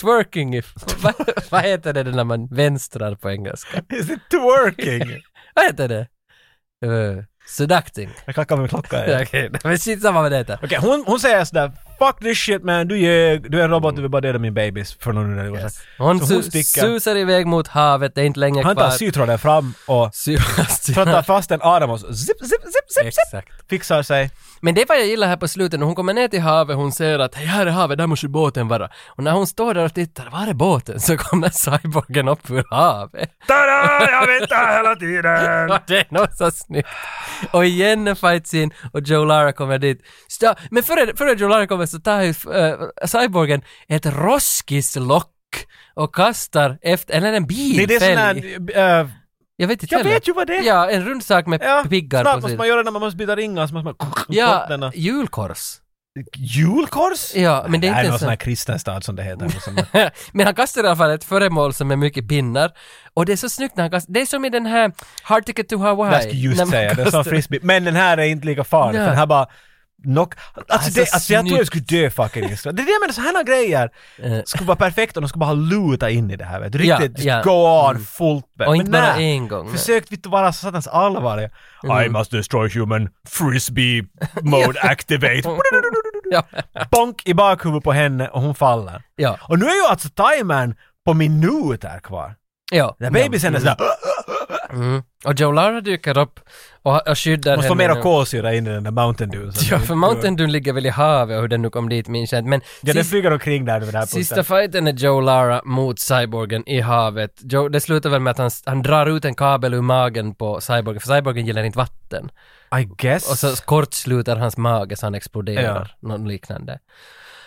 [SPEAKER 1] twerking? If, vad, vad heter det när man vänstrar på engelska?
[SPEAKER 2] Is it twerking?
[SPEAKER 1] Vad heter det? Uh, seducting.
[SPEAKER 2] Jag klackar med klockan.
[SPEAKER 1] Okej, men shit samma vad det heter.
[SPEAKER 2] Okej, hon, hon säger sådär Fuck this shit man, du är, du är en robot, du vill bara döda min babys. För någon yes.
[SPEAKER 1] Yes. Hon,
[SPEAKER 2] Så hon
[SPEAKER 1] su-
[SPEAKER 2] sticker.
[SPEAKER 1] susar iväg mot havet, det är inte länge
[SPEAKER 2] Han
[SPEAKER 1] kvar.
[SPEAKER 2] tar sytråden fram och
[SPEAKER 1] Sy-
[SPEAKER 2] trattar fast en arm och så zip, zip, zip, zip, zip,
[SPEAKER 1] Exakt.
[SPEAKER 2] fixar sig.
[SPEAKER 1] Men det är vad jag gillar här på slutet, när hon kommer ner till havet, hon ser att hej, här är havet, där måste ju båten vara. Och när hon står där och tittar, var är båten? Så kommer cyborgen upp ur havet.
[SPEAKER 2] Tada! Jag väntar hela tiden!
[SPEAKER 1] Och det är något så snyggt. Och igen en fight scene och Joe Lara kommer dit. Stå, men före, före Joe Lara kommer så tar ju äh, cyborgen ett roskislock och kastar efter, eller en
[SPEAKER 2] Det är det sån här...
[SPEAKER 1] bilfälg.
[SPEAKER 2] eh,
[SPEAKER 1] Jag vet inte
[SPEAKER 2] jag
[SPEAKER 1] heller.
[SPEAKER 2] vet ju vad det är!
[SPEAKER 1] Ja, en rund sak med
[SPEAKER 2] Ja,
[SPEAKER 1] piggar
[SPEAKER 2] snart
[SPEAKER 1] på
[SPEAKER 2] måste
[SPEAKER 1] sidan.
[SPEAKER 2] man göra det när man måste byta ringar, så måste man... bort den
[SPEAKER 1] Ja,
[SPEAKER 2] och-
[SPEAKER 1] julkors.
[SPEAKER 2] Julkors?
[SPEAKER 1] Ja, men det är
[SPEAKER 2] här
[SPEAKER 1] inte
[SPEAKER 2] någon
[SPEAKER 1] en
[SPEAKER 2] sån här
[SPEAKER 1] sån...
[SPEAKER 2] kristen stad som det heter. Som,
[SPEAKER 1] men han kastar i alla fall ett föremål som är mycket pinnar. Och det är så snyggt när han kastar. Det är som i den här Hard Ticket to Hawaii.
[SPEAKER 2] jag skulle
[SPEAKER 1] när
[SPEAKER 2] just
[SPEAKER 1] man
[SPEAKER 2] säga, det är som
[SPEAKER 1] kastar-
[SPEAKER 2] frisbee. Men den här är inte lika farlig, för
[SPEAKER 1] Nej.
[SPEAKER 2] den här bara... Knock. Alltså,
[SPEAKER 1] Alltså,
[SPEAKER 2] det, alltså jag tror jag
[SPEAKER 1] snyggt.
[SPEAKER 2] skulle dö fucking i Israel. Det är det jag menar, sådana grejer
[SPEAKER 1] Eh.
[SPEAKER 2] skulle vara perfekt om de skulle bara luta in i det här. Vet du.
[SPEAKER 1] Ja,
[SPEAKER 2] Riktigt, just
[SPEAKER 1] ja.
[SPEAKER 2] go on
[SPEAKER 1] Mm.
[SPEAKER 2] fullt. vet.
[SPEAKER 1] Och
[SPEAKER 2] Men
[SPEAKER 1] inte bara
[SPEAKER 2] nej.
[SPEAKER 1] en gång. nej.
[SPEAKER 2] Försökt vitt vara så satans allvarlig. I
[SPEAKER 1] Mm.
[SPEAKER 2] must destroy human frisbee mode activate.
[SPEAKER 1] Ja,
[SPEAKER 2] Bonk i bakhuvudet på henne och hon faller.
[SPEAKER 1] ja,
[SPEAKER 2] Och nu är ju alltså timern på minuter kvar.
[SPEAKER 1] ja.
[SPEAKER 2] När babysen är sådär,
[SPEAKER 1] Mm. Och Joe Lara dyker upp och, och skyddar
[SPEAKER 2] måste få
[SPEAKER 1] henne
[SPEAKER 2] mer
[SPEAKER 1] nu.
[SPEAKER 2] av kolsyra in i den där Mountain Dew. Så
[SPEAKER 1] Ja,
[SPEAKER 2] det-
[SPEAKER 1] för Mountain Dew ligger väl i havet och hur den nu kom dit minns jag inte. Men
[SPEAKER 2] Ja, den
[SPEAKER 1] sist-
[SPEAKER 2] flyger omkring där vid den här
[SPEAKER 1] Sista
[SPEAKER 2] punkten.
[SPEAKER 1] fighten är Joe Lara mot cyborgen i havet. Joe, det slutar väl med att han, han drar ut en kabel ur magen på cyborgen, för cyborgen gillar inte vatten.
[SPEAKER 2] I guess.
[SPEAKER 1] Och så kortslutar hans mage så han exploderar, någon liknande.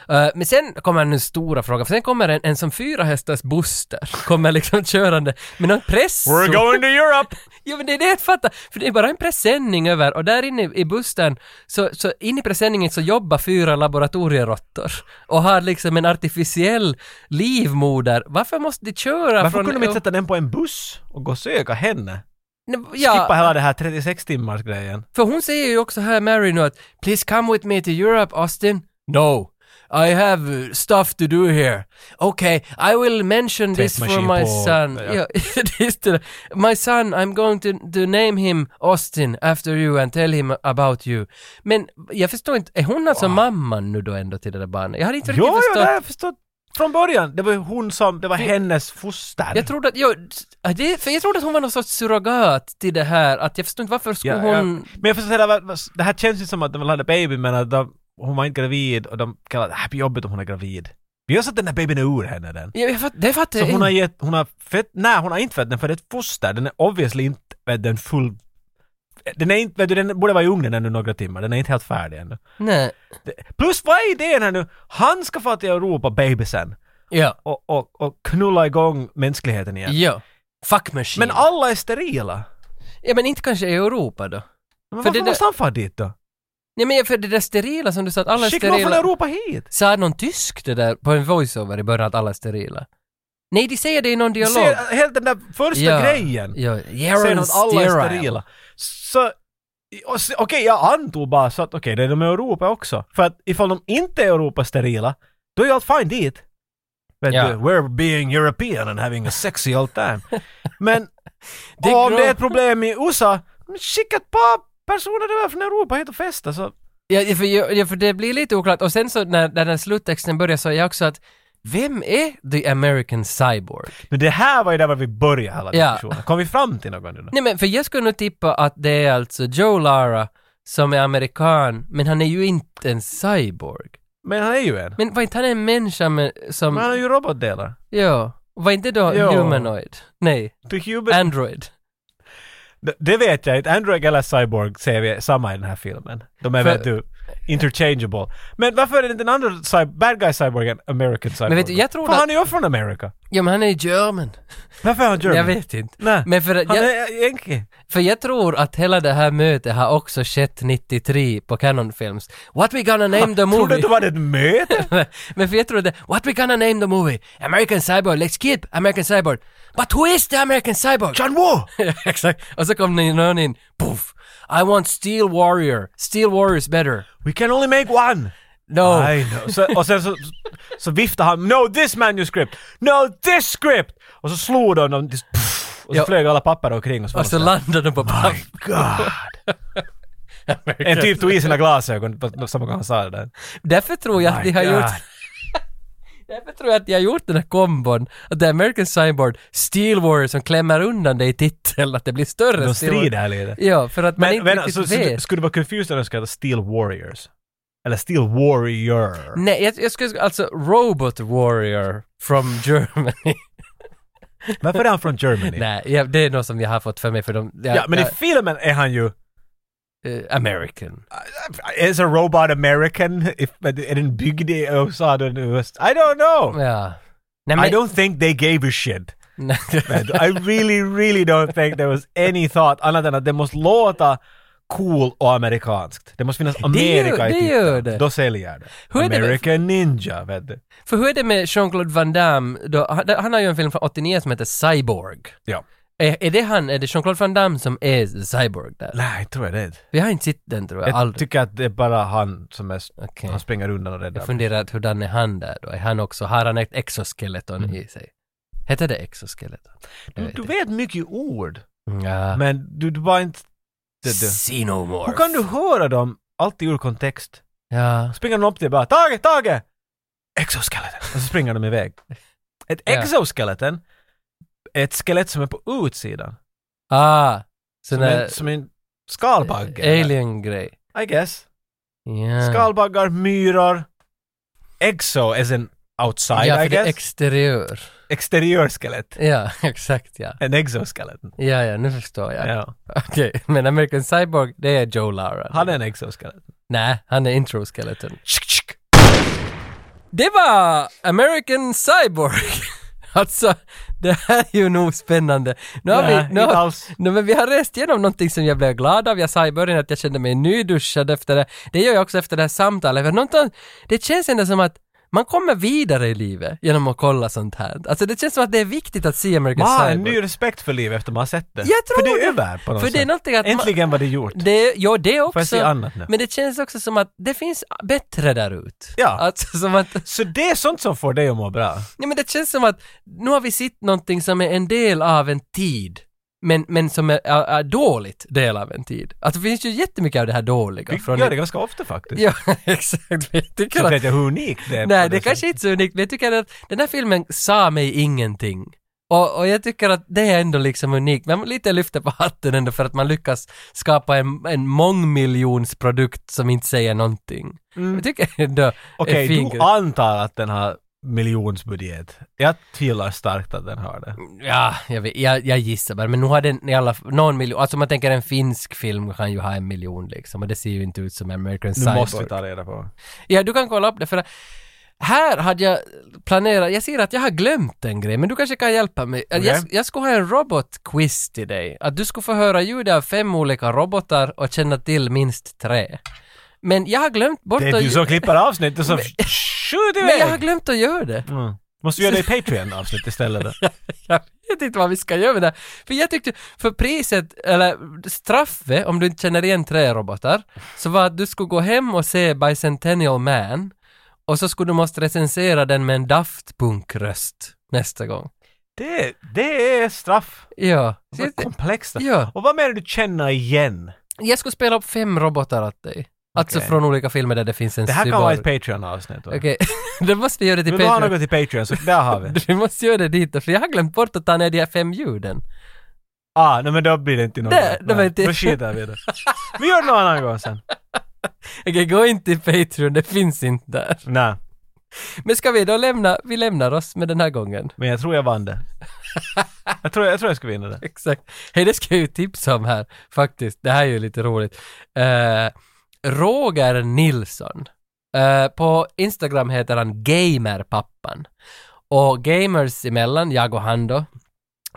[SPEAKER 1] Eh, men sen kommer den stora frågan, för sen kommer en, en som fyra hästars Buster, kommer liksom körande med någon press.
[SPEAKER 2] We're going to Europe!
[SPEAKER 1] Jo men det är det jag fattar, för det är bara en presenning över och där inne i bussen, så, så in i presenningen så jobbar fyra laboratorieråttor och har liksom en artificiell livmoder. Varför måste de köra
[SPEAKER 2] Varför
[SPEAKER 1] från...
[SPEAKER 2] kunde de inte sätta den på en buss och gå och söka henne?
[SPEAKER 1] Nej,
[SPEAKER 2] Skippa
[SPEAKER 1] Ja,
[SPEAKER 2] hela det här 36 timmars grejen.
[SPEAKER 1] för hon säger ju också här, Mary, nu att “Please come with me to Europe, Austin”. No. I have uh, stuff to do here. Okay, I will mention this for
[SPEAKER 2] Tvättmaskin
[SPEAKER 1] my
[SPEAKER 2] på-
[SPEAKER 1] son.
[SPEAKER 2] ja.
[SPEAKER 1] Ja, det är still- my son, I'm going to, to name him Austin after you and tell him about you. Men jag förstår inte, är hon alltså mamman nu då ändå till det där barnet? Jag hade inte
[SPEAKER 2] Jo,
[SPEAKER 1] riktigt
[SPEAKER 2] jo, det
[SPEAKER 1] förstått.
[SPEAKER 2] har jag förstått. Från början, det var ju hon som, det var hennes foster.
[SPEAKER 1] Jag trodde att, jo, ja, det, för jag trodde att hon var någon sorts surrogat till det här, att jag förstår inte varför skulle
[SPEAKER 2] Ja, ja.
[SPEAKER 1] hon...
[SPEAKER 2] Men jag förstår, det, var- var- det här känns ju som att de väl hade baby men att de, hon var inte gravid och de kallade det här blir jobbigt om hon är gravid. Vi har satt den där babyn är ur henne den.
[SPEAKER 1] Ja, jag fatt, det fattar
[SPEAKER 2] Så
[SPEAKER 1] jag
[SPEAKER 2] hon har
[SPEAKER 1] inte.
[SPEAKER 2] gett, hon har fött, nej hon har inte fött den för det är ett foster. Den är obviously inte, vet, den full den är inte, vet du, den borde vara i ugnen ännu några timmar, den är inte helt färdig ännu.
[SPEAKER 1] Nej.
[SPEAKER 2] Det- Plus vad är idén här nu? Han ska få till Europa, babysen,
[SPEAKER 1] Ja.
[SPEAKER 2] och, och, och knulla igång mänskligheten igen.
[SPEAKER 1] Ja. Fuck machine.
[SPEAKER 2] Men alla är sterila.
[SPEAKER 1] ja, men inte kanske i Europa då?
[SPEAKER 2] Men
[SPEAKER 1] För
[SPEAKER 2] varför
[SPEAKER 1] det där-
[SPEAKER 2] måste han fara dit då?
[SPEAKER 1] Nej men för det där sterila som du sa, att alla är
[SPEAKER 2] Skicka någon från
[SPEAKER 1] sterila.
[SPEAKER 2] Europa hit!
[SPEAKER 1] Sa någon tysk det där på en voiceover i början att alla är sterila? Nej, de säger det i någon dialog.
[SPEAKER 2] Ser, helt den där första
[SPEAKER 1] Ja.
[SPEAKER 2] grejen.
[SPEAKER 1] Ja,
[SPEAKER 2] Sen
[SPEAKER 1] Jaron
[SPEAKER 2] att alla är
[SPEAKER 1] Sterile.
[SPEAKER 2] sterila. Så, och se- okej jag antog bara så att okej det är de i Europa också. För att ifall de inte är Europa sterila, då är ju allt fine dit. Vet
[SPEAKER 1] Ja.
[SPEAKER 2] du, we're being European and having a sexy old time. Men
[SPEAKER 1] Det är
[SPEAKER 2] om det
[SPEAKER 1] gro-
[SPEAKER 2] är ett problem i USA, men skicka ett par personer där från Europa hit och festa så.
[SPEAKER 1] Ja, för, jag- ja, för det blir lite oklart. Och sen så när, när den sluttexten börjar så är jag också att vem är the American cyborg?
[SPEAKER 2] Men det här var ju där var vi började hela
[SPEAKER 1] Ja.
[SPEAKER 2] diskussionen. Kom vi fram till något nu då?
[SPEAKER 1] Nej men för jag skulle nog tippa att det är alltså Joe Lara som är amerikan, men han är ju inte en cyborg.
[SPEAKER 2] Men han är ju en.
[SPEAKER 1] Men var inte han en människa med, som...
[SPEAKER 2] Men han har ju robotdelar.
[SPEAKER 1] Ja. Var inte då
[SPEAKER 2] Ja.
[SPEAKER 1] humanoid? Nej,
[SPEAKER 2] The human
[SPEAKER 1] android.
[SPEAKER 2] D- Det vet jag inte. Android eller Cyborg ser vi samma i den här filmen. De är
[SPEAKER 1] För-
[SPEAKER 2] vet du, interchangeable. Men varför är det inte den andra cy- bad guy cyborgen American cyborg?
[SPEAKER 1] vet du, jag tror
[SPEAKER 2] För
[SPEAKER 1] att-
[SPEAKER 2] han är ju från Amerika.
[SPEAKER 1] Ja, men han är ju German.
[SPEAKER 2] Varför är han German?
[SPEAKER 1] Jag vet inte.
[SPEAKER 2] Nej.
[SPEAKER 1] Men för, att
[SPEAKER 2] Han
[SPEAKER 1] jag,
[SPEAKER 2] är eh, enke.
[SPEAKER 1] för jag tror att hela det här mötet har också skett 93 på Canon Films. What we gonna name the
[SPEAKER 2] Trodde
[SPEAKER 1] movie?
[SPEAKER 2] inte det var ett möte?
[SPEAKER 1] Men för jag trodde, what we gonna name the movie? American Cyborg, let's keep American Cyborg. But who is the American Cyborg?
[SPEAKER 2] John Woo!
[SPEAKER 1] Exakt. Och så kom någon in, poof. I want Steel Warrior. Steel Warrior is better.
[SPEAKER 2] We can only make one!
[SPEAKER 1] No.
[SPEAKER 2] I know. Så, och sen så, så viftade han. No this manuscript! No this script! Och så slog de dem. Pff, och så
[SPEAKER 1] Ja.
[SPEAKER 2] flög alla papper omkring och så, var
[SPEAKER 1] Och
[SPEAKER 2] de
[SPEAKER 1] så
[SPEAKER 2] så här,
[SPEAKER 1] landade de på paff.
[SPEAKER 2] God! en typ tog i sina glasögon på, på samma gång han sa det där.
[SPEAKER 1] Därför tror jag att de har
[SPEAKER 2] God.
[SPEAKER 1] gjort... Därför tror jag att de har gjort den här kombon. Att det är American Cyborg, Steel Warrior som klämmer undan det i titeln. Att det blir större
[SPEAKER 2] De
[SPEAKER 1] Steel Warrior.
[SPEAKER 2] strider här lite.
[SPEAKER 1] Ja, för att man
[SPEAKER 2] Men,
[SPEAKER 1] inte
[SPEAKER 2] men
[SPEAKER 1] riktigt
[SPEAKER 2] så, så,
[SPEAKER 1] vet.
[SPEAKER 2] skulle det vara confused om de skulle heta Steel Warriors? Eller Steel Warrior?
[SPEAKER 1] Nej, jag, jag skulle... Alltså, Robot Warrior from Germany.
[SPEAKER 2] Varför är han från Germany?
[SPEAKER 1] Nej, ja, det är något som jag har fått för mig för de...
[SPEAKER 2] Ja, men i filmen är han ju...
[SPEAKER 1] eh, American.
[SPEAKER 2] Is a robot American? If, är den byggd i USA? då nu? I don't know!
[SPEAKER 1] Ja. Nej,
[SPEAKER 2] I don't think they gave a shit.
[SPEAKER 1] don't...
[SPEAKER 2] I really, really don't think there was any thought annat än att det måste låta cool och amerikanskt. Det måste finnas
[SPEAKER 1] gör-
[SPEAKER 2] Amerika
[SPEAKER 1] det
[SPEAKER 2] i titeln.
[SPEAKER 1] gör det.
[SPEAKER 2] Då säljer det.
[SPEAKER 1] Hur är det med-
[SPEAKER 2] American Ninja, vet du.
[SPEAKER 1] För hur är det med Jean-Claude Van Damme då? Han, han har ju en film från 89 som heter Cyborg.
[SPEAKER 2] Ja.
[SPEAKER 1] Är, är det han, är det Jean-Claude Van Damme som är Cyborg där?
[SPEAKER 2] Nej, jag tror jag det inte.
[SPEAKER 1] Vi har inte sett den tror jag,
[SPEAKER 2] Jag
[SPEAKER 1] aldrig.
[SPEAKER 2] tycker att det är bara han som är...
[SPEAKER 1] Okej.
[SPEAKER 2] Han springer undan och räddar.
[SPEAKER 1] Jag funderar att hurdan är han där då? Är han också, har han ett exoskeleton i sig? Heter det exoskeleton? Jag
[SPEAKER 2] Mm. Du,
[SPEAKER 1] vet
[SPEAKER 2] du
[SPEAKER 1] inte.
[SPEAKER 2] vet mycket ord,
[SPEAKER 1] Ja.
[SPEAKER 2] men du, du var inte... Det, du.
[SPEAKER 1] Xenomorph.
[SPEAKER 2] Hur kan du höra dem alltid ur kontext?
[SPEAKER 1] Ja.
[SPEAKER 2] Springer de upp till dig bara ”Tage, Tage!” Exoskeleton! Och så springer de iväg. Ett
[SPEAKER 1] Ja.
[SPEAKER 2] exoskeleton är ett skelett som är på utsidan.
[SPEAKER 1] Ah! Så
[SPEAKER 2] Som en,
[SPEAKER 1] när...
[SPEAKER 2] som en skalbagge. eller?
[SPEAKER 1] Alien-grej.
[SPEAKER 2] I guess.
[SPEAKER 1] Ja.
[SPEAKER 2] Skalbaggar, myror. Exo as in outside,
[SPEAKER 1] Ja,
[SPEAKER 2] I
[SPEAKER 1] för det
[SPEAKER 2] guess.
[SPEAKER 1] är exteriör.
[SPEAKER 2] Exteriörskelett.
[SPEAKER 1] Ja, exakt ja.
[SPEAKER 2] En exoskeleton.
[SPEAKER 1] Ja, ja, nu förstår jag.
[SPEAKER 2] Ja.
[SPEAKER 1] Okej, men American Cyborg, det är Joe Lara.
[SPEAKER 2] Han är en exoskeleton.
[SPEAKER 1] Nej, han är intro-skeleton. Det var American Cyborg! alltså, det här är ju nog spännande. Nu har
[SPEAKER 2] Nej,
[SPEAKER 1] vi... Nu
[SPEAKER 2] inte
[SPEAKER 1] har,
[SPEAKER 2] alls.
[SPEAKER 1] no, men vi har rest igenom någonting som jag blev glad av. Jag sa i början att jag kände mig nyduschad efter det. Det gör jag också efter det här samtalet. För någonstans, det känns ändå som att man kommer vidare i livet genom att kolla sånt här. Alltså det känns som att det är viktigt att se American
[SPEAKER 2] Man har en
[SPEAKER 1] Cyborg.
[SPEAKER 2] ny respekt för livet efter man har sett det.
[SPEAKER 1] Jag tror
[SPEAKER 2] för det
[SPEAKER 1] det.
[SPEAKER 2] är över på något
[SPEAKER 1] För
[SPEAKER 2] sätt.
[SPEAKER 1] det är någonting att man-
[SPEAKER 2] Äntligen var det gjort.
[SPEAKER 1] Det, ja, det också.
[SPEAKER 2] jag se annat nu?
[SPEAKER 1] Men det känns också som att det finns bättre där ute.
[SPEAKER 2] Ja.
[SPEAKER 1] Alltså som att,
[SPEAKER 2] Så det är sånt som får dig att må bra.
[SPEAKER 1] nej men det känns som att nu har vi sett någonting som är en del av en tid. Men, men som är, är, är dåligt del av en tid. Alltså det finns ju jättemycket av det här dåliga.
[SPEAKER 2] Vi gör det ganska ofta faktiskt.
[SPEAKER 1] Ja, exakt. Jag tycker
[SPEAKER 2] Så
[SPEAKER 1] att,
[SPEAKER 2] vet jag hur unikt det är. på
[SPEAKER 1] nej, det kanske
[SPEAKER 2] sättet.
[SPEAKER 1] inte är så unikt, men jag tycker att den här filmen sa mig ingenting. Och, och jag tycker att det är ändå liksom unikt. Men lite lyfter på hatten ändå för att man lyckas skapa en, en mångmiljonsprodukt som inte säger någonting. Jag tycker ändå
[SPEAKER 2] Mm. Okej,
[SPEAKER 1] är fin
[SPEAKER 2] du
[SPEAKER 1] grej.
[SPEAKER 2] antar att den har miljonsbudget. Jag tvivlar starkt att den har det.
[SPEAKER 1] Ja, jag, vet, jag, jag gissar bara, men nu har den i alla fall någon miljon, alltså om man tänker en finsk film kan ju ha en miljon liksom och det ser ju inte ut som American
[SPEAKER 2] Nu
[SPEAKER 1] Cyborg.
[SPEAKER 2] måste vi ta reda på.
[SPEAKER 1] Ja, du kan kolla upp det för att här hade jag planerat, jag ser att jag har glömt en grej, men du kanske kan hjälpa mig. Att Jag, jag skulle ha en robotquiz till dig. Att du skulle få höra ljudet av fem olika robotar och känna till minst tre. Men jag har glömt bort
[SPEAKER 2] Det är
[SPEAKER 1] att...
[SPEAKER 2] du som klipper avsnittet som skjut
[SPEAKER 1] men jag har
[SPEAKER 2] iväg!
[SPEAKER 1] glömt att göra det.
[SPEAKER 2] Mm. Måste vi göra det i Patreon-avsnitt istället då?
[SPEAKER 1] Jag vet inte vad vi ska göra med det. För jag tyckte, för priset, eller straffet, om du inte känner igen tre robotar, så var att du skulle gå hem och se Bicentennial Man och så skulle du måste recensera den med en Daft Punk-röst nästa gång.
[SPEAKER 2] Det, det är straff.
[SPEAKER 1] Ja. Så
[SPEAKER 2] Vad
[SPEAKER 1] jag,
[SPEAKER 2] komplext det-
[SPEAKER 1] Ja.
[SPEAKER 2] Och vad menar du känna igen?
[SPEAKER 1] jag skulle spela upp fem robotar åt dig. Alltså
[SPEAKER 2] Okej.
[SPEAKER 1] från olika filmer där det finns en
[SPEAKER 2] Det här kan
[SPEAKER 1] cyborg.
[SPEAKER 2] vara ett Patreon-avsnitt. va?
[SPEAKER 1] Okej, då måste vi göra det till
[SPEAKER 2] Vill du ha
[SPEAKER 1] Patreon.
[SPEAKER 2] något till Patreon så där har vi.
[SPEAKER 1] Vi måste göra det dit då, för jag har glömt bort att ta ner de här fem ljuden.
[SPEAKER 2] Ah, nej men då blir det inte något.
[SPEAKER 1] Det- det var
[SPEAKER 2] Nej,
[SPEAKER 1] inte-
[SPEAKER 2] Då skiter vi i det. Vi gör det någon annan gång sen.
[SPEAKER 1] Okej, gå inte till Patreon, det finns inte där.
[SPEAKER 2] Nej,
[SPEAKER 1] Men ska vi då lämna, vi lämnar oss med den här gången.
[SPEAKER 2] men jag tror jag vann det. Jag tror jag, tror jag ska vinna det.
[SPEAKER 1] Exakt. Hej, det ska jag ju tipsa om här faktiskt. Det här är ju lite roligt. Eh, Roger Nilsson. Eh, på Instagram heter han Gamerpappan. Och gamers emellan, jag och han då,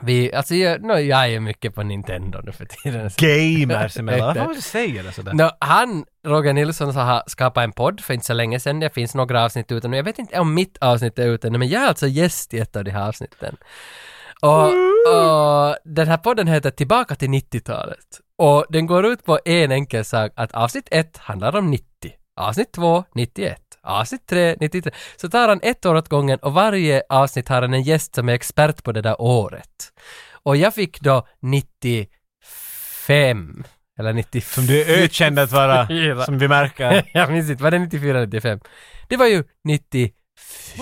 [SPEAKER 1] vi, alltså jag, no, jag är mycket på Nintendo nu för tiden.
[SPEAKER 2] Gamers emellan.
[SPEAKER 1] Exakt.
[SPEAKER 2] Varför måste du säga det sådär?
[SPEAKER 1] Nå, han, Roger Nilsson, så har skapat en podd för inte så länge sedan. Det finns några avsnitt ute nu. Jag vet inte om mitt avsnitt är ute nu, men jag är alltså gäst i ett av de här avsnitten. Och, och den här podden heter Tillbaka till 90-talet. Och den går ut på en enkel sak, att avsnitt 1 handlar om 90. Avsnitt 2, 91. Avsnitt 3, 93. Så tar han ett år åt gången och varje avsnitt har han en gäst som är expert på det där året. Och jag fick då 95. Eller 94.
[SPEAKER 2] Som du är ökänd att vara,
[SPEAKER 1] Fyra.
[SPEAKER 2] som vi märker.
[SPEAKER 1] jag minns inte, var det 94 95? Det var ju 94.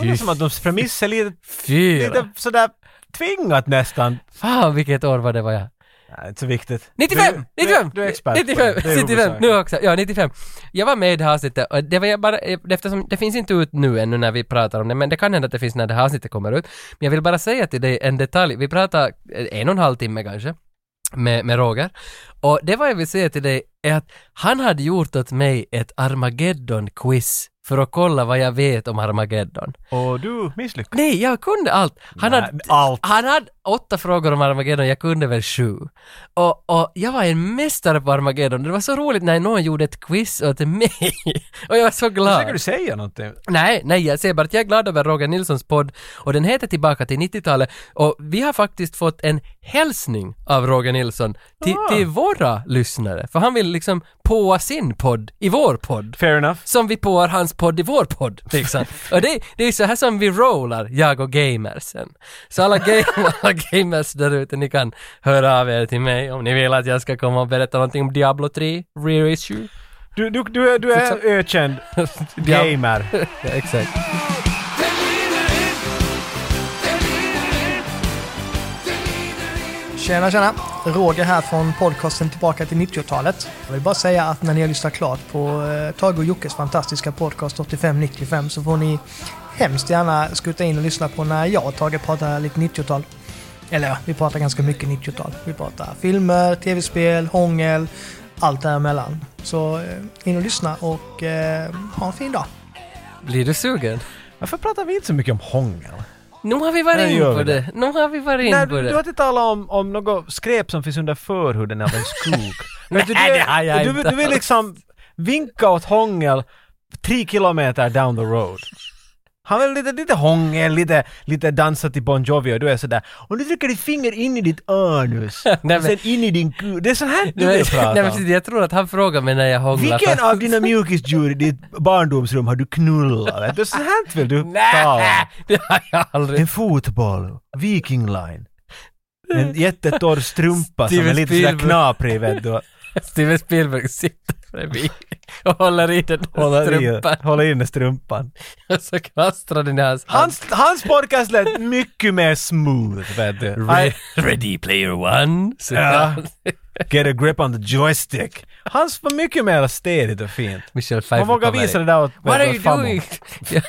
[SPEAKER 2] Det är som att de premisser lite, lite sådär tvingat nästan.
[SPEAKER 1] Fan vilket år var det var jag?
[SPEAKER 2] Nej, inte så viktigt.
[SPEAKER 1] 95!
[SPEAKER 2] Du,
[SPEAKER 1] 95!
[SPEAKER 2] Du, du är expert på det.
[SPEAKER 1] 95!
[SPEAKER 2] Det är
[SPEAKER 1] 95!
[SPEAKER 2] huvudsaken.
[SPEAKER 1] Nu också, ja 95. Jag var med i det här avsnittet och det var jag bara, eftersom det finns inte ut nu ännu när vi pratar om det, men det kan hända att det finns när det här avsnittet kommer ut. Men jag vill bara säga till dig en detalj, vi pratar eh, en och en halv timme kanske med, med Roger. Och det var jag vill säga till dig är att han hade gjort åt mig ett Armageddon-quiz för att kolla vad jag vet om Armageddon.
[SPEAKER 2] Och du misslyckades.
[SPEAKER 1] Nej, jag kunde allt. Han,
[SPEAKER 2] Nej,
[SPEAKER 1] hade,
[SPEAKER 2] allt.
[SPEAKER 1] han hade åtta frågor om Armageddon, jag kunde väl sju. Och, och jag var en mästare på Armageddon. Det var så roligt när någon gjorde ett quiz åt mig. och jag var så glad.
[SPEAKER 2] Försöker du säga någonting?
[SPEAKER 1] Nej, nej, jag säger bara att jag är glad över Roger Nilssons podd och den heter Tillbaka till 90-talet och vi har faktiskt fått en hälsning av Roger Nilsson till,
[SPEAKER 2] Ah.
[SPEAKER 1] till våra lyssnare för han vill liksom påa sin podd i vår podd
[SPEAKER 2] Fair enough.
[SPEAKER 1] som vi påar hans podd i vår podd. Liksom. Och det, det är så här som vi rollar, jag och gamersen. Så alla, game, alla gamers där ute, ni kan höra av er till mig om ni vill att jag ska komma och berätta någonting om Diablo 3, Rear-issue.
[SPEAKER 2] Du, du, du, är- du är ökänd gamer.
[SPEAKER 1] Ja, exakt.
[SPEAKER 7] Tjena, tjena! Roger här från podcasten Tillbaka till 90-talet. Jag vill bara säga att när ni har lyssnat klart på eh, Tage och Jockes fantastiska podcast 8595 så får ni hemskt gärna skutta in och lyssna på när jag och Tage pratar lite 90-tal. Eller ja, vi pratar ganska mycket 90-tal. Vi pratar filmer, tv-spel, hångel, allt däremellan. Så eh, in och lyssna och eh, ha en fin dag!
[SPEAKER 1] Blir du sugen?
[SPEAKER 2] Varför pratar vi inte så mycket om hångel?
[SPEAKER 1] Nu har vi varit
[SPEAKER 2] Nej,
[SPEAKER 1] in
[SPEAKER 2] gör
[SPEAKER 1] på
[SPEAKER 2] vi
[SPEAKER 1] det. Nu har vi varit in
[SPEAKER 2] Nej,
[SPEAKER 1] på
[SPEAKER 2] du, du har
[SPEAKER 1] det.
[SPEAKER 2] inte talat om, om något skräp som finns under förhuden av en skog. Men du,
[SPEAKER 1] Nej, det har jag
[SPEAKER 2] du,
[SPEAKER 1] inte
[SPEAKER 2] du, du vill
[SPEAKER 1] alls.
[SPEAKER 2] liksom vinka åt hångel tre kilometer down the road. Han vill lite, lite hångel, lite, lite dansa till Bon Jovi och du är sådär Om du trycker ditt finger in i ditt anus,
[SPEAKER 1] Nej,
[SPEAKER 2] och sen in i din kuk. Det är så här du vill
[SPEAKER 1] Nej,
[SPEAKER 2] prata
[SPEAKER 1] men
[SPEAKER 2] om.
[SPEAKER 1] precis, jag tror att han frågar mig när jag hånglar.
[SPEAKER 2] Vilken
[SPEAKER 1] fast-
[SPEAKER 2] av dina mjukisdjur i ditt barndomsrum har du knullat? Vet du, Så här vill du tala om.
[SPEAKER 1] Nej, det har jag aldrig.
[SPEAKER 2] En fotboll, Viking Line. En jättetorr strumpa som är
[SPEAKER 1] Steven
[SPEAKER 2] lite sådär
[SPEAKER 1] Spielberg.
[SPEAKER 2] knaprig vet du.
[SPEAKER 1] Steven Spielberg sitter bredvid och håller i den där
[SPEAKER 2] Håller i,
[SPEAKER 1] strumpan.
[SPEAKER 2] håller i den där strumpan.
[SPEAKER 1] Och så knastrar den i hans hand.
[SPEAKER 2] Hans, hans podcast lät mycket mer smooth vet du. I,
[SPEAKER 1] Re- Ready player one. Så
[SPEAKER 2] Ja. get a grip on the joystick. Hans var mycket mer städigt och fint.
[SPEAKER 1] Michelle Pfeiffer
[SPEAKER 2] Man vågar
[SPEAKER 1] kommer
[SPEAKER 2] visa det
[SPEAKER 1] in.
[SPEAKER 2] där åt
[SPEAKER 1] What
[SPEAKER 2] åt
[SPEAKER 1] are you
[SPEAKER 2] farmor.
[SPEAKER 1] doing? Ja.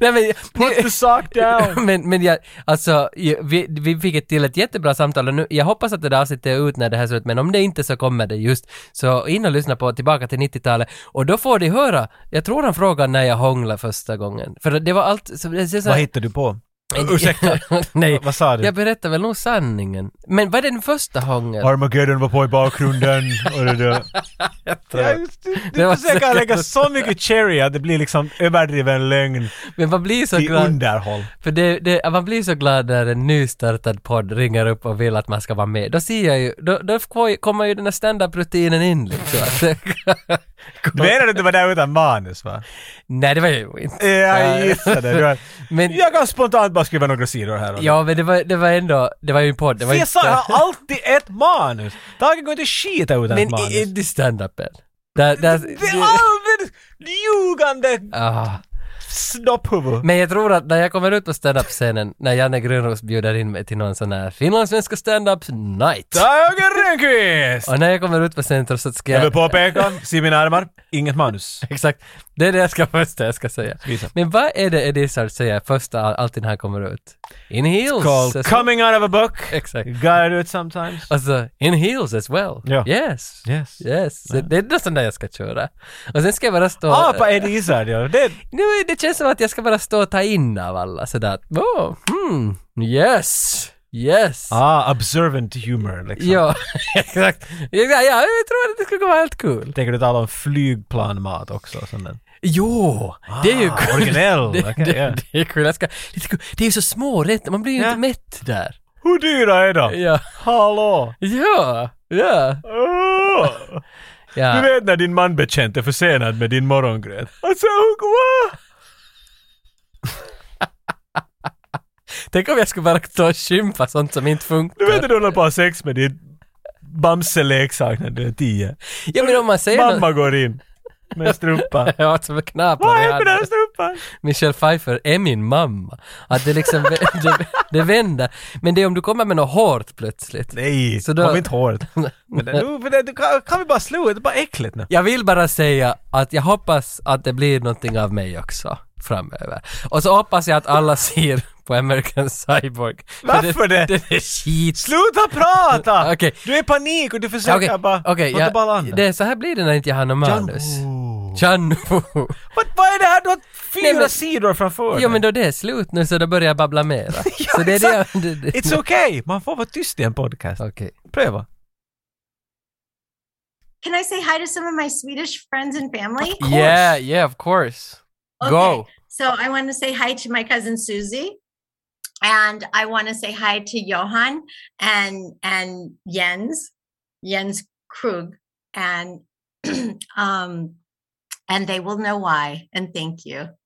[SPEAKER 1] Nej men,
[SPEAKER 2] Put the sock down!
[SPEAKER 1] men, men jag, alltså, jag- vi, vi fick ett till ett jättebra samtal och nu, jag hoppas att det där avsnittet är ut när det här ser ut, men om det inte så kommer det just. Så in och lyssna på Tillbaka till 90-talet och då får de höra, jag tror han frågade när jag hånglade första gången. För det var allt, så, det, så,
[SPEAKER 2] Vad hittar du på? Ursäkta.
[SPEAKER 1] Nej,
[SPEAKER 2] Vad sa du?
[SPEAKER 1] jag berättar väl nog sanningen. Men vad är den första hångeln?
[SPEAKER 2] Armageddon var på i bakgrunden och det där. Ja, just det,
[SPEAKER 1] Det var
[SPEAKER 2] du försöker
[SPEAKER 1] säkert-
[SPEAKER 2] lägga så mycket cherry att det blir liksom överdriven lögn
[SPEAKER 1] Men man blir så
[SPEAKER 2] till
[SPEAKER 1] glad.
[SPEAKER 2] underhåll.
[SPEAKER 1] För det, det, man blir så glad när en nystartad podd ringer upp och vill att man ska vara med. Då ser jag ju, då, då får- kommer ju den här standup-rutinen in liksom. Att-
[SPEAKER 2] Du menar att du var där utan manus va?
[SPEAKER 1] Nej, det var jag ju inte.
[SPEAKER 2] Jag gissade. Du har,
[SPEAKER 1] Men,
[SPEAKER 2] jag kan spontant bara skriva några sidor här. och där.
[SPEAKER 1] ja, men det var, det var ändå, det var ju en podd. Det var
[SPEAKER 2] Cesar har alltid ett manus! Tage går inte skita utan
[SPEAKER 1] men
[SPEAKER 2] ett manus.
[SPEAKER 1] i- inte i standupen. Där, där,
[SPEAKER 2] det är alltid ljugande
[SPEAKER 1] ah.
[SPEAKER 2] snopphuvud.
[SPEAKER 1] Men jag tror att när jag kommer ut på standup-scenen, när Janne Grönros bjuder in mig till någon sån här finlandssvenska standup night.
[SPEAKER 2] Tage Rönnqvist!
[SPEAKER 1] Och när jag kommer ut på scenen så ska
[SPEAKER 2] Jag
[SPEAKER 1] jag...
[SPEAKER 2] vill påpeka, se mina armar, inget manus.
[SPEAKER 1] Exakt. Det är det jag ska första jag ska säga.
[SPEAKER 2] Visa.
[SPEAKER 1] Men vad är det Eddie säger första allting här kommer ut? In heels!
[SPEAKER 2] Called
[SPEAKER 1] as-
[SPEAKER 2] Coming Out of a Book.
[SPEAKER 1] Exakt.
[SPEAKER 2] You gotta do it sometimes.
[SPEAKER 1] Alltså, in heels as well.
[SPEAKER 2] Ja.
[SPEAKER 1] Yes.
[SPEAKER 2] Yes.
[SPEAKER 1] Yes. Så Det är nästan där jag ska köra. Och sen ska jag bara stå...
[SPEAKER 2] Ah, på Eddie Izzard ja. Det,
[SPEAKER 1] Nu, det känns som att jag ska bara stå och ta in av alla sådär. Oh, hmm, yes, yes.
[SPEAKER 2] ah, observant humor liksom.
[SPEAKER 1] Ja, exakt. Ja, ja, jag tror att det skulle vara helt kul.
[SPEAKER 2] Tänker du tala om flygplanmat också? Som en...
[SPEAKER 1] Jo, det är ju
[SPEAKER 2] Ah,
[SPEAKER 1] kul.
[SPEAKER 2] originell.
[SPEAKER 1] Det,
[SPEAKER 2] Okej,
[SPEAKER 1] det,
[SPEAKER 2] ja.
[SPEAKER 1] det är kul. Jag ska, det, är så kul. det är ju så små rätt, man blir ju
[SPEAKER 2] Ja.
[SPEAKER 1] inte mätt där.
[SPEAKER 2] Hur dyra är de?
[SPEAKER 1] Ja,
[SPEAKER 2] Hallå!
[SPEAKER 1] ja, ja. Ah.
[SPEAKER 2] Åh! Du
[SPEAKER 1] ja.
[SPEAKER 2] vet när din manbetjänt är försenad med din morgongröt. Alltså, wow!
[SPEAKER 1] Tänk om jag skulle bara ta och skympa sånt som inte
[SPEAKER 2] Du vet när
[SPEAKER 1] funkar.
[SPEAKER 2] du håller på att ha sex med din Bamse-leksak när du är tio.
[SPEAKER 1] Ja, men om man säger något...
[SPEAKER 2] Mamma går in med en strumpa.
[SPEAKER 1] Jag har som en knapp
[SPEAKER 2] Vad
[SPEAKER 1] i
[SPEAKER 2] är med den här
[SPEAKER 1] handen.
[SPEAKER 2] strumpan?
[SPEAKER 1] Michelle Pfeiffer är min mamma. Att det liksom, det, det vänder. Men det är om du kommer med något hårt plötsligt.
[SPEAKER 2] Nej,
[SPEAKER 1] Så då-
[SPEAKER 2] kom inte hårt. Men det, nu, för det, du, kan, kan vi bara sluta? Det är bara äckligt nu.
[SPEAKER 1] Jag vill bara säga att jag hoppas att det blir någonting av mig också framöver. Och så hoppas jag att alla ser på American Cyborg. För
[SPEAKER 2] Varför det?
[SPEAKER 1] Det är skit.
[SPEAKER 2] Sluta prata!
[SPEAKER 1] Okej.
[SPEAKER 2] Du är i panik och du försöker
[SPEAKER 1] Okej,
[SPEAKER 2] bara...
[SPEAKER 1] okej,
[SPEAKER 2] låt det
[SPEAKER 1] jag-
[SPEAKER 2] bara landa.
[SPEAKER 1] det är så här blir det när inte jag har något manus.
[SPEAKER 2] Jan-
[SPEAKER 1] Janno.
[SPEAKER 2] Vad, vad är det här? Du har fyra
[SPEAKER 1] Nej, men-
[SPEAKER 2] sidor framför
[SPEAKER 1] Jo men
[SPEAKER 2] dig.
[SPEAKER 1] då det är slut nu så då börjar jag babbla mera.
[SPEAKER 2] Ja,
[SPEAKER 1] så det är det
[SPEAKER 2] exakt.
[SPEAKER 1] jag... det- det-
[SPEAKER 2] It's okay! Man får vara tyst i en podcast.
[SPEAKER 1] Okej.
[SPEAKER 2] Pröva.
[SPEAKER 4] Can I say hi to some of my Swedish friends and family?
[SPEAKER 1] Yeah, yeah of course. Go.
[SPEAKER 4] So I want to say hi to my cousin Susie. And I want to say hi to Johan and and Jens, Jens Krug. And um and they will know why. And thank you.